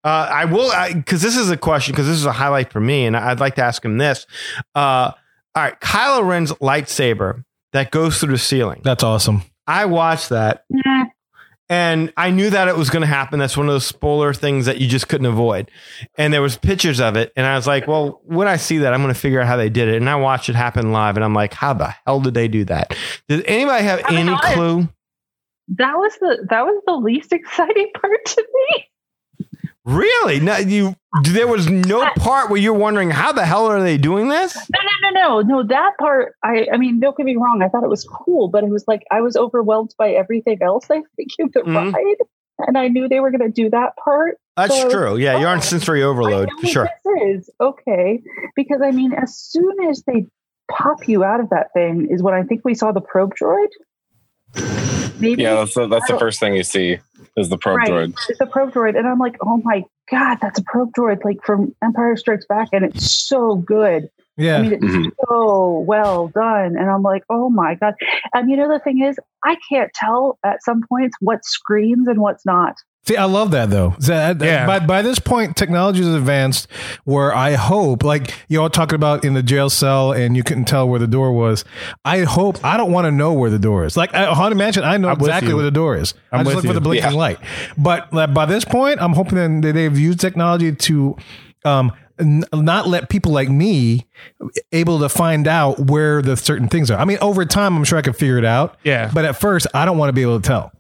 D: uh, I will, because this is a question, because this is a highlight for me, and I'd like to ask him this. Uh, all right, Kylo Ren's lightsaber that goes through the ceiling.
C: that's awesome.
D: I watched that,
I: Nah.
D: and I knew that it was going to happen. That's one of those spoiler things that you just couldn't avoid. And there was pictures of it, and I was like, "Well, when I see that, I'm going to figure out how they did it." And I watched it happen live, and I'm like, "How the hell did they do that? Does anybody have
I: I'm
D: any
I: not-
D: clue?"
I: That was the that was the least exciting part to me.
D: Really? No, you. There was no part where you're wondering how the hell are they doing this.
I: No, no, no, no, no. That part, I, I mean, don't get me wrong. I thought it was cool, but it was like I was overwhelmed by everything else. I think in the
G: Mm-hmm.
D: Mhm.
I: ride, and I knew they were going to do that part.
D: That's
I: So-
D: true. Yeah, you're on
I: Oh.
D: sensory
I: I
D: overload
I: know
D: for
I: what
D: sure.
I: This is okay because I mean, as soon as they pop you out of that thing, is when I think we saw the probe droid. Maybe
G: yeah, that's the, that's the first thing you see is the probe droid.
I: It's a probe droid. And I'm like, oh my God, that's a probe droid, like from Empire Strikes Back. And it's so good.
C: Yeah.
I: I mean, it's
G: Mhm.
I: so well done. And I'm like, oh my God. And you know, the thing is, I can't tell at some points what screams and what's not.
C: See, I love that though. That, that-
E: Yeah.
C: By, by this point, technology is advanced where I hope, like you all talking about in the jail cell and you couldn't tell where the door was. I hope, I don't want to know where the door is. Like, I Haunted Mansion, I know
E: I'm with
C: exactly
E: you.
C: where the door is. i
E: I'm
C: just
E: with
C: look for
E: you.
C: the blinking light. But like, by this point, I'm hoping that they've used technology to um, n- not let people like me able to find out where the certain things are. I mean, over time, I'm sure I can figure it out.
E: yeah.
C: But at first, I don't want to be able to tell.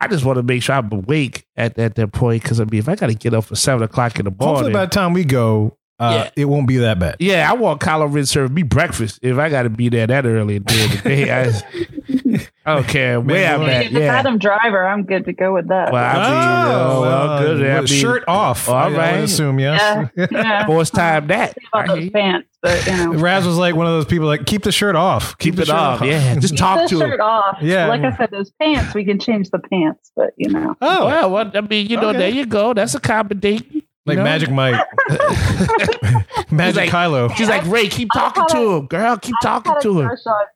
E: I just want to make sure I'm awake at, at that point because I mean, if I got to get up for seven o'clock in the
C: Hopefully,
E: morning,
C: by the time we go, uh, it won't be that bad.
E: yeah, I want Kylo Ren serving me breakfast if I got to be there that early during the day. I, I don't care where I'm
C: Maybe
E: at.
I: If it's
E: Yeah.
I: Adam Driver, I'm good to go with that.
E: Well, I mean, oh, well, good.
C: uh, with
E: I mean,
C: shirt off.
E: all
C: I- I
E: right.
C: would assume
I: yeah.
C: yes.
I: yeah.
E: First time that.
I: About those
E: Right?
I: pants, but you know.
C: Raz was like one of those people like keep the shirt off.
E: Keep
C: the
E: it
C: shirt
E: off. Yeah. Just talk
I: the
E: to him.
I: shirt off.
C: Yeah.
I: Like I said, those pants, we can change the pants, but you know.
C: Oh,
E: Well, what, I mean, you know,
C: Okay.
E: there you go. That's a combination.
C: like
E: No.
C: Magic Mike, Magic
E: like-
C: Kylo.
E: She's like, Ray, keep
I: I
E: talking
I: thought
E: to
I: I-
E: him, girl. Keep
I: I've
E: talking
I: had a
E: to him.
I: crush on-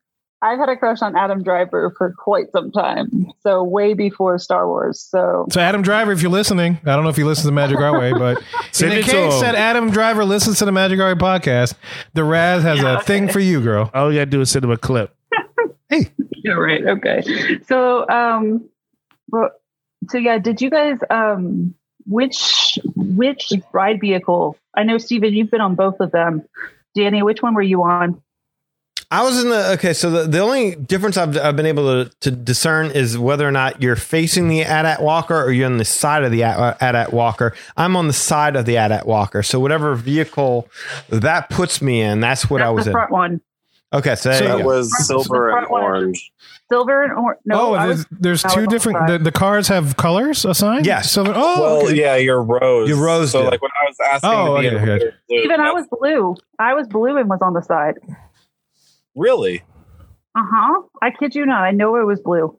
I: I've had a crush on Adam Driver for quite some time. So way before Star Wars. So
C: So Adam Driver, if you're listening, I don't know if you listen to Magic Our Way, but
E: Send
C: in
E: it
C: the
E: to
C: case
E: him.
C: that Adam Driver listens to the Magic Our Way podcast, the Raz has a thing for you, girl.
E: All you gotta do is send him a clip.
I: you're right. Okay. So um but so yeah, did you guys um which which ride vehicle? I know Steven, you've been on both of them. Danny, which one were you on?
D: I was in the okay. So the, the only difference I've, I've been able to, to discern is whether or not you're facing the Adat Walker or you're on the side of the Ad- Adat Walker. I'm on the side of the Adat Walker. So whatever vehicle that puts me in, that's what I
I: That's
D: was
I: the
D: in.
I: front one.
D: Okay, so, there
G: So
D: you
G: that
D: go.
G: was
I: So the
G: silver and
I: front one-
G: orange.
I: Silver and orange. No,
C: oh,
I: I
C: there's,
I: was,
C: there's
I: I was
C: two
I: on
C: different. The,
I: five.
C: the cars have colors assigned.
D: Yes.
C: So, oh,
G: Well,
C: okay.
G: yeah, your rose.
D: Your rose
G: So
D: did.
G: like when I was asking,
C: Oh,
G: to
C: okay,
G: be in
C: good.
G: red, blue,
I: Steven, I
G: that's-
I: was blue. I was blue and was on the side.
G: really
I: Uh huh. I kid you not. I know it was blue.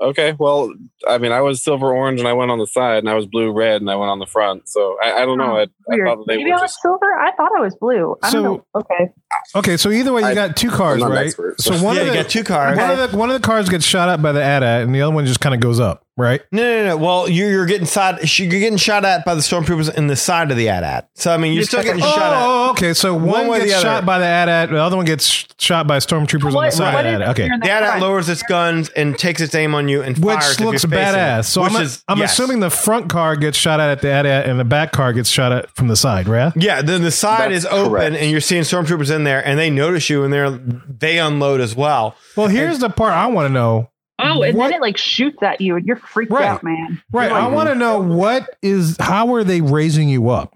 G: okay. Well, I mean, I was silver orange, and I went on the side, and I was blue red, and I went on the front. So I, I don't know. I, I
I: Weird.
G: thought that they
I: Maybe
G: were
I: I was
G: just
I: silver. I thought I was blue. I
C: So-
I: don't know. Okay.
C: okay. So either way, you
G: I-
C: got two cars,
G: I'm not an
C: right?
G: expert,
C: So
G: so-
C: one
D: yeah,
C: of
D: you
C: the
D: got two cars.
C: one of the one of the cars gets shot up by the AT-AT, and the other one just kind of goes up, right?
D: No, no, no. Well, you're you're getting side. sh- You're getting shot at by the stormtroopers in the side of the Adat. So I mean, you're still getting
C: oh,
D: shot at.
C: oh, okay. So
D: One
C: one,
D: way or the
C: gets
D: other.
C: shot by the AT-AT, the other one gets sh- shot by stormtroopers on the
I: What- what
C: side.
I: is
C: of the
I: it
C: AT-AT. Okay.
I: here in
D: The
I: the
D: Adat
I: front?
D: lowers its guns and takes its aim on you and fires.
C: Which
D: if you're
C: looks
D: facing it,
C: badass. So
D: which
C: I'm,
D: is-
C: I'm
D: yes.
C: assuming the front car gets shot at at the AT-AT, and the back car gets shot at from the side, right?
D: Yeah, then the side
G: That's
D: is open
G: correct.
D: and you're seeing stormtroopers in there and they notice you and they're they unload as well.
C: Well, here's the part I want to know.
I: Oh, and
C: What-
I: then it like shoots at you, and you're freaked
C: Right.
I: out, man.
C: Right.
I: You're
C: I
I: like,
C: want to know what is how are they raising you up?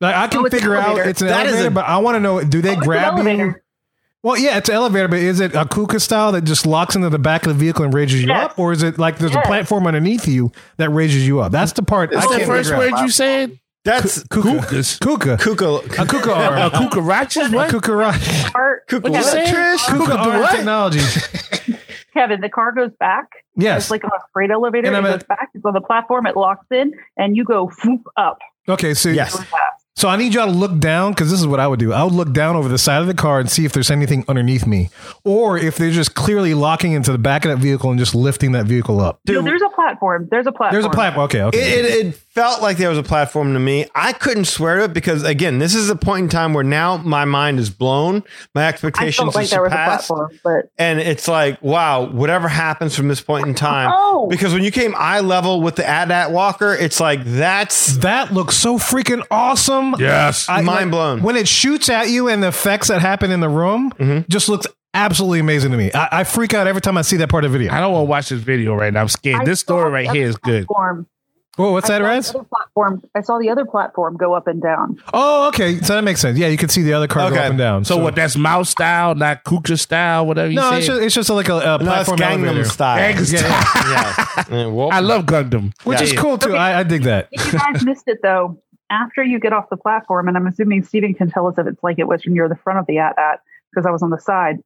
C: Like I can
I: Oh, it's an
C: figure out
I: elevator.
C: it's an
D: That is
C: elevator,
D: a-
C: but I want to know do they
I: "Oh, it's an
C: grab you?
I: elevator."
C: Well, yeah, it's an elevator, but is it a KUKA style that just locks into the back of the vehicle and raises you
I: Yes.
C: up, or is it like there's a
I: Yes.
C: platform underneath you that raises you up? That's the part
G: It's
C: I
E: What's
C: can't
E: the
G: Okay,
E: first
C: figure
E: word
C: out.
E: you said?
D: That's
C: KUKA.
E: Kukas.
C: KUKA.
D: Kuka.
C: A KUKA
E: Uh,
C: arm.
E: Kukarachas?
C: A
E: What?
C: KUKA arm.
I: Car-
D: Kuka.
E: What'd you
I: Kevin,
E: say?
C: KUKA
E: Kuka
C: arm
E: what?
C: technology.
I: Kevin, the car goes back.
C: Yes.
I: It's like on a freight elevator.
C: And
I: It
C: I'm
I: goes back. It's on the platform. It locks in, and you go foop up.
C: Okay, so
D: Yes.
C: So I need y'all to look down because this is what I would do. I would look down over the side of the car and see if there's anything underneath me, or if they're just clearly locking into the back of that vehicle and just lifting that vehicle up.
I: No, there's a platform. There's a platform.
C: There's a platform. Okay, okay.
D: It, it, it felt like there was a platform to me. I couldn't swear to it because, again, this is a point in time where now my mind is blown. My
I: I
D: expectations
I: felt like
D: are
I: there was a
D: surpassed.
I: platform, but
D: and it's like, wow, whatever happens from this point in time.
I: Oh.
D: Because when you came eye level with the Adat Walker, it's like, that's
C: that looks so freaking awesome.
E: Yes.
C: I-
D: mind
C: like,
D: blown.
C: When it shoots at you and the effects that happen in the room just looks absolutely amazing to me. I, I freak out every time I see that part of the video.
E: I don't want to watch this video right now. I'm scared.
I: I
E: this story
I: saw
E: right
I: the
E: here
I: other
E: is good.
I: Platform.
C: Whoa, what's
I: I
C: that,
I: saw the
C: Rez?
I: other platform. I saw the other platform go up and down.
C: Oh, okay. So that makes sense. Yeah, you can see the other car go
D: Okay.
C: up and down.
E: So, what? That's mouse style, not Kuka style, whatever you
C: No,
E: said.
C: it's just, it's just like a, a
D: no, it's
C: platform
D: Gangnam
C: elevator,
D: style.
E: Gangnam
D: yeah. Yeah, well,
E: I love Gundam.
C: which
D: Yeah.
C: is cool too.
I: Okay.
C: I, I dig that.
I: If you guys missed it though, after you get off the platform, and I'm assuming Steven can tell us if it's like it was when you're the front of the at at because I was on the side.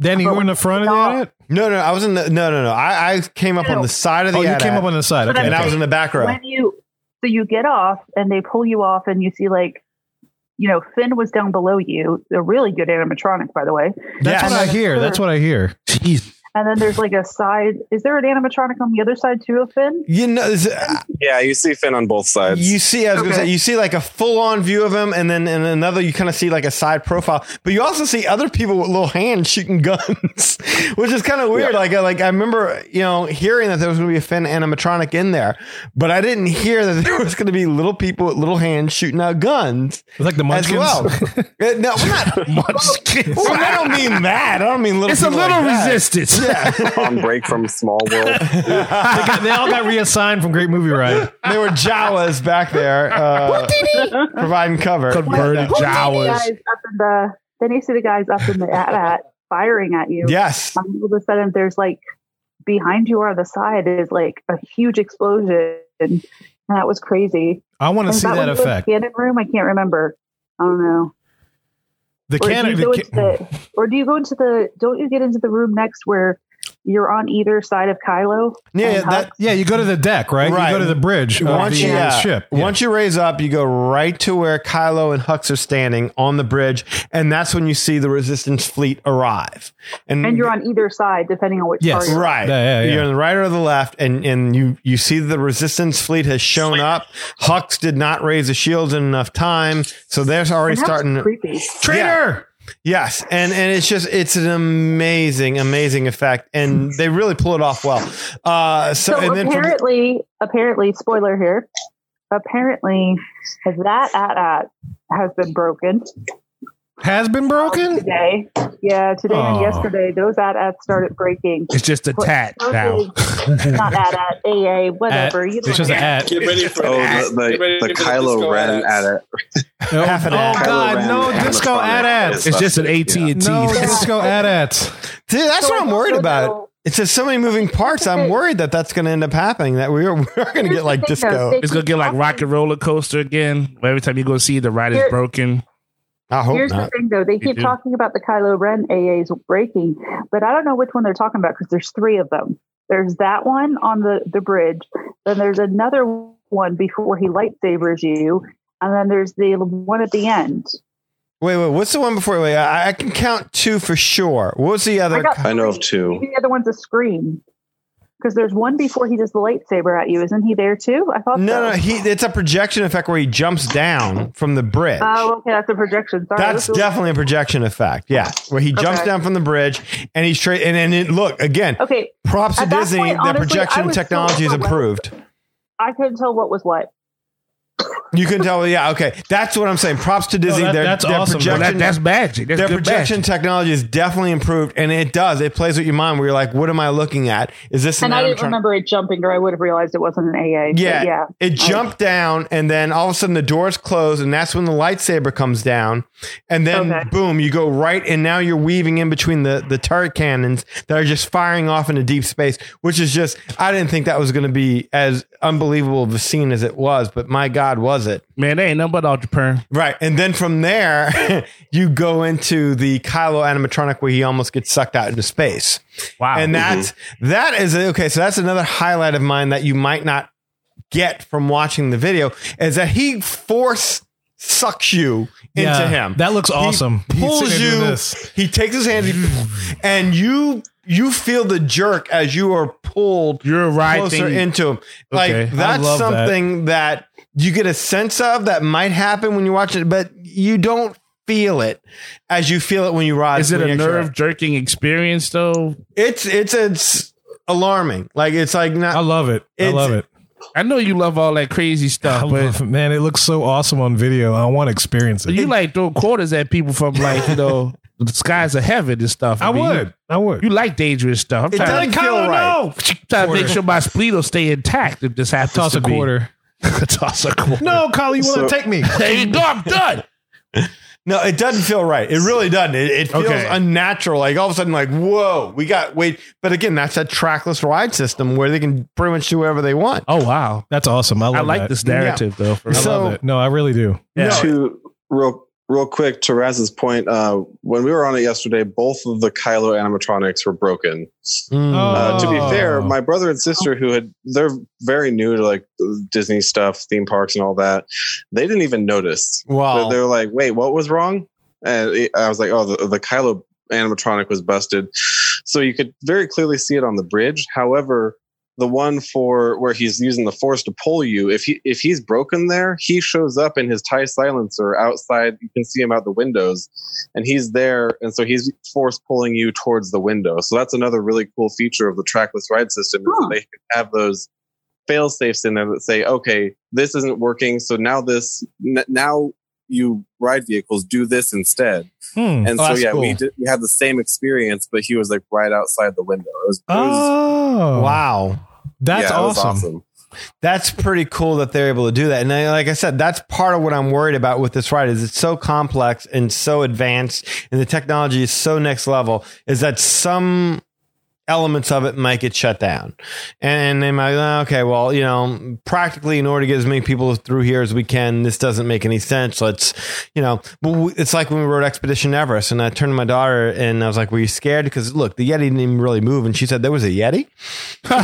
C: Danny, you
I: But
C: were in the front of the
I: when-
C: edit?
D: No, no, I was in the no, no, no. I, I came up on the side of the.
C: Oh, you
D: ad
C: came
D: ad,
C: up on the side.
I: But
C: Okay.
D: and I
C: okay.
D: was in the back row.
I: When you so you get off and they pull you off and you see like you know Finn was down below you. A really good animatronic, by the way.
C: That's
D: Yeah.
C: what I hear. That's what I hear.
E: Jeez.
I: And then there's like a side. Is there an animatronic on the other side too of Finn?
D: You know, is- uh,
G: yeah. You see Finn on both sides.
D: you see, I was gonna
I: Okay.
D: say, you see like a full-on view of him, and then in another, you kind of see like a side profile. But you also see other people with little hands shooting guns, which is kind of weird. Like, I- like I remember, you know, hearing that there was gonna be a Finn animatronic in there, but I didn't hear that there was gonna be little people with little hands shooting out guns
C: It's like the
D: as
C: munchkins.
D: well. Uh, no, we're not.
E: Munchkins.
D: Well, I don't mean that. I don't mean little.
E: It's a
D: people
E: little
D: like that.
E: resistance.
G: on break from Small World.
C: they, got- they all got reassigned from Great Movie Ride.
D: They were Jawas back there, uh, providing cover.
E: Converted
I: Well, then you
E: Jawas.
I: guys up in the then you see the guys up in the at at firing at you.
D: Yes.
I: And all of a sudden there's like behind you on the side is like a huge explosion. And that was crazy.
C: I want to
I: And
C: see that,
I: was
C: effect.
I: The cannon room? I can't remember. I don't know.
C: The
I: Or do,
C: cannon.
I: you go
C: The
I: into
C: ca-
I: the, or do you go into the don't you get into the room next where you're on either side of Kylo?
D: Yeah,
I: And
D: that-
I: Hux?
C: yeah, you go to the deck, right?
D: Right.
C: You go to the bridge. of
D: Once
C: the,
D: you,
C: uh,
D: yeah.
C: ship. Yeah.
D: Once you raise up, you go right to where Kylo and Hux are standing on the bridge, and that's when you see the Resistance fleet arrive. And,
I: and you're on either side depending on which
C: Yes.
I: car you're on.
D: right.
C: Yeah, yeah, yeah.
D: You're on the right or the left, and, and you, you see the Resistance fleet has shown up. Hux did not raise the shields in enough time, so they're already
I: And that was
D: starting.
I: creepy.
D: Traitor! Yes, and and it's just it's an amazing, amazing effect, and they really pull it off well. Uh, so,
I: So,
D: and then from-
I: apparently, apparently, spoiler here. Apparently, that at at has been broken
C: Has been broken?
I: today. Yeah, today
C: Oh.
I: and yesterday, those at at started breaking.
E: It's just a tat now.
I: Not at at AA, whatever. you
C: It's just an at.
F: Get ready for
G: Oh,
F: it.
G: the,
F: Get ready
G: the, the
F: for
G: Kylo
F: disco
G: Ren
F: ads.
G: at it.
D: Half an
C: oh
D: ad.
C: God,
G: Kylo
C: no
G: Ren
C: disco
G: animatronic
C: ad ads.
G: is
E: It's just an
G: fucking-
E: AT and
C: No
E: T.
C: disco ad ads.
D: See, that's what I'm worried about. It's just so many moving parts. I'm worried that that's going to end up happening. That we are we are going to get like disco.
E: It's gonna get like rock and roller coaster again. Where Every time you go see it, the ride is
I: Here-
E: broken.
D: I hope
I: Here's
D: not.
I: the thing, though. They keep
E: do.
I: talking about the Kylo Ren AA's breaking, but I don't know which one they're talking about because there's three of them. There's that one on the, the bridge, then there's another one before he lightsabers you, and then there's the one at the end.
D: Wait, wait. What's the one before? Wait, I, I can count two for sure. What was the
I: I
D: other?
I: got
G: I know of two.
I: Maybe the other one's a scream because there's one before he does the lightsaber at you. Isn't he there too? I thought
D: No,
I: so.
D: no. He. It's a projection effect where he jumps down from the bridge.
I: Oh, okay, that's a projection. Sorry,
D: That's
I: this is-
D: definitely a projection effect. Yeah, where he jumps
I: Okay.
D: down from the bridge and he's straight. And and it, look again.
I: okay.
D: Props to
I: At that
D: Disney.
I: point,
D: that
I: honestly, I
D: projection
I: was so
D: technology is
I: overwhelmed.
D: improved.
I: I couldn't tell what was what.
D: You can tell. Yeah. Okay. That's what I'm saying. Props to Disney.
C: that-
D: their,
C: that's
D: their
C: awesome, though.
E: Well, that,
D: Projection,
E: that's magic. That's
D: their
E: good
D: projection
E: magic.
D: technology is definitely improved, and it does. It plays with your mind, where you're like, "What am I looking at? Is this an
I: And I didn't
D: animatronic?"
I: remember it jumping, or I would have realized it wasn't an AA. but
D: Yeah,
I: yeah.
D: It jumped down, and then all of a sudden the doors close, and that's when the lightsaber comes down, and then
I: Okay.
D: boom, you go right, and now you're weaving in between the the turret cannons that are just firing off into deep space, which is just I didn't think that was going to be as unbelievable of a scene as it was, but my God, was it!
E: Man, they ain't nothing but Ultra Perm.
D: Right. And then from there, you go into the Kylo animatronic where he almost gets sucked out into space.
E: Wow.
D: And that's that is okay, so that's another highlight of mine that you might not get from watching the video is that he force sucks you into
C: Yeah,
D: him.
C: That looks awesome.
D: He
C: He's
D: pulls
C: sitting there doing
D: you.
C: this.
D: He takes his hand he- and you you feel the jerk as you are pulled
E: you're right.
D: closer into him. Like
E: Okay, I
D: that's
C: love that.
D: something that. you get a sense of that might happen when you watch it, but you don't feel it as you feel it when you ride.
E: Is it
D: when you
E: a
D: actually-
E: nerve jerking experience though?
D: It's it's it's alarming. Like it's like not.
C: I love it. I
D: It's-
C: love it.
E: I know you love all that crazy
C: I
E: stuff, but
C: love it. Man, it looks so awesome on video. I want to experience
E: but
C: it.
E: you like throw quarters at people from like you know the skies of heaven and stuff.
C: I
E: mean,
C: would. I would.
E: You, you like dangerous stuff. I'm
D: It
E: trying,
D: doesn't
E: to,
D: feel
E: Kylo,
D: right.
E: no! trying to make sure my spleen will stay intact if this happens.
C: toss
E: to
C: a
E: me.
C: quarter.
E: toss a quarter.
C: No, Kyle, you
G: So-
C: want to take me?
E: There you go. I'm done.
D: No, it doesn't feel right. It really doesn't. It, it feels
E: Okay.
D: unnatural. Like all of a sudden, like whoa, we got wait. But again, that's that trackless ride system where they can pretty much do whatever they want.
E: Oh wow.
C: That's awesome. I love
E: I like
C: that.
E: this narrative though. for
C: I
E: real.
D: So-
C: love it. No, I really do.
D: No,
G: Two real real quick to Raz's point. Uh, when we were on it yesterday, both of the Kylo animatronics were broken.
D: Mm.
G: Uh, to be
C: Oh.
G: fair, my brother and sister, who had they're very new to like Disney stuff, theme parks, and all that, they didn't even notice.
C: Oh.
D: wow.
G: They're like, "Wait, what was wrong?" And it, I was like, "Oh, the, the Kylo animatronic was busted." So you could very clearly see it on the bridge. However, the one for where he's using the force to pull you, if he if he's broken there, he shows up in his tie silencer outside. You can see him out the windows, and he's there, and so he's force pulling you towards the window. So that's another really cool feature of the trackless ride system. is that
I: Huh.
G: They have those fail safes in there that say, okay, this isn't working. So now this, n- now you ride vehicles, do this instead.
C: Hmm.
G: And
C: Oh,
G: so,
C: that's
G: yeah, we,
C: cool.
G: did, we had the same experience, but he was like right outside the window. It was, it was-
C: Oh,
D: Wow.
C: That's
G: yeah, it was
C: awesome.
D: That's pretty cool that they're able to do that. And I, like I said, that's part of what I'm worried about with this ride is it's so complex and so advanced and the technology is so next level is that some elements of it might get shut down. And they might, "Oh, okay, well, you know, practically in order to get as many people through here as we can, this doesn't make any sense. Let's, you know, but we- it's like when we rode Expedition Everest and I turned to my daughter and I was like, were you scared? Because look, the Yeti didn't even really move. And she said, there was a Yeti.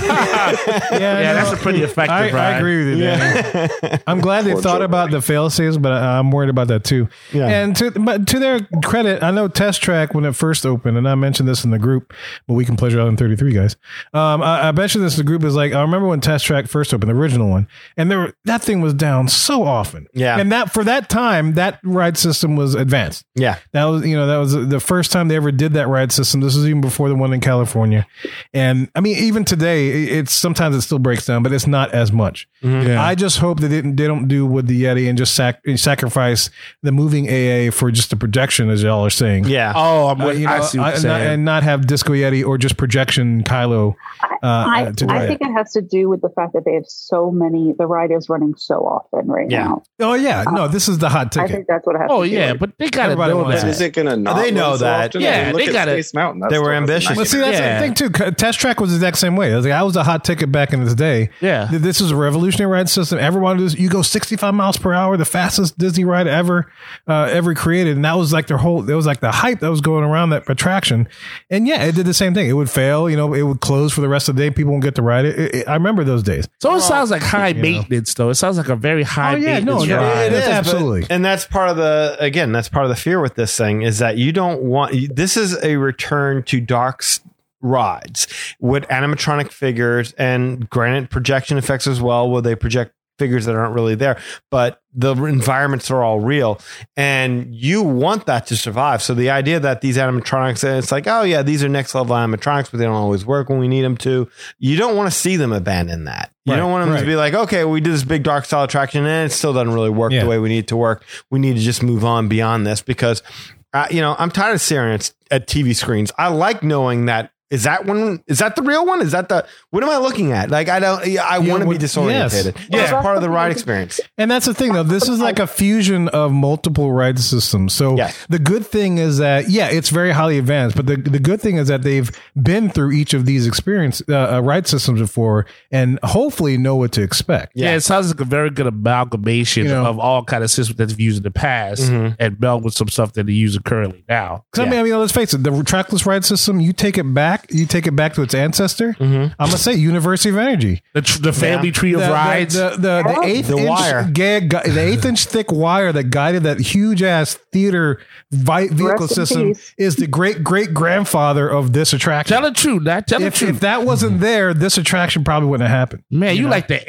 C: Yeah,
E: yeah,
C: no,
E: that's a pretty effective
C: I,
E: ride.
C: I agree with you. Danny. I'm glad they
G: Poor
C: thought
G: Joe
C: about the fail safes, but I- I'm worried about that too.
D: Yeah.
C: And to but to their credit, I know Test Track when it first opened, and I mentioned this in the group, but we can pleasure out in 133, guys. Um, I, I bet you this group is like, I remember when Test Track first opened, the original one, and there were, that thing was down so often.
D: Yeah.
C: And that for that time, that ride system was advanced.
D: Yeah.
C: That was, you know, that was the first time they ever did that ride system. This was even before the one in California. And I mean, even today, it- it's sometimes it still breaks down, but it's not as much.
E: Yeah.
C: I just hope they didn't they don't do with the Yeti and just sac- sacrifice the moving AA for just the projection, as y'all are saying.
D: Yeah.
E: oh, I'm
C: Uh,
E: with,
C: you
E: I
C: know,
E: see what
C: I-
E: you're
C: and, not,
E: saying.
C: and not have Disco Yeti or just projection Kylo. Uh,
I: I,
C: uh, to
I: I
C: Riot.
I: think it has to do with the fact that they have so many. The ride is running so often right
D: Yeah.
I: now.
C: oh yeah, no, this is the hot
I: I
C: ticket.
I: think that's what it has.
E: oh
I: to do
E: yeah,
I: with.
E: but they gotta
C: Everybody
E: know
C: wants
E: that.
C: it.
G: Is it going to not?
D: They know
G: run so
D: that.
G: often? I
E: Yeah,
G: mean, look
E: they
G: at
E: gotta-
G: Space Mountain. That
D: They were
G: still has a
D: ambitious.
G: nice-
C: Well, see, that's
E: Yeah.
C: the thing too. C- Test track was the exact same way. I was like, I was a hot ticket back in the day.
E: Yeah.
C: Th- this is a revolutionary ride system. Everyone does. You go 65 miles per hour, the fastest Disney ride ever, uh, ever created, and that was like their whole. That was like the hype that was going around that attraction, and yeah, it did the same thing. It would fail. You know, it would close for the rest of the day. People won't get to ride it. It- it- I remember those days.
E: So it sounds like high maintenance, though. It sounds like a very high
C: Oh, yeah, no,
E: maintenance
C: no,
E: ride.
C: it is.
D: but-
C: Absolutely.
D: and that's part of the again, that's part of the fear with this thing is that you don't want you- this is a return to dark s- rides with animatronic figures and granted projection effects as well, where they project figures that aren't really there, but the environments are all real and you want that to survive. So the idea that these animatronics, and it's like, oh yeah, these are next level animatronics, but they don't always work when we need them to. You don't want to see them abandon that. You
C: Right,
D: don't want them
C: right.
D: to be like, okay, we did this big dark style attraction and it still doesn't really work
C: Yeah.
D: the way we need it to work. We need to just move on beyond this because, uh, you know, I'm tired of staring at, at TV screens. I like knowing that. Is that one? Is that the real one? Is that the? What am I looking at? Like I don't. I
C: Yeah,
D: want to
C: what-
D: be disoriented.
C: yes.
D: Yeah,
C: Yeah.
D: part of the ride experience.
C: And that's the thing, though. This is like a fusion of multiple ride systems. So
D: Yes.
C: the good thing is that yeah, it's very highly advanced. But the, the good thing is that they've been through each of these experience uh, uh, ride systems before, and hopefully know what to expect.
E: Yeah. it sounds like a very good amalgamation
C: You know.
E: of all kind of systems that they've used in the past and meld with some stuff that they use currently now.
C: 'Cause I mean, I mean, let's face it, the trackless ride system. You take it back, you take it back to its ancestor.
D: Mm-hmm.
C: I'm gonna say University of Energy.
E: The, tr- the family tree of
C: the,
E: rides.
C: The, the, the- the eighth
D: The
C: inch
D: wire.
C: ga- gu- the eighth inch thick wire that guided that huge ass theater vi-
I: Rest
C: vehicle
I: in
C: system
I: peace.
C: is the great great grandfather of this attraction.
E: tell the truth, not tell the
C: if, if
E: truth.
C: that wasn't there, this attraction probably wouldn't have happened.
E: Man, you, like the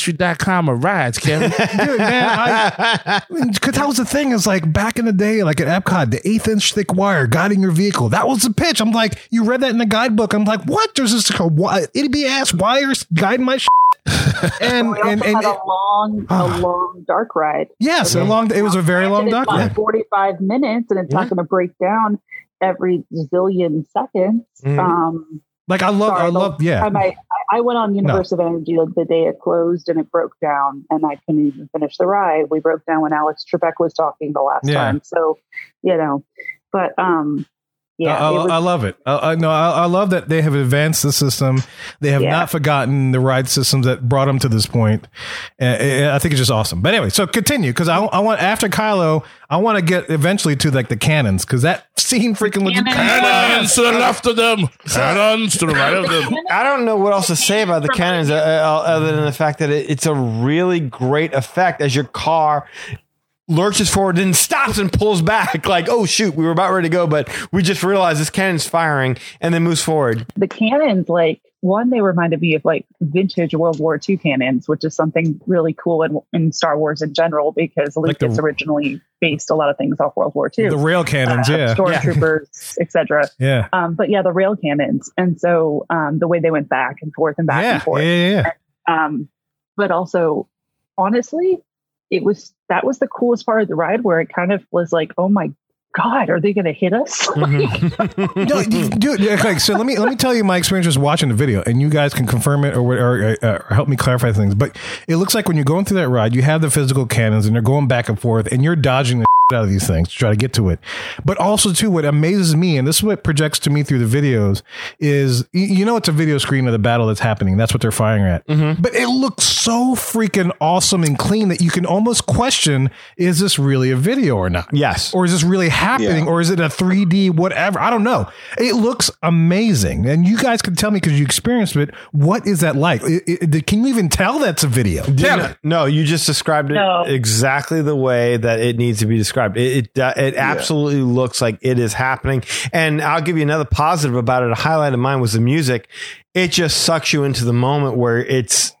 E: ancestry.com of rides, Kevin.
C: Dude, man, I, cause that was the thing. Is like back in the day, like at Epcot, the eighth inch thick wire guiding your vehicle. That was the pitch. I'm like, you read that in the guidebook. I'm like, what? There's this like, a wi- itty ass wires guiding my. Shit. and
I: We also
C: and,
I: had
C: and
I: a long, a long dark ride.
C: yes, a long. It was a very long document.
I: Forty-five minutes, and it's not going to break down every zillion seconds.
D: Mhm.
E: Mm-hmm.
I: Um,
C: Like I love, I
I: Sorry,
C: love,
I: the
C: yeah.
I: time I, I I went on Universe of Energy the day it closed and it broke down and I couldn't even finish the ride. We broke down when Alex Trebek was talking the last
C: Yeah.
I: time. So, you know, but um, yeah,
E: Uh,
C: I, I,
I: it was-
C: I love it. I, I no, I, I love that they have advanced the system. They have
I: Yeah.
C: not forgotten the ride systems that brought them to this point. And- and I think it's just awesome. But anyway, so continue because I, I want after Kylo, I want to get eventually to like the cannons because that scene freaking legit.
E: Cannons to the left of them. Cannons to the right of them.
D: I don't know what else to say about the cannons uh, uh, other than the fact that it, it's a really great effect as your car lurches forward and stops and pulls back like oh shoot we were about ready to go but we just realized this cannon's firing and then moves forward
I: the cannons, like one, they reminded me of like vintage World War II cannons, which is something really cool in, in Star Wars in general because
C: Like the-
I: Lucas originally based a lot of things off World War II,
C: The rail cannons,
I: uh,
C: yeah,
I: stormtroopers, etc.
C: yeah,
I: Um, but yeah, the rail cannons, and so um, the way they went back and forth and back
C: yeah,
I: and forth.
C: yeah, yeah.
I: um, but also honestly it was that was the coolest part of the ride where it kind of was like oh my god are they going to hit us
C: no, dude. yeah, Okay, so let me let me tell you my experience just watching the video, and you guys can confirm it or what- or, uh, or help me clarify things. But it looks like when you're going through that ride, you have the physical cannons, and they're going back and forth, and you're dodging the shit out of these things to try to get to it. But also, too, what amazes me, and this is what projects to me through the videos, is y- you know it's a video screen of the battle that's happening. That's what they're firing at. But it looks so freaking awesome and clean that you can almost question: Is this really a video or not?
D: yes
C: or is this really happening
G: Yeah.
C: or is it a 3d whatever i don't know it looks amazing and you guys can tell me because you experienced it what is that like I- I- can you even tell that's a video
D: no, no, you just described it
I: No.
D: exactly the way that it needs to be described. It it, uh, it absolutely looks like it is happening. And I'll give you another positive about it. A highlight of mine was the music. It just sucks you into the moment where it's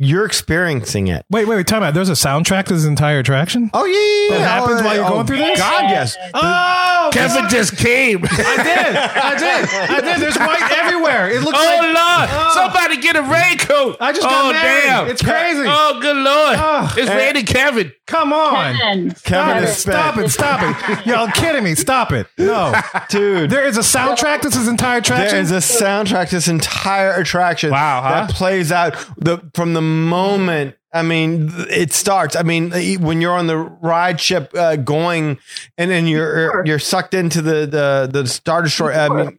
D: you're experiencing it.
C: Wait, wait, wait, time out. There's a soundtrack to this entire attraction?
D: Oh yeah,
C: That happens while you're going through this?
D: God, yes. Ah,
C: Oh,
E: Kevin just came.
C: I did. I did. I did. There's white everywhere. It looks
E: oh
C: like.
E: Lord! Somebody get a raincoat.
C: I just got
E: oh,
C: married.
E: Damn.
C: It's crazy.
E: Oh good lord!
C: Oh.
E: it's Lady Kevin.
C: Come on.
I: Kevin,
D: Kevin is
C: Stop
D: spent.
C: it. Stop it. Y'all kidding me. Stop it. No.
D: dude.
C: There is a soundtrack to this entire attraction.
D: There is a soundtrack to this entire attraction.
E: Wow, huh?
D: That plays out the from the moment. I mean, th- it starts. I mean, e- when you're on the ride ship uh, going, and then you're you're sucked into the the the star destroyer. I mean,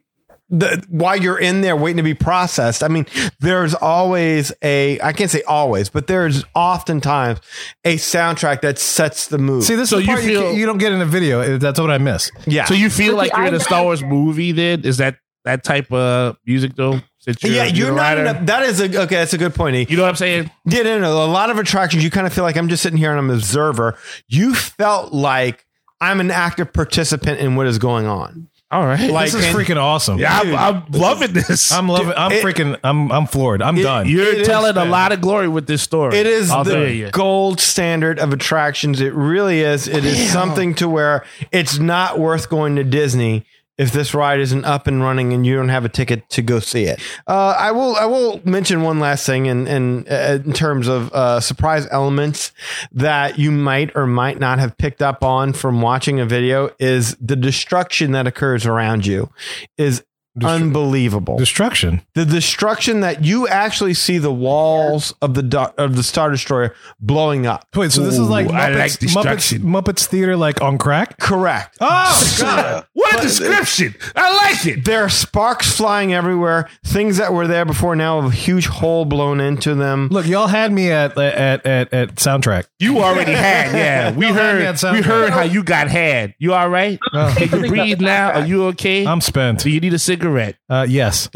D: the, while you're in there waiting to be processed, I mean, there's always a I can't say always, but there's oftentimes a soundtrack that sets the mood.
C: See, this
E: So
C: is the
E: you
C: part you,
E: feel-
C: can't- you don't get in a video. That's what I miss.
D: yeah,
E: So you feel
I: With
E: like
I: the
E: you're in a
I: eyebrows
E: Star Wars
I: there.
E: movie? Then is that that type of music though? Since
D: yeah, you're
E: a
D: not.
E: rider?
D: In a, that is a okay. That's a good point. E.
E: You know what I'm saying?
D: Yeah, no, no. A lot of attractions, you kind of feel like I'm just sitting here and I'm an observer. You felt like I'm an active participant in what is going on.
E: All right.
D: Like,
C: this is
D: and
C: freaking awesome.
E: yeah, I'm, I'm loving this.
C: I'm loving. I'm
D: It-
C: freaking. I'm. I'm floored. I'm
D: It-
C: done.
D: It
E: You're
D: is
E: telling a
D: bad.
E: lot of glory with this story.
D: It is
E: I'll tell
D: the
E: you.
D: gold standard of attractions. It really is. It is something to where it's not worth going to Disney if this ride isn't up and running and you don't have a ticket to go see it. Uh, I will. I will mention one last thing, in in, uh, in terms of uh, surprise elements that you might or might not have picked up on from watching a video is the destruction that occurs around you is unbelievable
C: Destruction.
D: the destruction that you actually see the walls of the do- of the star destroyer blowing up.
C: Wait. So this is like
E: Ooh,
C: Muppets,
E: I like
C: Muppets,
E: destruction.
C: Muppets theater, like on crack.
D: Correct.
C: Oh God.
E: What a description! I like it.
D: There are sparks flying everywhere. Things that were there before now have a huge hole blown into them.
C: Look, y'all had me at at at, at soundtrack.
E: You already had, yeah. We
C: Don't hand me
E: heard,
C: that sound
E: we
C: effect.
E: heard how you got had. You all right? Can you breathe now? Are you okay?
C: I'm spent.
E: Do you need a cigarette?
C: Uh, yes.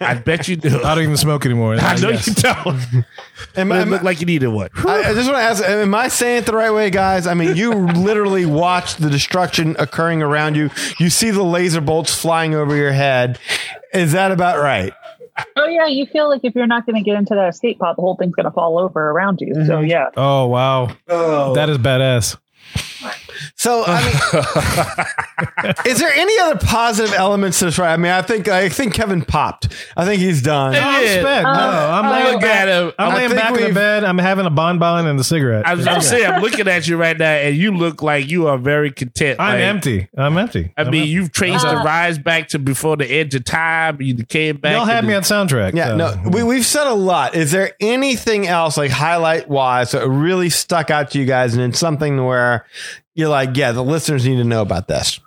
E: I bet you do.
C: I don't even smoke anymore.
E: I know
C: Uh, Yes.
E: you don't.
D: Am,
E: But it
D: am-
E: looked like you needed one.
D: I, I just want to ask: Am I saying it the right way, guys? I mean, you literally watch the destruction occurring around you. You see the laser bolts flying over your head. Is that about right?
I: Oh yeah, you feel like if you're not going to get into that escape pod, the whole thing's going to fall over around you. So yeah,
C: Oh wow. Oh. That is badass.
D: So I mean, is there any other positive elements to this ride? I mean, I think I think Kevin popped. I think he's done.
C: I'm
E: Yeah.
C: spent. no, I'm
E: I
C: laying
E: look
C: back.
E: at him.
C: I'm
E: I
C: laying
D: think
C: back in the
D: we've-
C: bed. I'm having a bonbon and a cigarette.
E: I was, I'm
C: Yeah.
E: saying, I'm looking at you right now, and you look like you are very content.
C: I'm
E: Like,
C: empty. I'm empty.
E: I
C: I'm
E: mean,
C: empty.
E: you've traced
I: Uh,
E: the rise back to before the edge of time. You came back.
C: y'all had
E: and-
C: me on soundtrack.
D: Yeah,
C: so-
D: no, we, we've said a lot. Is there anything else, like highlight wise, that really stuck out to you guys? And it's something where you're like, yeah, the listeners need to know about this.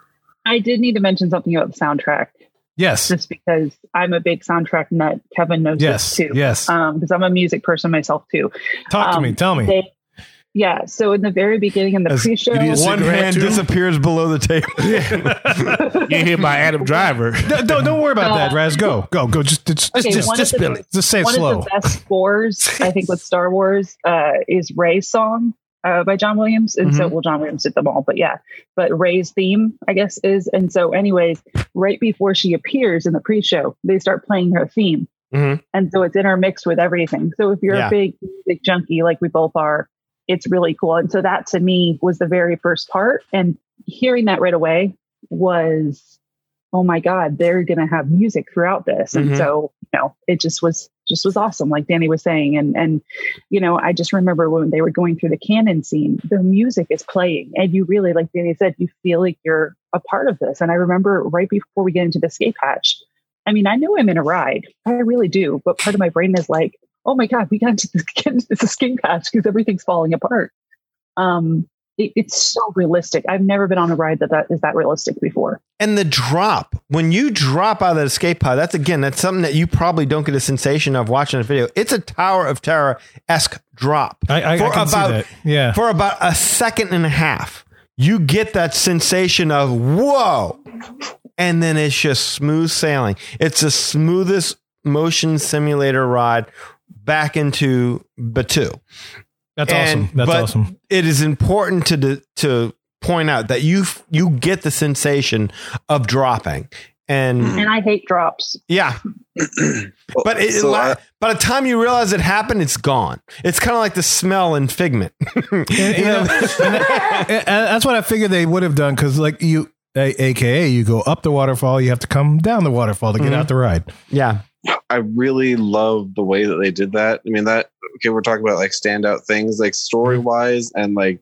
I: I did need to mention something about the soundtrack,
C: yes,
I: just because I'm a big soundtrack nut. Kevin knows
C: yes,
I: this too,
C: yes.
I: because I'm a music person myself too.
C: Talk to
I: um,
C: me. Tell me.
I: They- yeah, so in the very beginning in the
D: As-
I: pre-show,
E: you need to-
D: One
E: cigarette
D: hand
E: too?
D: disappears below the table.
E: You hear by Adam Driver.
C: No, don't don't worry about that, Raz. Go, go, go. Just just
I: Okay,
C: just,
I: one
C: just,
I: of the-
E: spill it.
C: just say it
I: one
C: slow.
I: of the best scores I think with Star Wars uh, is Ray's song uh, by John Williams, and
C: Mm-hmm.
I: so well, John Williams did them all, but yeah, but Ray's theme I guess is, and so anyways, right before she appears in the pre-show, they start playing her theme,
C: Mm-hmm.
D: Mhm.
I: and so it's intermixed with everything. So if you're
D: Yeah.
I: a big music junkie like we both are, it's really cool, and so that to me was the very first part, and hearing that right away was. Oh my God, they're gonna have music throughout this.
D: Mhm.
I: And so you know, it just was just was awesome, like Danny was saying. And and you know, I just remember when they were going through the cannon scene, the music is playing, and you really, like Danny said, you feel like you're a part of this. And I remember right before we get into the escape hatch, I mean, I know I'm in a ride, I really do, but part of my brain is like, oh my god, we got to this, get into this escape hatch because everything's falling apart. Um, it, it's so realistic. I've never been on a ride that that is that realistic before.
D: and the drop when you drop out of that escape pod that's again that's something that you probably don't get a sensation of watching a video it's a tower of terror esque drop
C: I, I, I
D: for
C: can
D: about-
C: see that. Yeah.
D: for about a second and a half you get that sensation of whoa and then it's just smooth sailing it's the smoothest motion simulator ride back into batu
C: That's
D: and-
C: awesome. That's
D: but-
C: awesome.
D: it is important to to point out that you you get the sensation of dropping, and
I: And I hate drops.
D: yeah, but it,
G: So uh, I-
D: by the time you realize it happened, it's gone. It's kind of like the smell in Figment. You know?
C: and that's what I figured they would have done because, like you, a- aka, you go up the waterfall, you have to come down the waterfall to get
D: Mhm.
C: out the ride.
D: yeah,
G: I really love the way that they did that. I mean, that okay, we're talking about like standout things, like story wise and like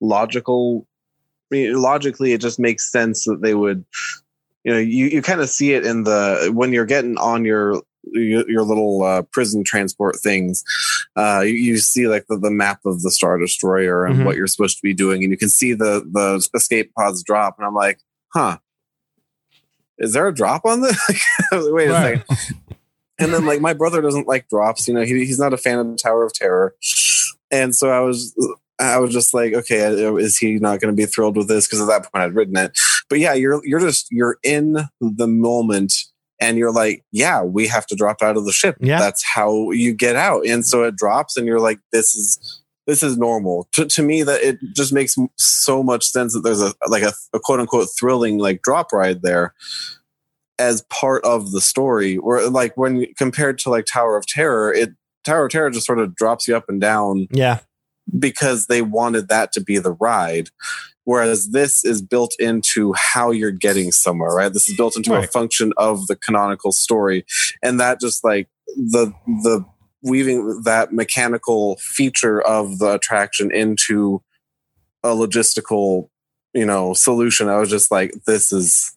G: logical. I mean, logically, it just makes sense that they would. You know, you, you kind of see it in the when you're getting on your your, your little uh, prison transport things. Uh, you, you see like the, the map of the Star Destroyer and
D: Mhm.
G: what you're supposed to be doing, and you can see the the escape pods drop. And I'm like, huh. Is there a drop on this? Wait a
C: Right.
G: second and then like my brother doesn't like drops you know he, he's not a fan of tower of terror and so i was i was just like okay is he not going to be thrilled with this because at that point i'd written it but yeah you're you're just you're in the moment and you're like yeah we have to drop out of the ship
D: Yeah.
G: that's how you get out and so it drops and you're like this is this is normal to, to me that it just makes m- so much sense that there's a like a, a quote unquote thrilling like drop ride there as part of the story or like when compared to like tower of terror it tower of terror just sort of drops you up and down
D: yeah,
G: because they wanted that to be the ride. Whereas this is built into how you're getting somewhere, right? This is built into a
D: Right.
G: function of the canonical story. And that just like the the weaving that mechanical feature of the attraction into a logistical, you know, solution. I was just like, this is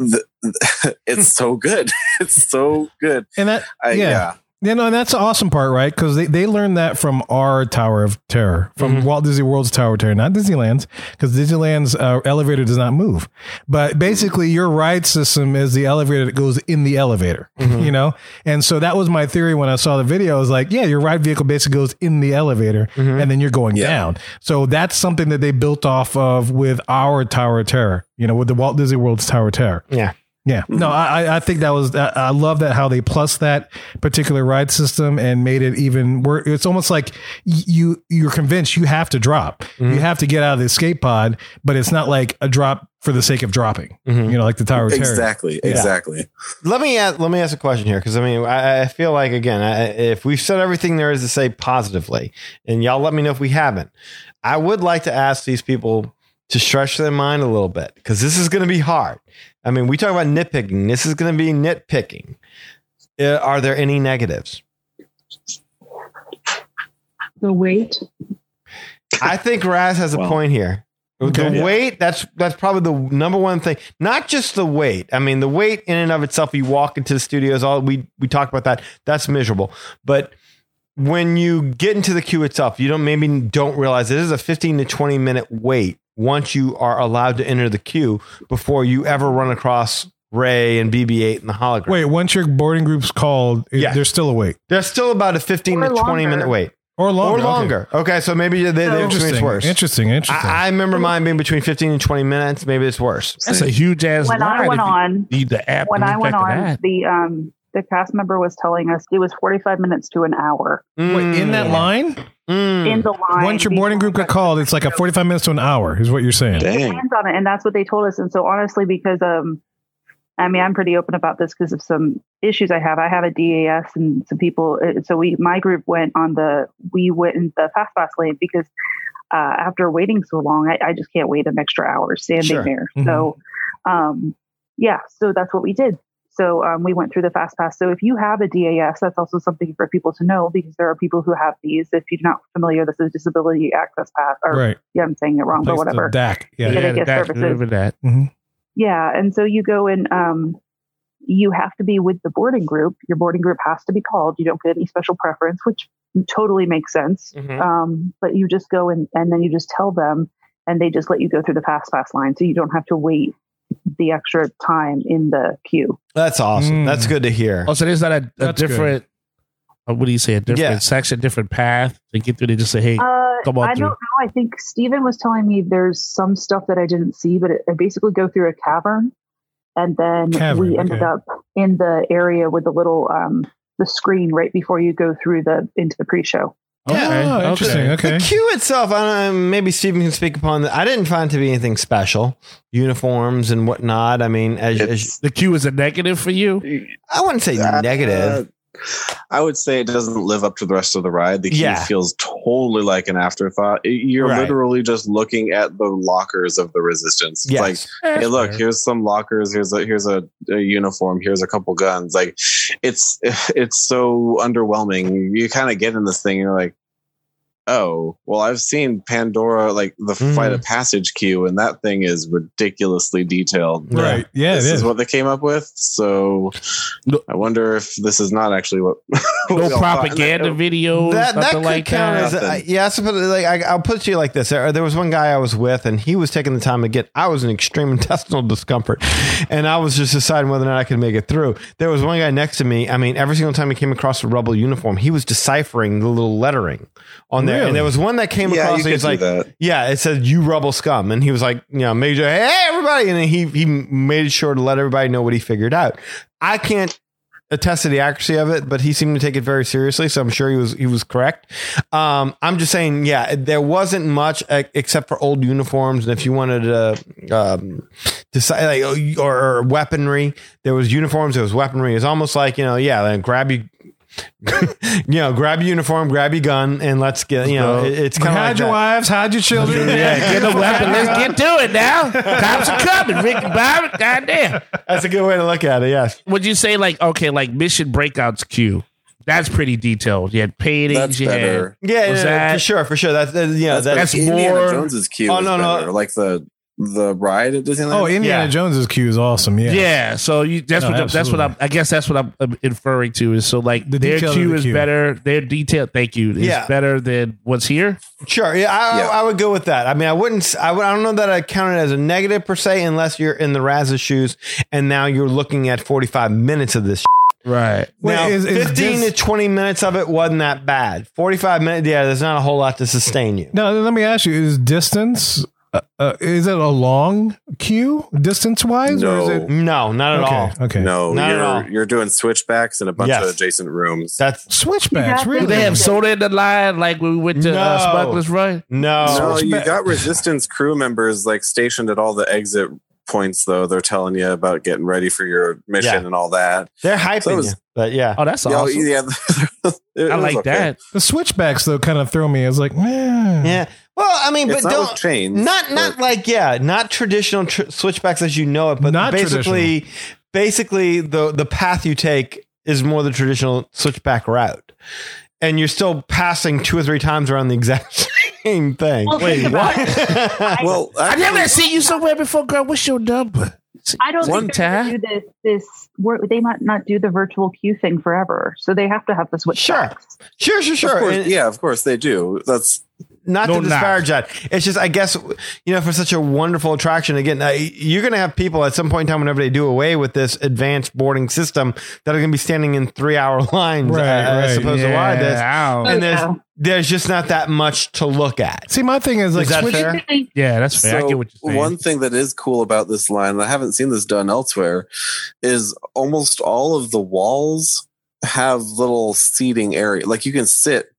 G: th- it's so good. it's so good.
C: And that,
G: I,
C: Yeah.
G: yeah.
C: you know, and that's the awesome part, right? Because they, they learned that from our Tower of Terror, from
D: Mhm.
C: Walt Disney World's Tower of Terror, not Disneyland's, because Disneyland's uh, elevator does not move. But basically, your ride system is the elevator that goes in the elevator. you know and so that was my theory when i saw the video i was like yeah your ride vehicle basically goes in the elevator
D: Mhm.
C: and then you're going
G: Yeah.
C: down so that's something that they built off of with our tower of terror you know with the walt disney world's tower of terror
D: Yeah.
C: yeah
D: Mm-hmm.
C: no i I- i think that was i I love that how they plus that particular ride system and made it even where it's almost like y- you you're convinced you have to drop
D: Mm-hmm.
C: you have to get out of the escape pod but it's not like a drop for the sake of dropping
D: Mhm.
C: you know like the tower of terror
G: Exactly. Exactly.
D: let me ask, let me ask a question here because I mean I, I feel like again I, if we've said everything there is to say positively and y'all let me know if we haven't I would like to ask these people to stretch their mind a little bit because this is going to be hard I mean we talk about nitpicking this is going to be nitpicking Uh, are there any negatives
I: The weight.
D: I think Raz has a
G: Well.
D: point here.
C: Okay.
D: The weight, that's that's probably the number one thing. Not just the weight. I mean, the weight in and of itself, you walk into the studios, all we we talk about that. That's miserable. But when you get into the queue itself, you don't maybe don't realize it is a 15 to 20 minute wait once you are allowed to enter the queue before you ever run across Ray and BB-8 and the hologram.
C: Wait, once your boarding group's called, it-
D: Yeah.
C: they're still awake
D: There's still about a 15
I: Or
D: to 20
I: longer.
D: minute wait
C: or longer.
D: or
C: okay.
D: longer. Okay, so maybe they, they, it's
C: Interesting.
D: worse.
C: Interesting. Interesting.
D: I, I remember mine being between 15 and 20 minutes. Maybe it's worse.
E: That's a huge ass
I: When
E: line.
I: I went
E: if you
I: on,
E: need the app.
I: when
E: to
I: I went
E: look
I: on,
E: at that.
I: the um the cast member was telling us it was 45 minutes to an hour
C: Wait, in that line,
E: Hmm.
D: Mm.
I: in the line.
C: once your boarding group got called, it's like a forty-five minutes to an hour, is what you're saying.
G: Dang.
I: depends on it, and that's what they told us. And so, honestly, because um, I mean, I'm pretty open about this because of some issues I have. I have a DAS and some people. uh, So we, my group went on the we went in the fast pass lane because uh, after waiting so long, I, I just can't wait an extra hour standing
D: Sure.
I: there. So, um, yeah, so that's what we did. So um, we went through the fast pass. So if you have a DAS, that's also something for people to know because there are people who have these. If you're not familiar, this is disability access pass, or
C: Right.
I: yeah, I'm saying it wrong, but
C: Place the
I: whatever.
C: DAC. Yeah.
I: Yeah.
C: yeah.
I: they get
E: that-
I: services.
E: remember that.
I: Yeah, and so you go and um, you have to be with the boarding group. Your boarding group has to be called. You don't get any special preference, which totally makes sense.
D: Mhm.
I: Um, but you just go and and then you just tell them, and they just let you go through the fast pass line, so you don't have to wait the extra time in the queue.
D: That's awesome.
C: Mm.
D: That's good to hear.
E: Oh, so there's not a, a
C: That's good.
E: different. uh, What do you say? A different
D: Yeah.
E: section, different path to get through. They just say, "Hey,
I: Uh,
E: Come on
I: I
E: through.
I: don't know. I think Steven was telling me there's some stuff that I didn't see, but it, I basically go through a cavern, and then
C: Cavern,
I: we ended
C: okay.
I: up in the area with the little um, the screen right before you go through the into the pre-show.
C: Oh, interesting. Okay.
D: The queue itself, I don't know, maybe Stephen can speak upon that. I didn't find it to be anything special, uniforms and whatnot. I mean, as, as
G: It's-
E: The Q is a negative for you.
D: I wouldn't say
G: Uh,
D: negative.
G: I would say it doesn't live up to the rest of the ride. The queue
D: Yeah.
G: feels totally like an afterthought. It- You're
D: Right.
G: literally just looking at the lockers of the resistance. It's
D: Yes.
G: like hey look here's some lockers here's a here's a, a uniform here's a couple guns like it's it's so underwhelming you kind of get in this thing and you're like oh well i've seen pandora like the
D: Mhm.
G: flight of passage queue and that thing is ridiculously detailed
C: Right. Yeah,
G: this
C: it
G: is
C: is.
G: what they came up with so
E: No-
G: i wonder if this is not actually what what
I: Oh,
G: we
E: No
G: all thought.
E: propaganda videos.
D: that that
E: nothing
D: could
E: like
D: count as
E: that.
D: I, yeah. I suppose, like I, I'll put it to you like this: there, there was one guy I was with, and he was taking the time to get. I was in extreme intestinal discomfort, and I was just deciding whether or not I could make it through. There was one guy next to me. I mean, every single time he came across a rebel uniform, he was deciphering the little lettering on there.
C: Really?
D: And there was one that came
G: yeah
D: across.
G: you
D: and he
G: could
D: was
G: do
D: like,
G: that
D: Yeah, it said "you rubble scum," and he was like, you know, major, hey everybody, and then he he made sure to let everybody know what he figured out. I can't attest to the accuracy of it, but he seemed to take it very seriously, so I'm sure he was he was correct. Um, I'm just saying, yeah, there wasn't much uh, except for old uniforms, and if you wanted to um, decide like oh, you- or, or weaponry, there was uniforms, there was weaponry. It's almost like you know, yeah, like grab you. you know, grab your uniform, grab your gun, and let's get. You know,
E: Go.
D: it- it's kind of like
C: Hide your
D: that.
C: wives, hide your children.
E: Yeah, get a weapon. Let's get to it now. Cops are coming. Rick Byron, goddamn.
D: That's a good way to look at it. Yes.
E: Would you say like okay, like mission breakouts queue? That's pretty detailed. You had paintings.
G: that's
E: you had-
G: better
D: Yeah,
E: Was
D: yeah,
E: that-
D: for sure, for sure. That's uh, yeah, that's,
E: That's
G: indiana
E: more-
G: jones's queue
D: Oh,
G: is
D: no, no.
G: better. like the the ride at disneyland
C: Oh, Indiana
D: Yeah.
C: Jones's queue is awesome. Yeah.
E: Yeah. so you, that's
C: No,
E: what the, that's what I'm. I guess that's what I'm, I'm inferring to is so like
C: The
E: their
C: detail of
E: queue
C: the
E: is
C: queue.
E: better. Their detail, thank you, is
D: Yeah.
E: better than what's here.
D: sure. Yeah, I, I-
G: Yeah.
D: I would go with that. I mean, I wouldn't. s- I would. I don't know that I would count it as a negative per se, unless you're in the Raz's shoes, and now you're looking at 45 minutes of this.
E: Right.
C: Wait,
D: now,
C: is- is
D: 15
C: this-
D: to 20 minutes of it wasn't that bad. 45 minutes. Yeah, there's not a whole lot to sustain you.
C: Now, let me ask you: Is distance uh, uh, is it a long queue distance wise, or is it
D: No, not at all.
C: okay? Okay,
G: No,
D: Not at all.
G: you're you're doing switchbacks in a bunch
D: Yes.
G: of adjacent rooms.
D: That's
C: switchbacks
I: Yeah.
C: really?
E: Do they have soda in the line like when we went to uh,
D: No.
E: Smuggler's Run?
D: no.
G: no, you got resistance crew members like stationed at all the exit points though. They're telling you about getting ready for your mission
D: Yeah.
G: and all that.
D: They're hyping
G: So it's-
D: you, but yeah.
E: Oh, that's
G: Y'all-
E: awesome.
G: yeah, it- it
E: I
G: was
E: like
G: okay.
E: that.
C: The switchbacks though kind of throw me. I was like, man,
D: Yeah. Well, I mean,
G: It's
D: but
G: not
D: don't
G: with chains.
D: not not
G: but-
D: like yeah not traditional tr- switchbacks as you know it but
C: Not
D: basically basically the the path you take is more the traditional switchback route and you're still passing two or three times around the exact same thing
I: Well, think Wait, about
G: well,
E: I
G: actually-
E: never seen you somewhere before, girl. What's your number?
I: I don't
E: One
I: think they're gonna
E: time.
I: do this. This work, they might not do the virtual queue thing forever, so they have to have the switch.
D: Sure.
I: backs.
D: sure sure
G: of
D: sure
G: course-
D: And
G: yeah, of course they do. That's
D: not
E: No
D: to disparage that it's just i guess you know for such a wonderful attraction again uh, you're going to have people at some point in time whenever they do away with this advanced boarding system that are going to be standing in three hour lines
C: Right,
D: uh,
C: right.
D: as opposed to why this
E: Yeah, ow.
D: and there's
I: Yeah.
D: there's just not that much to look at.
C: See, my thing is like
D: Is that
C: switch-
D: fair?
E: Yeah, that's fair. I get what you're saying.
G: One thing that is cool about this line, and I haven't seen this done elsewhere, is almost all of the walls have little seating area. Like you can sit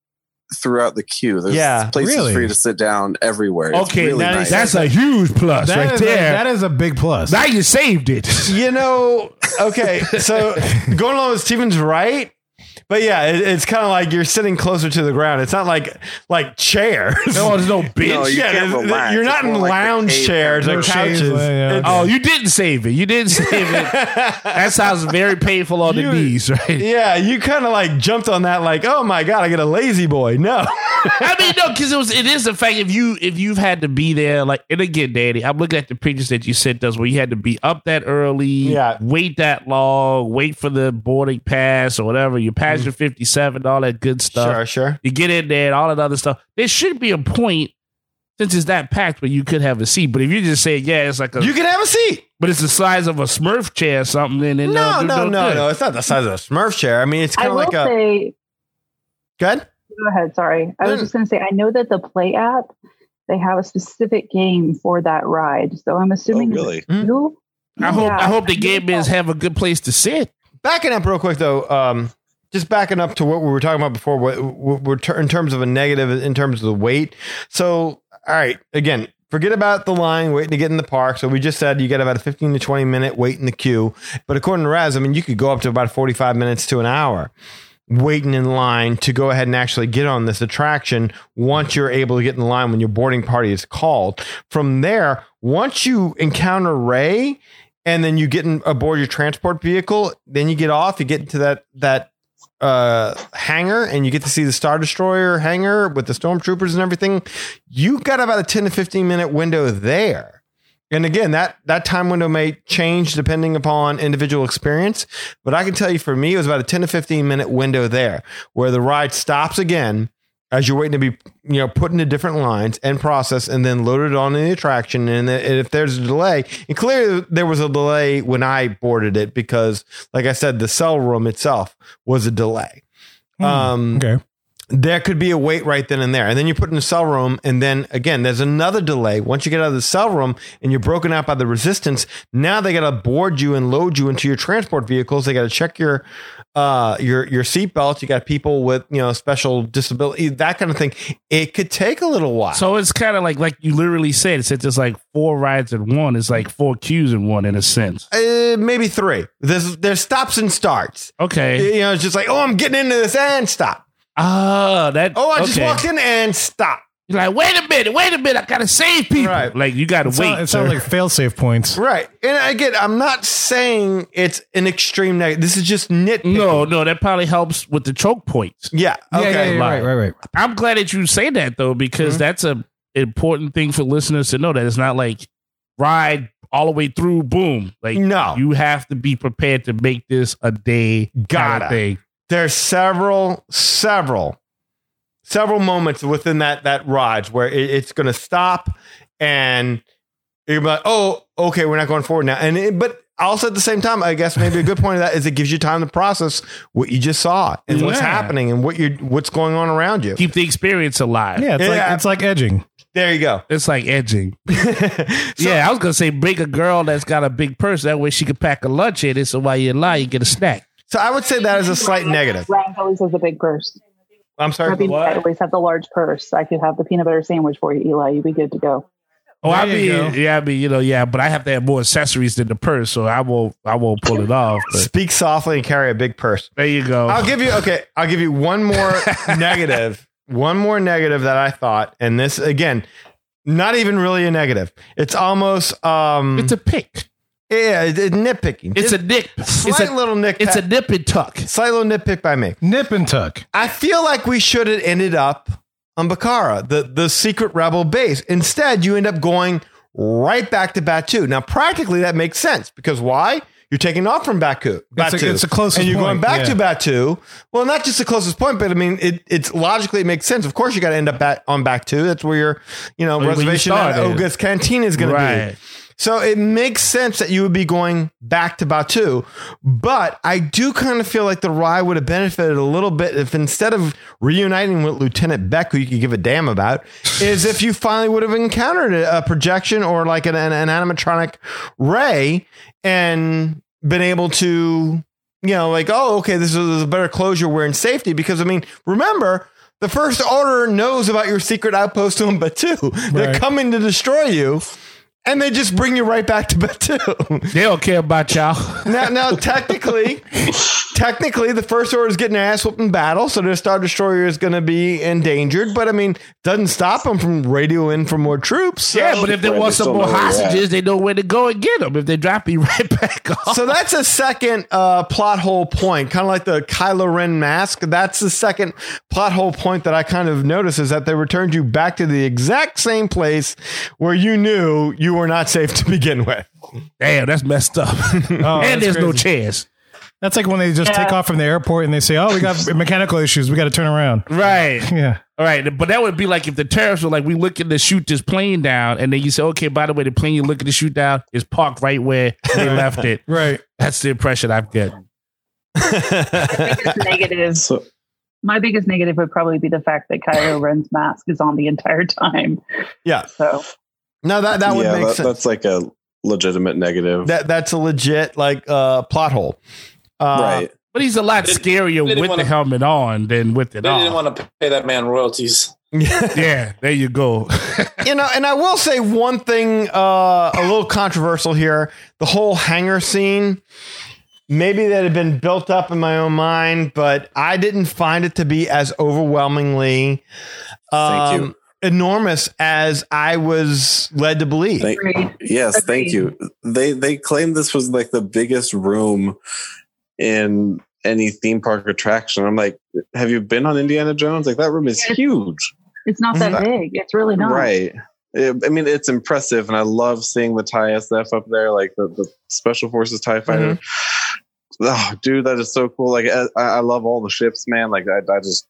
G: throughout the queue. There's
D: Yeah,
G: places
C: really?
G: for you to sit down everywhere. It's
E: okay,
G: really
E: that
G: nice.
E: is- that's a huge plus
C: That
E: right
C: is a-
E: there.
C: that is a big plus.
E: now you saved it.
D: You know, okay, so going along with Steven's right, but yeah, it, it's kind of like you're sitting closer to the ground. It's not like like chairs.
E: No, there's no bitch.
G: No, you
D: yeah,
G: can't
D: there's-
G: relax.
D: you're
G: It's
D: not in
G: more like the
D: lounge
G: cave
D: chairs and
C: or
D: couches.
C: chaise, yeah,
D: It's-
E: Oh, you didn't save it. You didn't save it. That sounds very painful on
D: You-
E: the knees, right?
D: Oh, yeah, you kind of like jumped on that, like, oh my god, I get a lazy boy. No,
E: I mean, no, because it was. It is the fact if you if you've had to be there, like, and again, Danny, I'm looking at the pictures that you sent us where you had to be up that early,
D: Yeah.
E: wait that long, wait for the boarding pass or whatever. You pass your 57, all that good stuff.
D: Mm. sure, sure.
E: You get in there and all that other stuff. There should be a point since it's that packed where you could have a seat. But if you just say, yeah, it's like a,
D: You can have a seat.
E: but it's the size of a Smurf chair or something, then it
D: No,
E: don't do
D: no, no,
E: good.
D: no. It's not the size of a Smurf chair. I mean, it's
I: I
D: kind
I: will
D: of like a
I: say,
D: good.
I: go ahead. Sorry, I was
D: Mm.
I: just going to say. I know that the Play app they have a specific game for that ride, so I'm
G: oh,
I: assuming
G: really?
I: you.
E: I hope
I: Yeah.
E: I hope the game is have a good place to sit.
D: Backing up real quick though, um, just backing up to what we were talking about before, what, what we're ter- in terms of a negative, in terms of the weight. So, all right, again, forget about the line waiting to get in the park. So we just said you get about a 15 to 20 minute wait in the queue. But according to Raz, I mean, you could go up to about 45 minutes to an hour waiting in line to go ahead and actually get on this attraction once you're able to get in line when your boarding party is called. From there, once you encounter Ray and then you get in, aboard your transport vehicle, then you get off, you get into that that uh hangar and you get to see the star destroyer hangar with the stormtroopers and everything you got about a 10 to 15 minute window there and again that that time window may change depending upon individual experience but i can tell you for me it was about a 10 to 15 minute window there where the ride stops again as you're waiting to be you know put into different lines and processed and then loaded on the attraction and then- and if there's a delay and clearly there was a delay when i boarded it because like i said the cell room itself was a delay
E: Hmm,
D: um
C: Okay.
D: there could be a wait right then and there. And then you put in the cell room, and then again, there's another delay. Once you get out of the cell room and you're broken out by the resistance, now they got to board you and load you into your transport vehicles. They got to check your uh your your seatbelt. You got people with you know special disability, that kind of thing. It could take a little while.
E: So it's kind of like like you literally said. It's just like four rides in one. It's like four queues in one in a sense.
D: uh, maybe three. There's there's stops and starts.
E: Okay.
D: You know, it's just like oh, I'm getting into this and stop.
E: Ah, that.
D: Oh, I just
E: okay.
D: walked in and stop.
E: You're like, wait a minute, wait a minute. I gotta save people.
D: Right.
E: Like you gotta
C: It
E: wait.
C: sounds, it sounds
E: sir.
C: like fail safe points.
D: Right. And again, I'm not saying it's an extreme negative. This is just nitpicking.
E: no, no, that probably helps with the choke points.
D: Yeah.
C: Yeah,
D: Okay.
C: yeah, yeah, right, right, right.
E: I'm glad that you say that though, because
D: Mm-hmm.
E: that's a important thing for listeners to know that it's not like ride all the way through, boom. Like
D: No.
E: you have to be prepared to make this a day kinda
D: Gotta.
E: thing.
D: There's several, several, several moments within that that ride where it, it's going to stop, and you're like, oh, okay, we're not going forward now. And it, but also at the same time, I guess maybe a good point of that is it gives you time to process what you just saw and what's
E: Yeah.
D: happening and what you're what's going on around you.
E: Keep the experience alive.
C: Yeah, it's
D: Yeah.
C: like it's like edging.
D: There you go.
E: It's like edging.
D: So-
E: yeah, I was gonna say bring a girl that's got a big purse. That way she could pack a lunch in it. So while you're lying, you get a snack.
D: So I would say that is a slight negative.
I: Ryan always has a big purse.
D: I'm
I: I
D: sorry.
I: mean, I always have the large purse. I could have the peanut butter sandwich for you, Eli. You'd be good to go.
E: Oh, I
C: There
E: mean,
C: you go.
E: yeah, I mean, you know, yeah, but I have to have more accessories than the purse, so I won't, I won't pull it off. But
D: Speak softly and carry a big purse.
E: there you go.
D: I'll give you okay. I'll give you one more negative. One more negative that I thought, and this again, not even really a negative. It's almost um,
E: it's a pick.
D: yeah, it's nitpicking.
E: Mm. It's a nip. It's
D: slight
E: a
D: little nitpick.
E: it's a nip and tuck.
D: slight little nitpick by me.
C: Nip and tuck.
D: I feel like we should have ended up on Bakara, the, the secret rebel base. Instead, you end up going right back to Batu. Now, practically, that makes sense because why? You're taking off from Baku. Batu.
C: it's the closest
D: And you're going
C: point,
D: back
C: yeah.
D: to Batu. Well, not just the closest point, but I mean, it, it's logically it makes sense. Of course, you got to end up back on Batu. That's where your, you know,
E: Where you
D: reservation at
E: started.
D: Oga's Canteen is going to be.
E: Right.
D: So it makes sense that you would be going back to Batu, but I do kind of feel like the ride would have benefited a little bit if instead of reuniting with Lieutenant Beck, who you could give a damn about, is if you finally would have encountered a, a projection or like an, an, an animatronic ray and been able to, you know, like, oh, okay, this is a better closure. We're in safety because I mean, remember. The first order knows about your secret outpost on Batu. They're
C: Right.
D: coming to destroy you and they just bring you right back to Batu.
E: They don't care about y'all.
D: now, now technically, technically, the first order is getting their ass whooped in battle, so their star destroyer is going to be endangered. But I mean, doesn't stop them from radioing for more troops. So,
E: Yeah, but if they
G: Right,
E: want
G: they
E: some
G: still
E: more
G: know where you're at.
E: hostages, they know where to go and get them. If they drop me right back off,
D: so that's a second uh, plot hole point, kind of like the Kylo Ren mask. That's the second plot hole point that I kind of noticed is that they returned you back to the exact same place where you knew you were not safe to begin with.
E: damn, that's messed up.
D: Oh,
C: Oh,
E: and there's no chance.
C: That's like when they just take off from the airport and they say, "Oh, we got mechanical issues. We got to turn around."
E: Right.
C: Yeah.
E: All right, but that would be like if the tariffs were like, we looking to shoot this plane down, and then you say, okay, by the way, the plane you're looking to shoot down is parked right where they left it.
C: Right.
E: That's the impression I've gotten.
I: biggest negative.
G: So-
I: My biggest negative would probably be the fact that Kylo Ren's mask is on the entire time.
D: Yeah.
I: So
D: No, that, that would
G: yeah,
D: make
G: that-
D: sense.
G: that's like a legitimate negative.
D: that that's a legit like uh plot hole. Uh,
G: right.
E: But he's a lot
F: They-
E: scarier
F: they didn't
E: with the
F: wanna-
E: helmet on than with it
F: They didn't
E: off.
F: want to pay that man royalties.
E: yeah, there you go.
D: you know, and I will say one thing uh, a little controversial here. The whole hangar scene, maybe that had been built up in my own mind, but I didn't find it to be as overwhelmingly
G: Thank you.
D: um, enormous as I was led to believe.
G: Thank-
I: Agreed.
G: Yes, thank you. They they claimed this was like the biggest room in any theme park attraction. I'm like, have you been on Indiana Jones? Like that room is huge,
I: It's not that
G: Mhm.
I: big. It's really not.
G: right? It- I mean, it's impressive, and I love seeing the Thai SF up there, like the, the Special Forces
I: Mm-hmm.
G: Tie Fighter. Oh, dude, that is so cool! Like, I, I love all the ships, man. Like, I, I just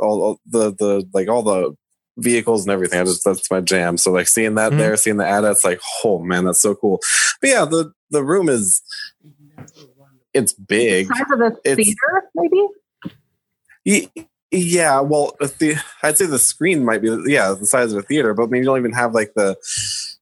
G: all, all the the like all the vehicles and everything. I just that's my jam. So like seeing that
I: Mm-hmm.
D: Mhm.
G: there, seeing the ad, it's like, oh man, that's so cool. But yeah, the the room is it's big.
I: Size of a
G: It's-
I: theater, maybe.
G: Y- Yeah, well, a the, I'd say the screen might be yeah the size of a theater, but I mean you don't even have like the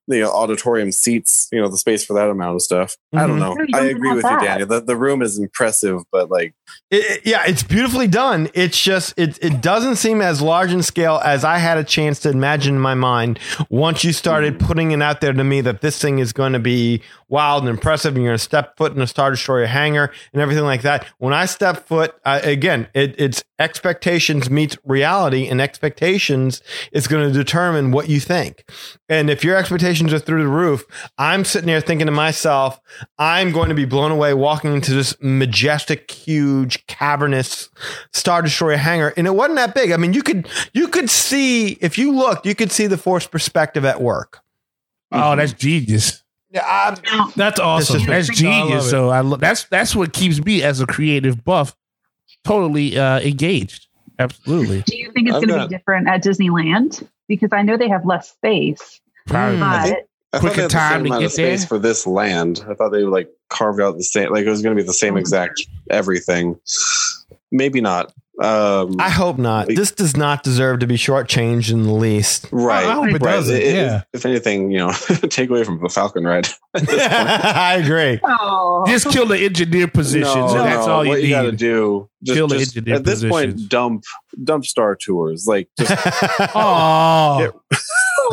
G: you know auditorium seats, you know the space for that amount of stuff. I don't
D: Mhm.
G: know.
I: No, you
G: I
I: don't
G: agree
I: have
G: with
I: that.
G: you, Daniel. The, the room is impressive, but like
D: It, it- yeah, it's beautifully done. It's just it it doesn't seem as large in scale as I had a chance to imagine in my mind. Once you started putting it out there to me that this thing is going to be wild and impressive, and you're going to step foot in a Star Destroyer hangar and everything like that. When I step foot, I, again, it, it's expectations meets reality, and expectations is going to determine what you think. And if your expectations are through the roof, I'm sitting there thinking to myself, I'm going to be blown away walking into this majestic, huge, cavernous Star Destroyer hangar. And it wasn't that big. I mean, you could you could see if you looked, you could see the force perspective at work.
E: oh, that's genius.
D: Yeah, I-
E: That's awesome.
D: just-
E: That's
D: I love
E: genius.
D: it.
E: So I lo- that's that's what keeps me as a creative buff totally uh, engaged. Absolutely.
I: Do you think it's
G: I'm
I: going to
G: not-
I: be different at Disneyland? Because I know they have less space.
D: Hmm.
E: Probably.
I: but
G: think- I
E: Quicker
G: thought they had the
E: time
G: same
E: to
G: amount of
E: get there?
G: space for this land. I thought they like carved out the same like it was going to be the same exact everything. Maybe not. Um,
D: I hope not. This does not deserve to be shortchanged in the least.
G: right.
C: I hope it
G: right.
C: doesn't,
G: It- it-
C: yeah.
G: If anything, you know, take away from the Falcon ride.
D: I agree.
I: Oh,
E: Just kill the engineer positions.
G: No,
E: that's
G: no,
E: all you
G: what
E: need.
G: you gotta do. Just,
E: Kill the
G: just-
E: engineer
G: at this
E: positions.
G: point, dump dump Star Tours. Like just
E: oh,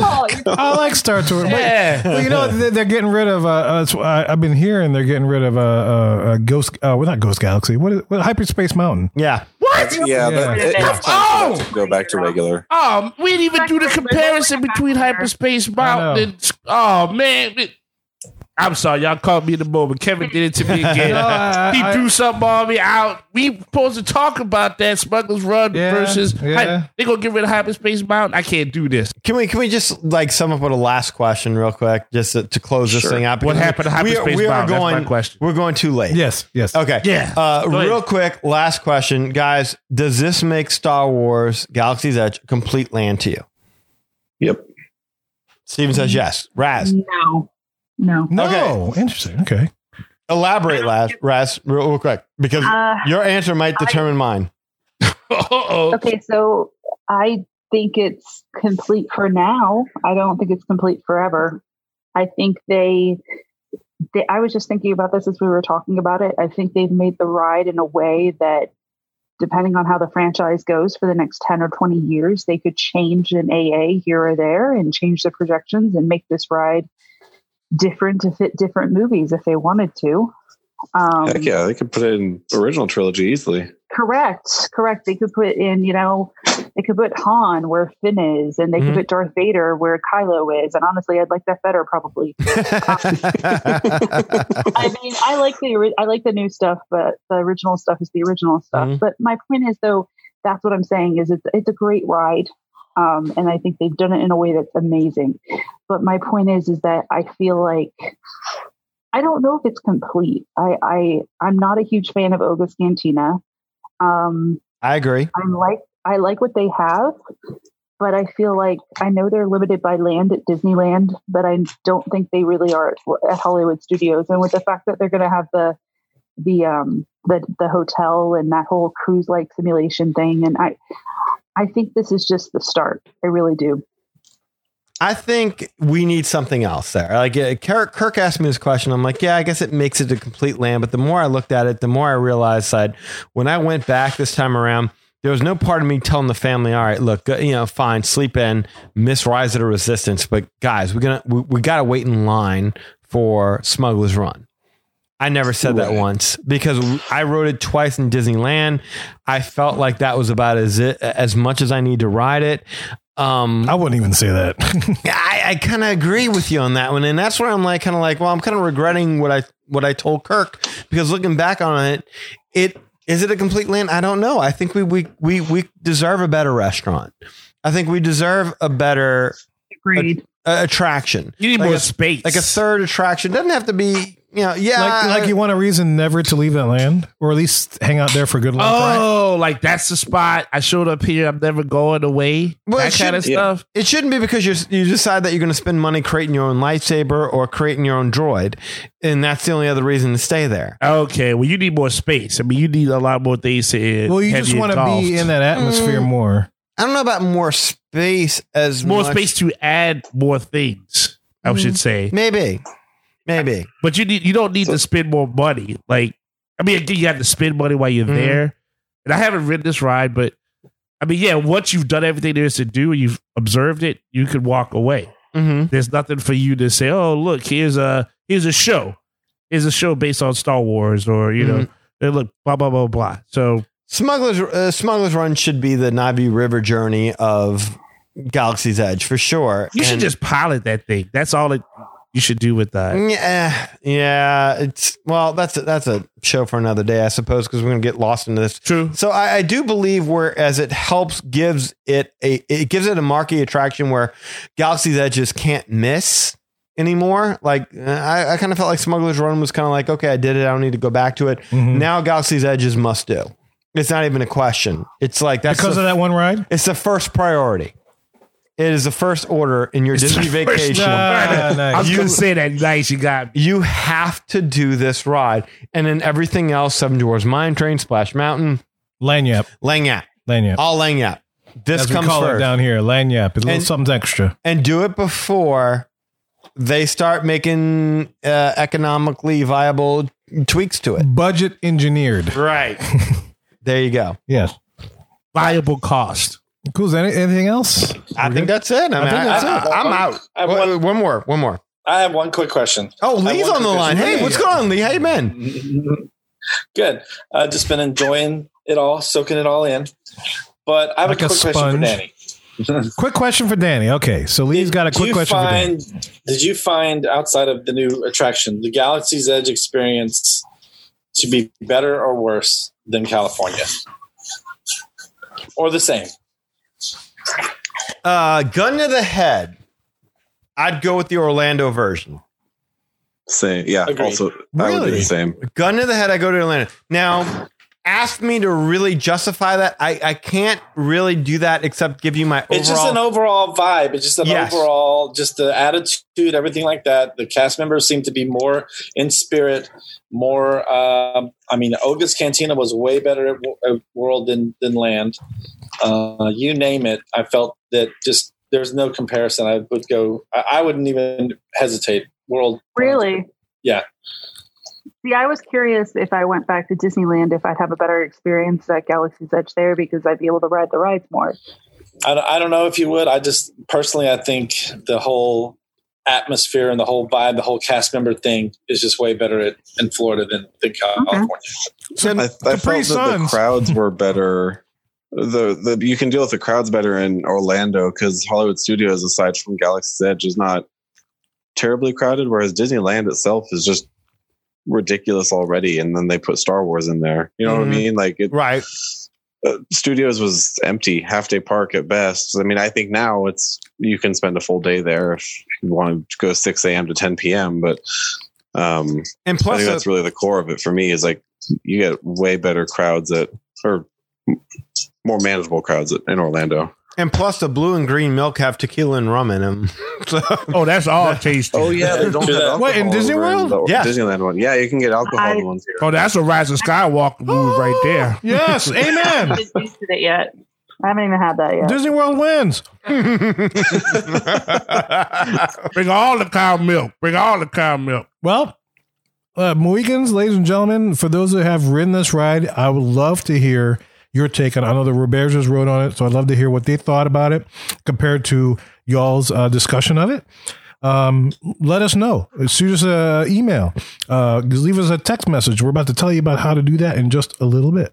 I: oh, you're
C: I like Star Tour. Wait,
E: yeah.
C: Well, you know they- they're getting rid of. Uh, uh, it's- I- I've been hearing they're getting rid of uh, uh, uh, Ghost. Uh, well, not Ghost Galaxy. What is what, Hyperspace Mountain?
D: yeah.
E: What?
G: yeah, that- it- it's time for
E: Oh!
G: that to go back to regular.
E: Um, we didn't even do the comparison between hyperspace mountain. And, oh man, It- I'm sorry, y'all caught me in the moment. Kevin did it to me again.
C: No, I-
E: he
C: I-
E: threw something on me out. We supposed to talk about that Smuggler's Run
C: Yeah,
E: versus
C: yeah.
E: hy- they gonna get rid of hyperspace mountain. I can't do this.
D: Can we can we just like sum up with a last question real quick, just to, to close this
G: Sure.
D: thing up?
E: What happened to
D: We are-
E: hyperspace
D: we are
E: bound? That's my
D: going.
E: question.
D: We're going too late.
C: Yes, yes.
D: Okay.
E: Yeah.
D: Uh,
E: Go ahead.
D: real quick, last question, guys. Does this make Star Wars Galaxy's Edge a complete land to you?
G: Yep.
D: Steven says yes. Raz,
I: no, no.
C: No, interesting. Okay,
D: elaborate, Raz, Raz real, real quick, because
I: Uh,
D: your answer might determine mine.
E: Uh-oh.
I: okay, so I think it's complete for now. I don't think it's complete forever. I think they, they. I was just thinking about this as we were talking about it. I think they've made the ride in a way that, depending on how the franchise goes for the next ten or twenty years, they could change an AA here or there and change the projections and make this ride different to fit different movies if they wanted to. Um,
G: Heck yeah, they could put it in original trilogy easily.
I: Correct, correct. They could put in, you know, they could put Han where Finn is, and they
D: Mhm.
I: could put Darth Vader where Kylo is. And honestly, I'd like that better probably. I mean, I like the ori- I like the new stuff, but the original stuff is the original stuff.
D: Mhm.
I: But my point is, though, that's what I'm saying is it's it's a great ride, um, and I think they've done it in a way that's amazing. But my point is, is that I feel like I don't know if it's complete. I I I'm not a huge fan of Oga's Cantina. Um,
D: I agree.
I: I like I like what they have, but I feel like I know they're limited by land at Disneyland, but I don't think they really are at, at Hollywood Studios. And with the fact that they're going to have the the um the the hotel and that whole cruise like simulation thing, and I I think this is just the start. I really do.
D: I think we need something else there. Like uh, Kirk, Kirk asked me this question. I'm like, yeah, I guess it makes it a complete land. But the more I looked at it, the more I realized that when I went back this time around, there was no part of me telling the family, all right, look, uh, you know, fine, sleep in, miss Rise of the Resistance. But guys, we're going to, we, we got to wait in line for Smuggler's Run. I never said that once because I rode it twice in Disneyland. I felt like that was about as it, as much as I need to ride it. Um,
C: I wouldn't even say that.
D: I, I kind of agree with you on that one, and that's where I'm like, kind of like, well, I'm kind of regretting what I what I told Kirk because looking back on it, it is it a complete land? I don't know. I think we we we we deserve a better restaurant. I think we deserve a better
H: Agreed.
D: uh, attraction,
E: You need
D: Like
E: more
D: a-
E: space.
D: like a third attraction. Doesn't have to be, you know, yeah,
C: like, like you want a reason never to leave that land, or at least hang out there for a good long time.
E: Oh, like that's the spot. I showed up here. I'm never going away.
D: Well,
E: that
D: it
E: kind of
D: should-
E: stuff.
D: It shouldn't be because you you decide that you're going to spend money creating your own lightsaber or creating your own droid, and that's the only other reason to stay there.
E: Okay, well, you need more space. I mean, you need a lot more things to.
C: Well, you
E: have
C: just want to
E: engulfed.
C: be in that atmosphere
D: Mm.
C: more.
D: I don't know about more space as
E: more
D: much-
E: space to add more things. I
C: Mm-hmm.
E: should say,
D: Maybe, maybe.
E: but you need you don't need to spend more money. Like, I mean, again, you have to spend money while
C: Mm-hmm.
E: you're
D: Mhm.
E: there. And I haven't ridden this ride, but I mean, yeah, once you've done everything there is to do and you've observed it, you could walk away.
D: Mm-hmm.
E: There's nothing for you to say. Oh, look, here's a here's a show. Here's a show based on Star Wars, or you know,
C: Mm-hmm.
E: they look blah blah blah blah. So
D: Smugglers uh, Smugglers Run should be the Navi River journey of Galaxy's Edge for sure.
E: you should
D: And-
E: just pilot that thing. That's all it you should do with that.
D: Yeah, eh, yeah. It's well, that's a, that's a show for another day, I suppose, because we're gonna get lost into this
E: True.
D: So I, I do believe whereas it helps gives it a it gives it a marquee attraction where Galaxy's Edge just can't miss anymore. Like uh, I, I kind of felt like Smuggler's Run was kind of like okay, I did it. I don't need to go back to it.
C: Mhm.
D: Now Galaxy's Edge is must do. It's not even a question. It's like that's
C: because
D: the,
C: of that one ride.
D: it's the first priority. It is the first order in your Disney
E: the first
D: vacation.
C: Ah,
E: I
C: nice.
E: was
D: You-
E: gonna say that nice you got me.
D: You have to do this ride, and then everything else: Seven Dwarfs Mine Train, Splash Mountain,
C: Lanyap,
D: Langyap,
C: lanyap.
D: all Langyap. This
C: As we
D: comes
C: call it
D: first.
C: down here, lanyap. A little
D: And-
C: something's extra.
D: and do it before they start making uh, economically viable tweaks to it.
C: Budget engineered.
E: Right.
D: There you go.
C: Yes.
E: Viable cost.
C: Cool. Is there any- anything else?
D: I think that's it. I mean, I
C: think that's
D: I,
F: it.
D: am out.
F: I have
D: Wait,
F: one-
D: wait, one more. One more.
F: I have one quick question.
D: Oh, Lee's
F: one
D: on the
F: quick
D: line.
F: question.
D: Hey, what's going on, Lee? How you been?
F: Good. Uh, just been enjoying it all, soaking it all in. But I have
C: Like a
F: a quick question for
C: sponge.
F: Danny.
C: Quick question for Danny. Okay, so Lee's got a
F: Did
C: quick
F: you
C: question for Danny.
F: Find, did you find outside of the new attraction, the Galaxy's Edge experience, to be better or worse than California, or the same?
D: Uh, gun to the head. I'd go with the Orlando version.
G: Same. Yeah.
F: Agreed.
G: Also, that would be
D: Really?
G: the same.
D: Gun to the head. I go to Orlando. Now, ask me to really justify that. I, I can't really do that except give you my overall.
F: It's just an overall vibe. It's just an
D: Yes.
F: overall, just the attitude, everything like that. The cast members seem to be more in spirit, more. Um, I mean, Oga's Cantina was way better at, wo- at World than than Land. Uh, you name it. I felt that just there's no comparison. I would go. I, I wouldn't even hesitate. World
I: Really?
F: Yeah.
I: See, I was curious if I went back to Disneyland if I'd have a better experience at Galaxy's Edge there because I'd be able to ride the rides more.
F: I don't, I don't know if you would. I just personally, I think the whole atmosphere and the whole vibe, the whole cast member thing is just way better at, in Florida than, than California.
G: I, I felt
C: Capri
G: that the
C: Suns.
G: crowds were better. The the you can deal with the crowds better in Orlando because Hollywood Studios, aside from Galaxy's Edge, is not terribly crowded. Whereas Disneyland itself is just ridiculous already, and then they put Star Wars in there. You know what
C: Mm-hmm.
D: Mhm.
G: I mean? Like it,
D: right.
G: uh, studios was empty half day park at best i mean i think now it's you can spend a full day there if you want to go 6 a.m to 10 p.m but um
D: And
G: i
D: plus,
G: think
D: the-
G: that's really the core of it for me is like you get way better crowds at or more manageable crowds at, in orlando
D: And plus, the blue and green milk have tequila and rum in them. So
E: Oh, that's all tasty.
G: Oh, yeah they don't
F: have
C: What, in Disney World?
G: yeah
D: Yeah.
G: disneyland one yeah you can get alcohol in
I: I-
G: the ones here
E: Oh, that's a Rise of Skywalker move right there.
C: Yes, amen.
I: I haven't been used to it yet. I haven't even had that yet.
C: Disney World wins.
E: Bring all the cow milk. Bring all the cow milk.
C: Well, uh, Mohicans, ladies and gentlemen, for those that have ridden this ride, I would love to hear your take on. I know the Roberts just wrote on it, so I'd love to hear what they thought about it compared to y'all's uh, discussion of it. Um, let us know. Shoot us an email. Uh, leave us a text message. We're about to tell you about how to do that in just a little bit.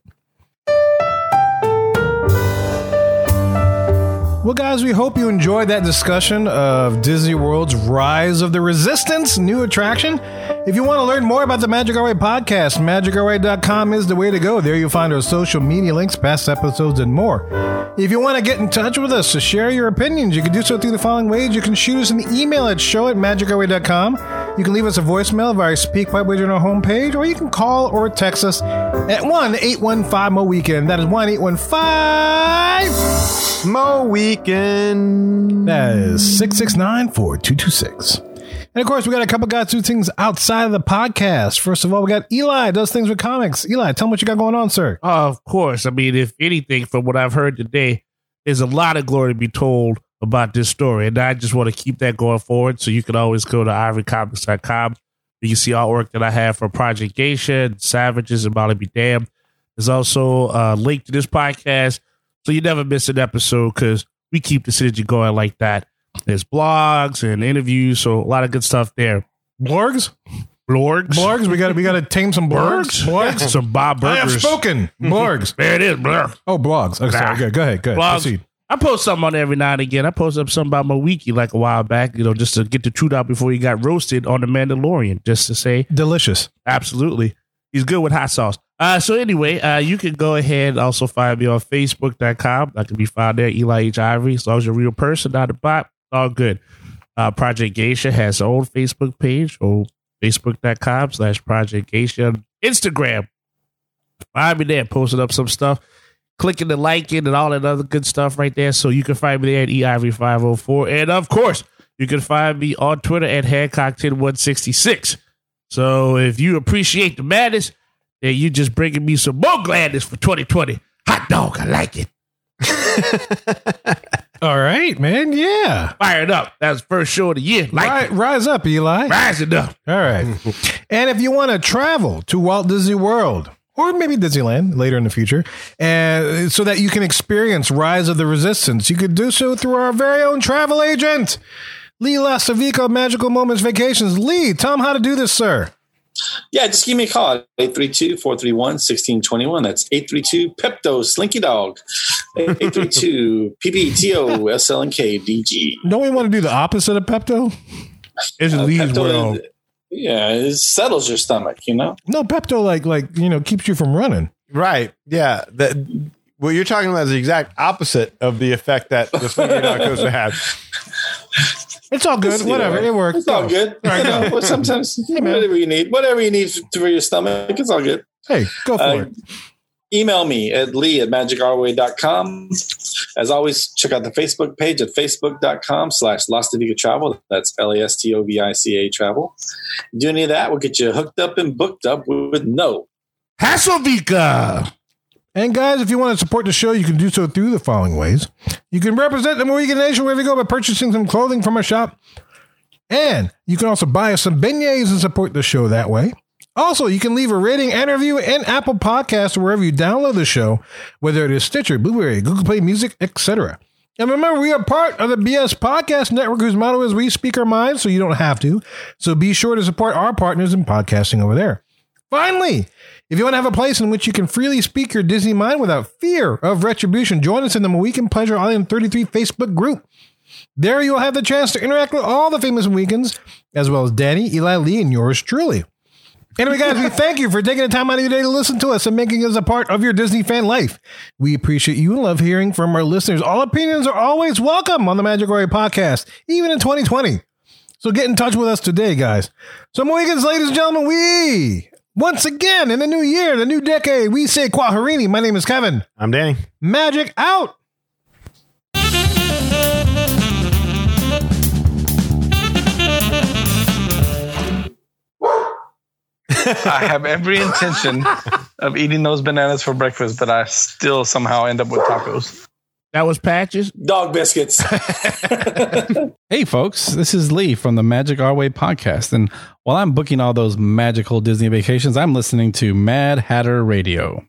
C: Well, guys, we hope you enjoyed that discussion of Disney World's Rise of the Resistance new attraction. If you want to learn more about the Magic Our Way podcast, magicourway.com is the way to go. There you'll find our social media links, past episodes, and more. If you want to get in touch with us to share your opinions, you can do so through the following ways. You can shoot us an email at show at magicourway.com. You can leave us a voicemail via SpeakPipe Widget on our homepage, or you can call or text us at 1 815 Mo Weekend. That is 1 815
D: Mo weekend.
C: that is 669 4226. And of course, we got a couple guys who do things outside of the podcast. First of all, we got Eli does things with comics. Eli, tell him what you got going on, sir.
E: Uh, of course. I mean, if anything, from what I've heard today, there's a lot of glory to be told about this story. And I just want to keep that going forward. So you can always go to ivorycomics.com. You can see artwork that I have for Project Geisha, Savages, and Molly Be Damned. There's also a link to this podcast. So you never miss an episode because we keep the synergy going like that. There's blogs and interviews. So a lot of good stuff there.
C: Blorgs?
E: Blorgs.
C: Blorgs, we got we got to tame some blorgs.
E: Blorgs. Some Bob
C: I have
E: Burgers.
C: spoken. Blorgs.
E: There it is. Blurg.
C: Oh, blogs. Okay, sorry. Good. Go ahead. Good.
E: Blogs.
C: Proceed.
E: I post something on there every now and again. I post up something about my wiki like a while back, you know, just to get the truth out before he got roasted on The Mandalorian, just to say,
C: Delicious.
E: absolutely. He's good with hot sauce. Uh, so, anyway, uh, you can go ahead and also find me on Facebook.com. I can be found there, Eli H. Ivory. As long as you're a real person, not a bot, all good. Uh, Project Geisha has her own Facebook page, or Facebook.com slash Project Geisha. Instagram. Find me there, posting up some stuff clicking the liking and all that other good stuff right there. So you can find me there at E eivory504. And of course, you can find me on Twitter at Hancock10166. So if you appreciate the madness, then you just bringing me some more gladness for 2020. Hot dog, I like it.
C: All right, man. Yeah.
E: Fire it up. That was first show of the year. Like
C: Ri-
E: it.
C: rise up, Eli.
E: Rise it up.
C: All right. and if you want to travel to Walt Disney World or maybe Disneyland later in the future, and so that you can experience Rise of the Resistance, you could do so through our very own travel agent, Lee Lasavico, Magical Moments Vacations. Lee, tell him how to do this, sir.
F: Yeah, just give me a call at 832 431 1621. That's 832 Pepto Slinky Dog. 832 PPTO SLNK
C: Don't we want to do the opposite of Pepto?
E: It's Lee's
F: Pepto,
E: world.
F: is- yeah, it settles your stomach, you know?
C: No, Pepto like like you know keeps you from running.
D: Right. Yeah. That what you're talking about is the exact opposite of the effect that the slinky dog goes to have.
C: It's all good.
F: It's, you
C: Whatever,
F: know,
C: it works.
F: It's all
C: Go.
F: good. You know, but sometimes
C: man.
F: whatever you need, whatever you need for your stomach, it's all good.
C: Hey, go for
F: Uh,
C: it.
F: email me at lee at magicourway.com. As always, check out the Facebook page at facebook.com slash Las Vegas Travel. That's L-A-S-T-O-V-I-C-A travel. Do any of that, we'll get you hooked up and booked up with no.
E: Hasselvika.
C: And guys, if you want to support the show, you can do so through the following ways. You can represent the Mohegan Nation wherever you go by purchasing some clothing from our shop. And you can also buy us some beignets and support the show that way. Also, you can leave a rating and review in Apple Podcasts or wherever you download the show, whether it is Stitcher, Blueberry, Google Play Music, etc. And remember, we are part of the BS Podcast Network, whose motto is We Speak Our Minds, so you don't have to. So be sure to support our partners in podcasting over there. Finally, if you want to have a place in which you can freely speak your Disney mind without fear of retribution, join us in the Weekend Pleasure Island 33 Facebook group. There you'll have the chance to interact with all the famous Weekends, as well as Danny, Eli Lee, and yours truly. Anyway, guys, we thank you for taking the time out of your day to listen to us and making us a part of your Disney fan life. We appreciate you and love hearing from our listeners. All opinions are always welcome on the Magic Warrior podcast, even in 2020. So get in touch with us today, guys. So, Mohicans, ladies and gentlemen, we once again in the new year, the new decade, we say Quaharini. My name is Kevin.
D: I'm Danny.
C: Magic out.
K: I have every intention of eating those bananas for breakfast, but I still somehow end up with tacos.
L: That was Patches.
M: Dog biscuits.
C: Hey, folks, this is Lee from the Magic Our Way podcast. And while I'm booking all those magical Disney vacations, I'm listening to Mad Hatter Radio.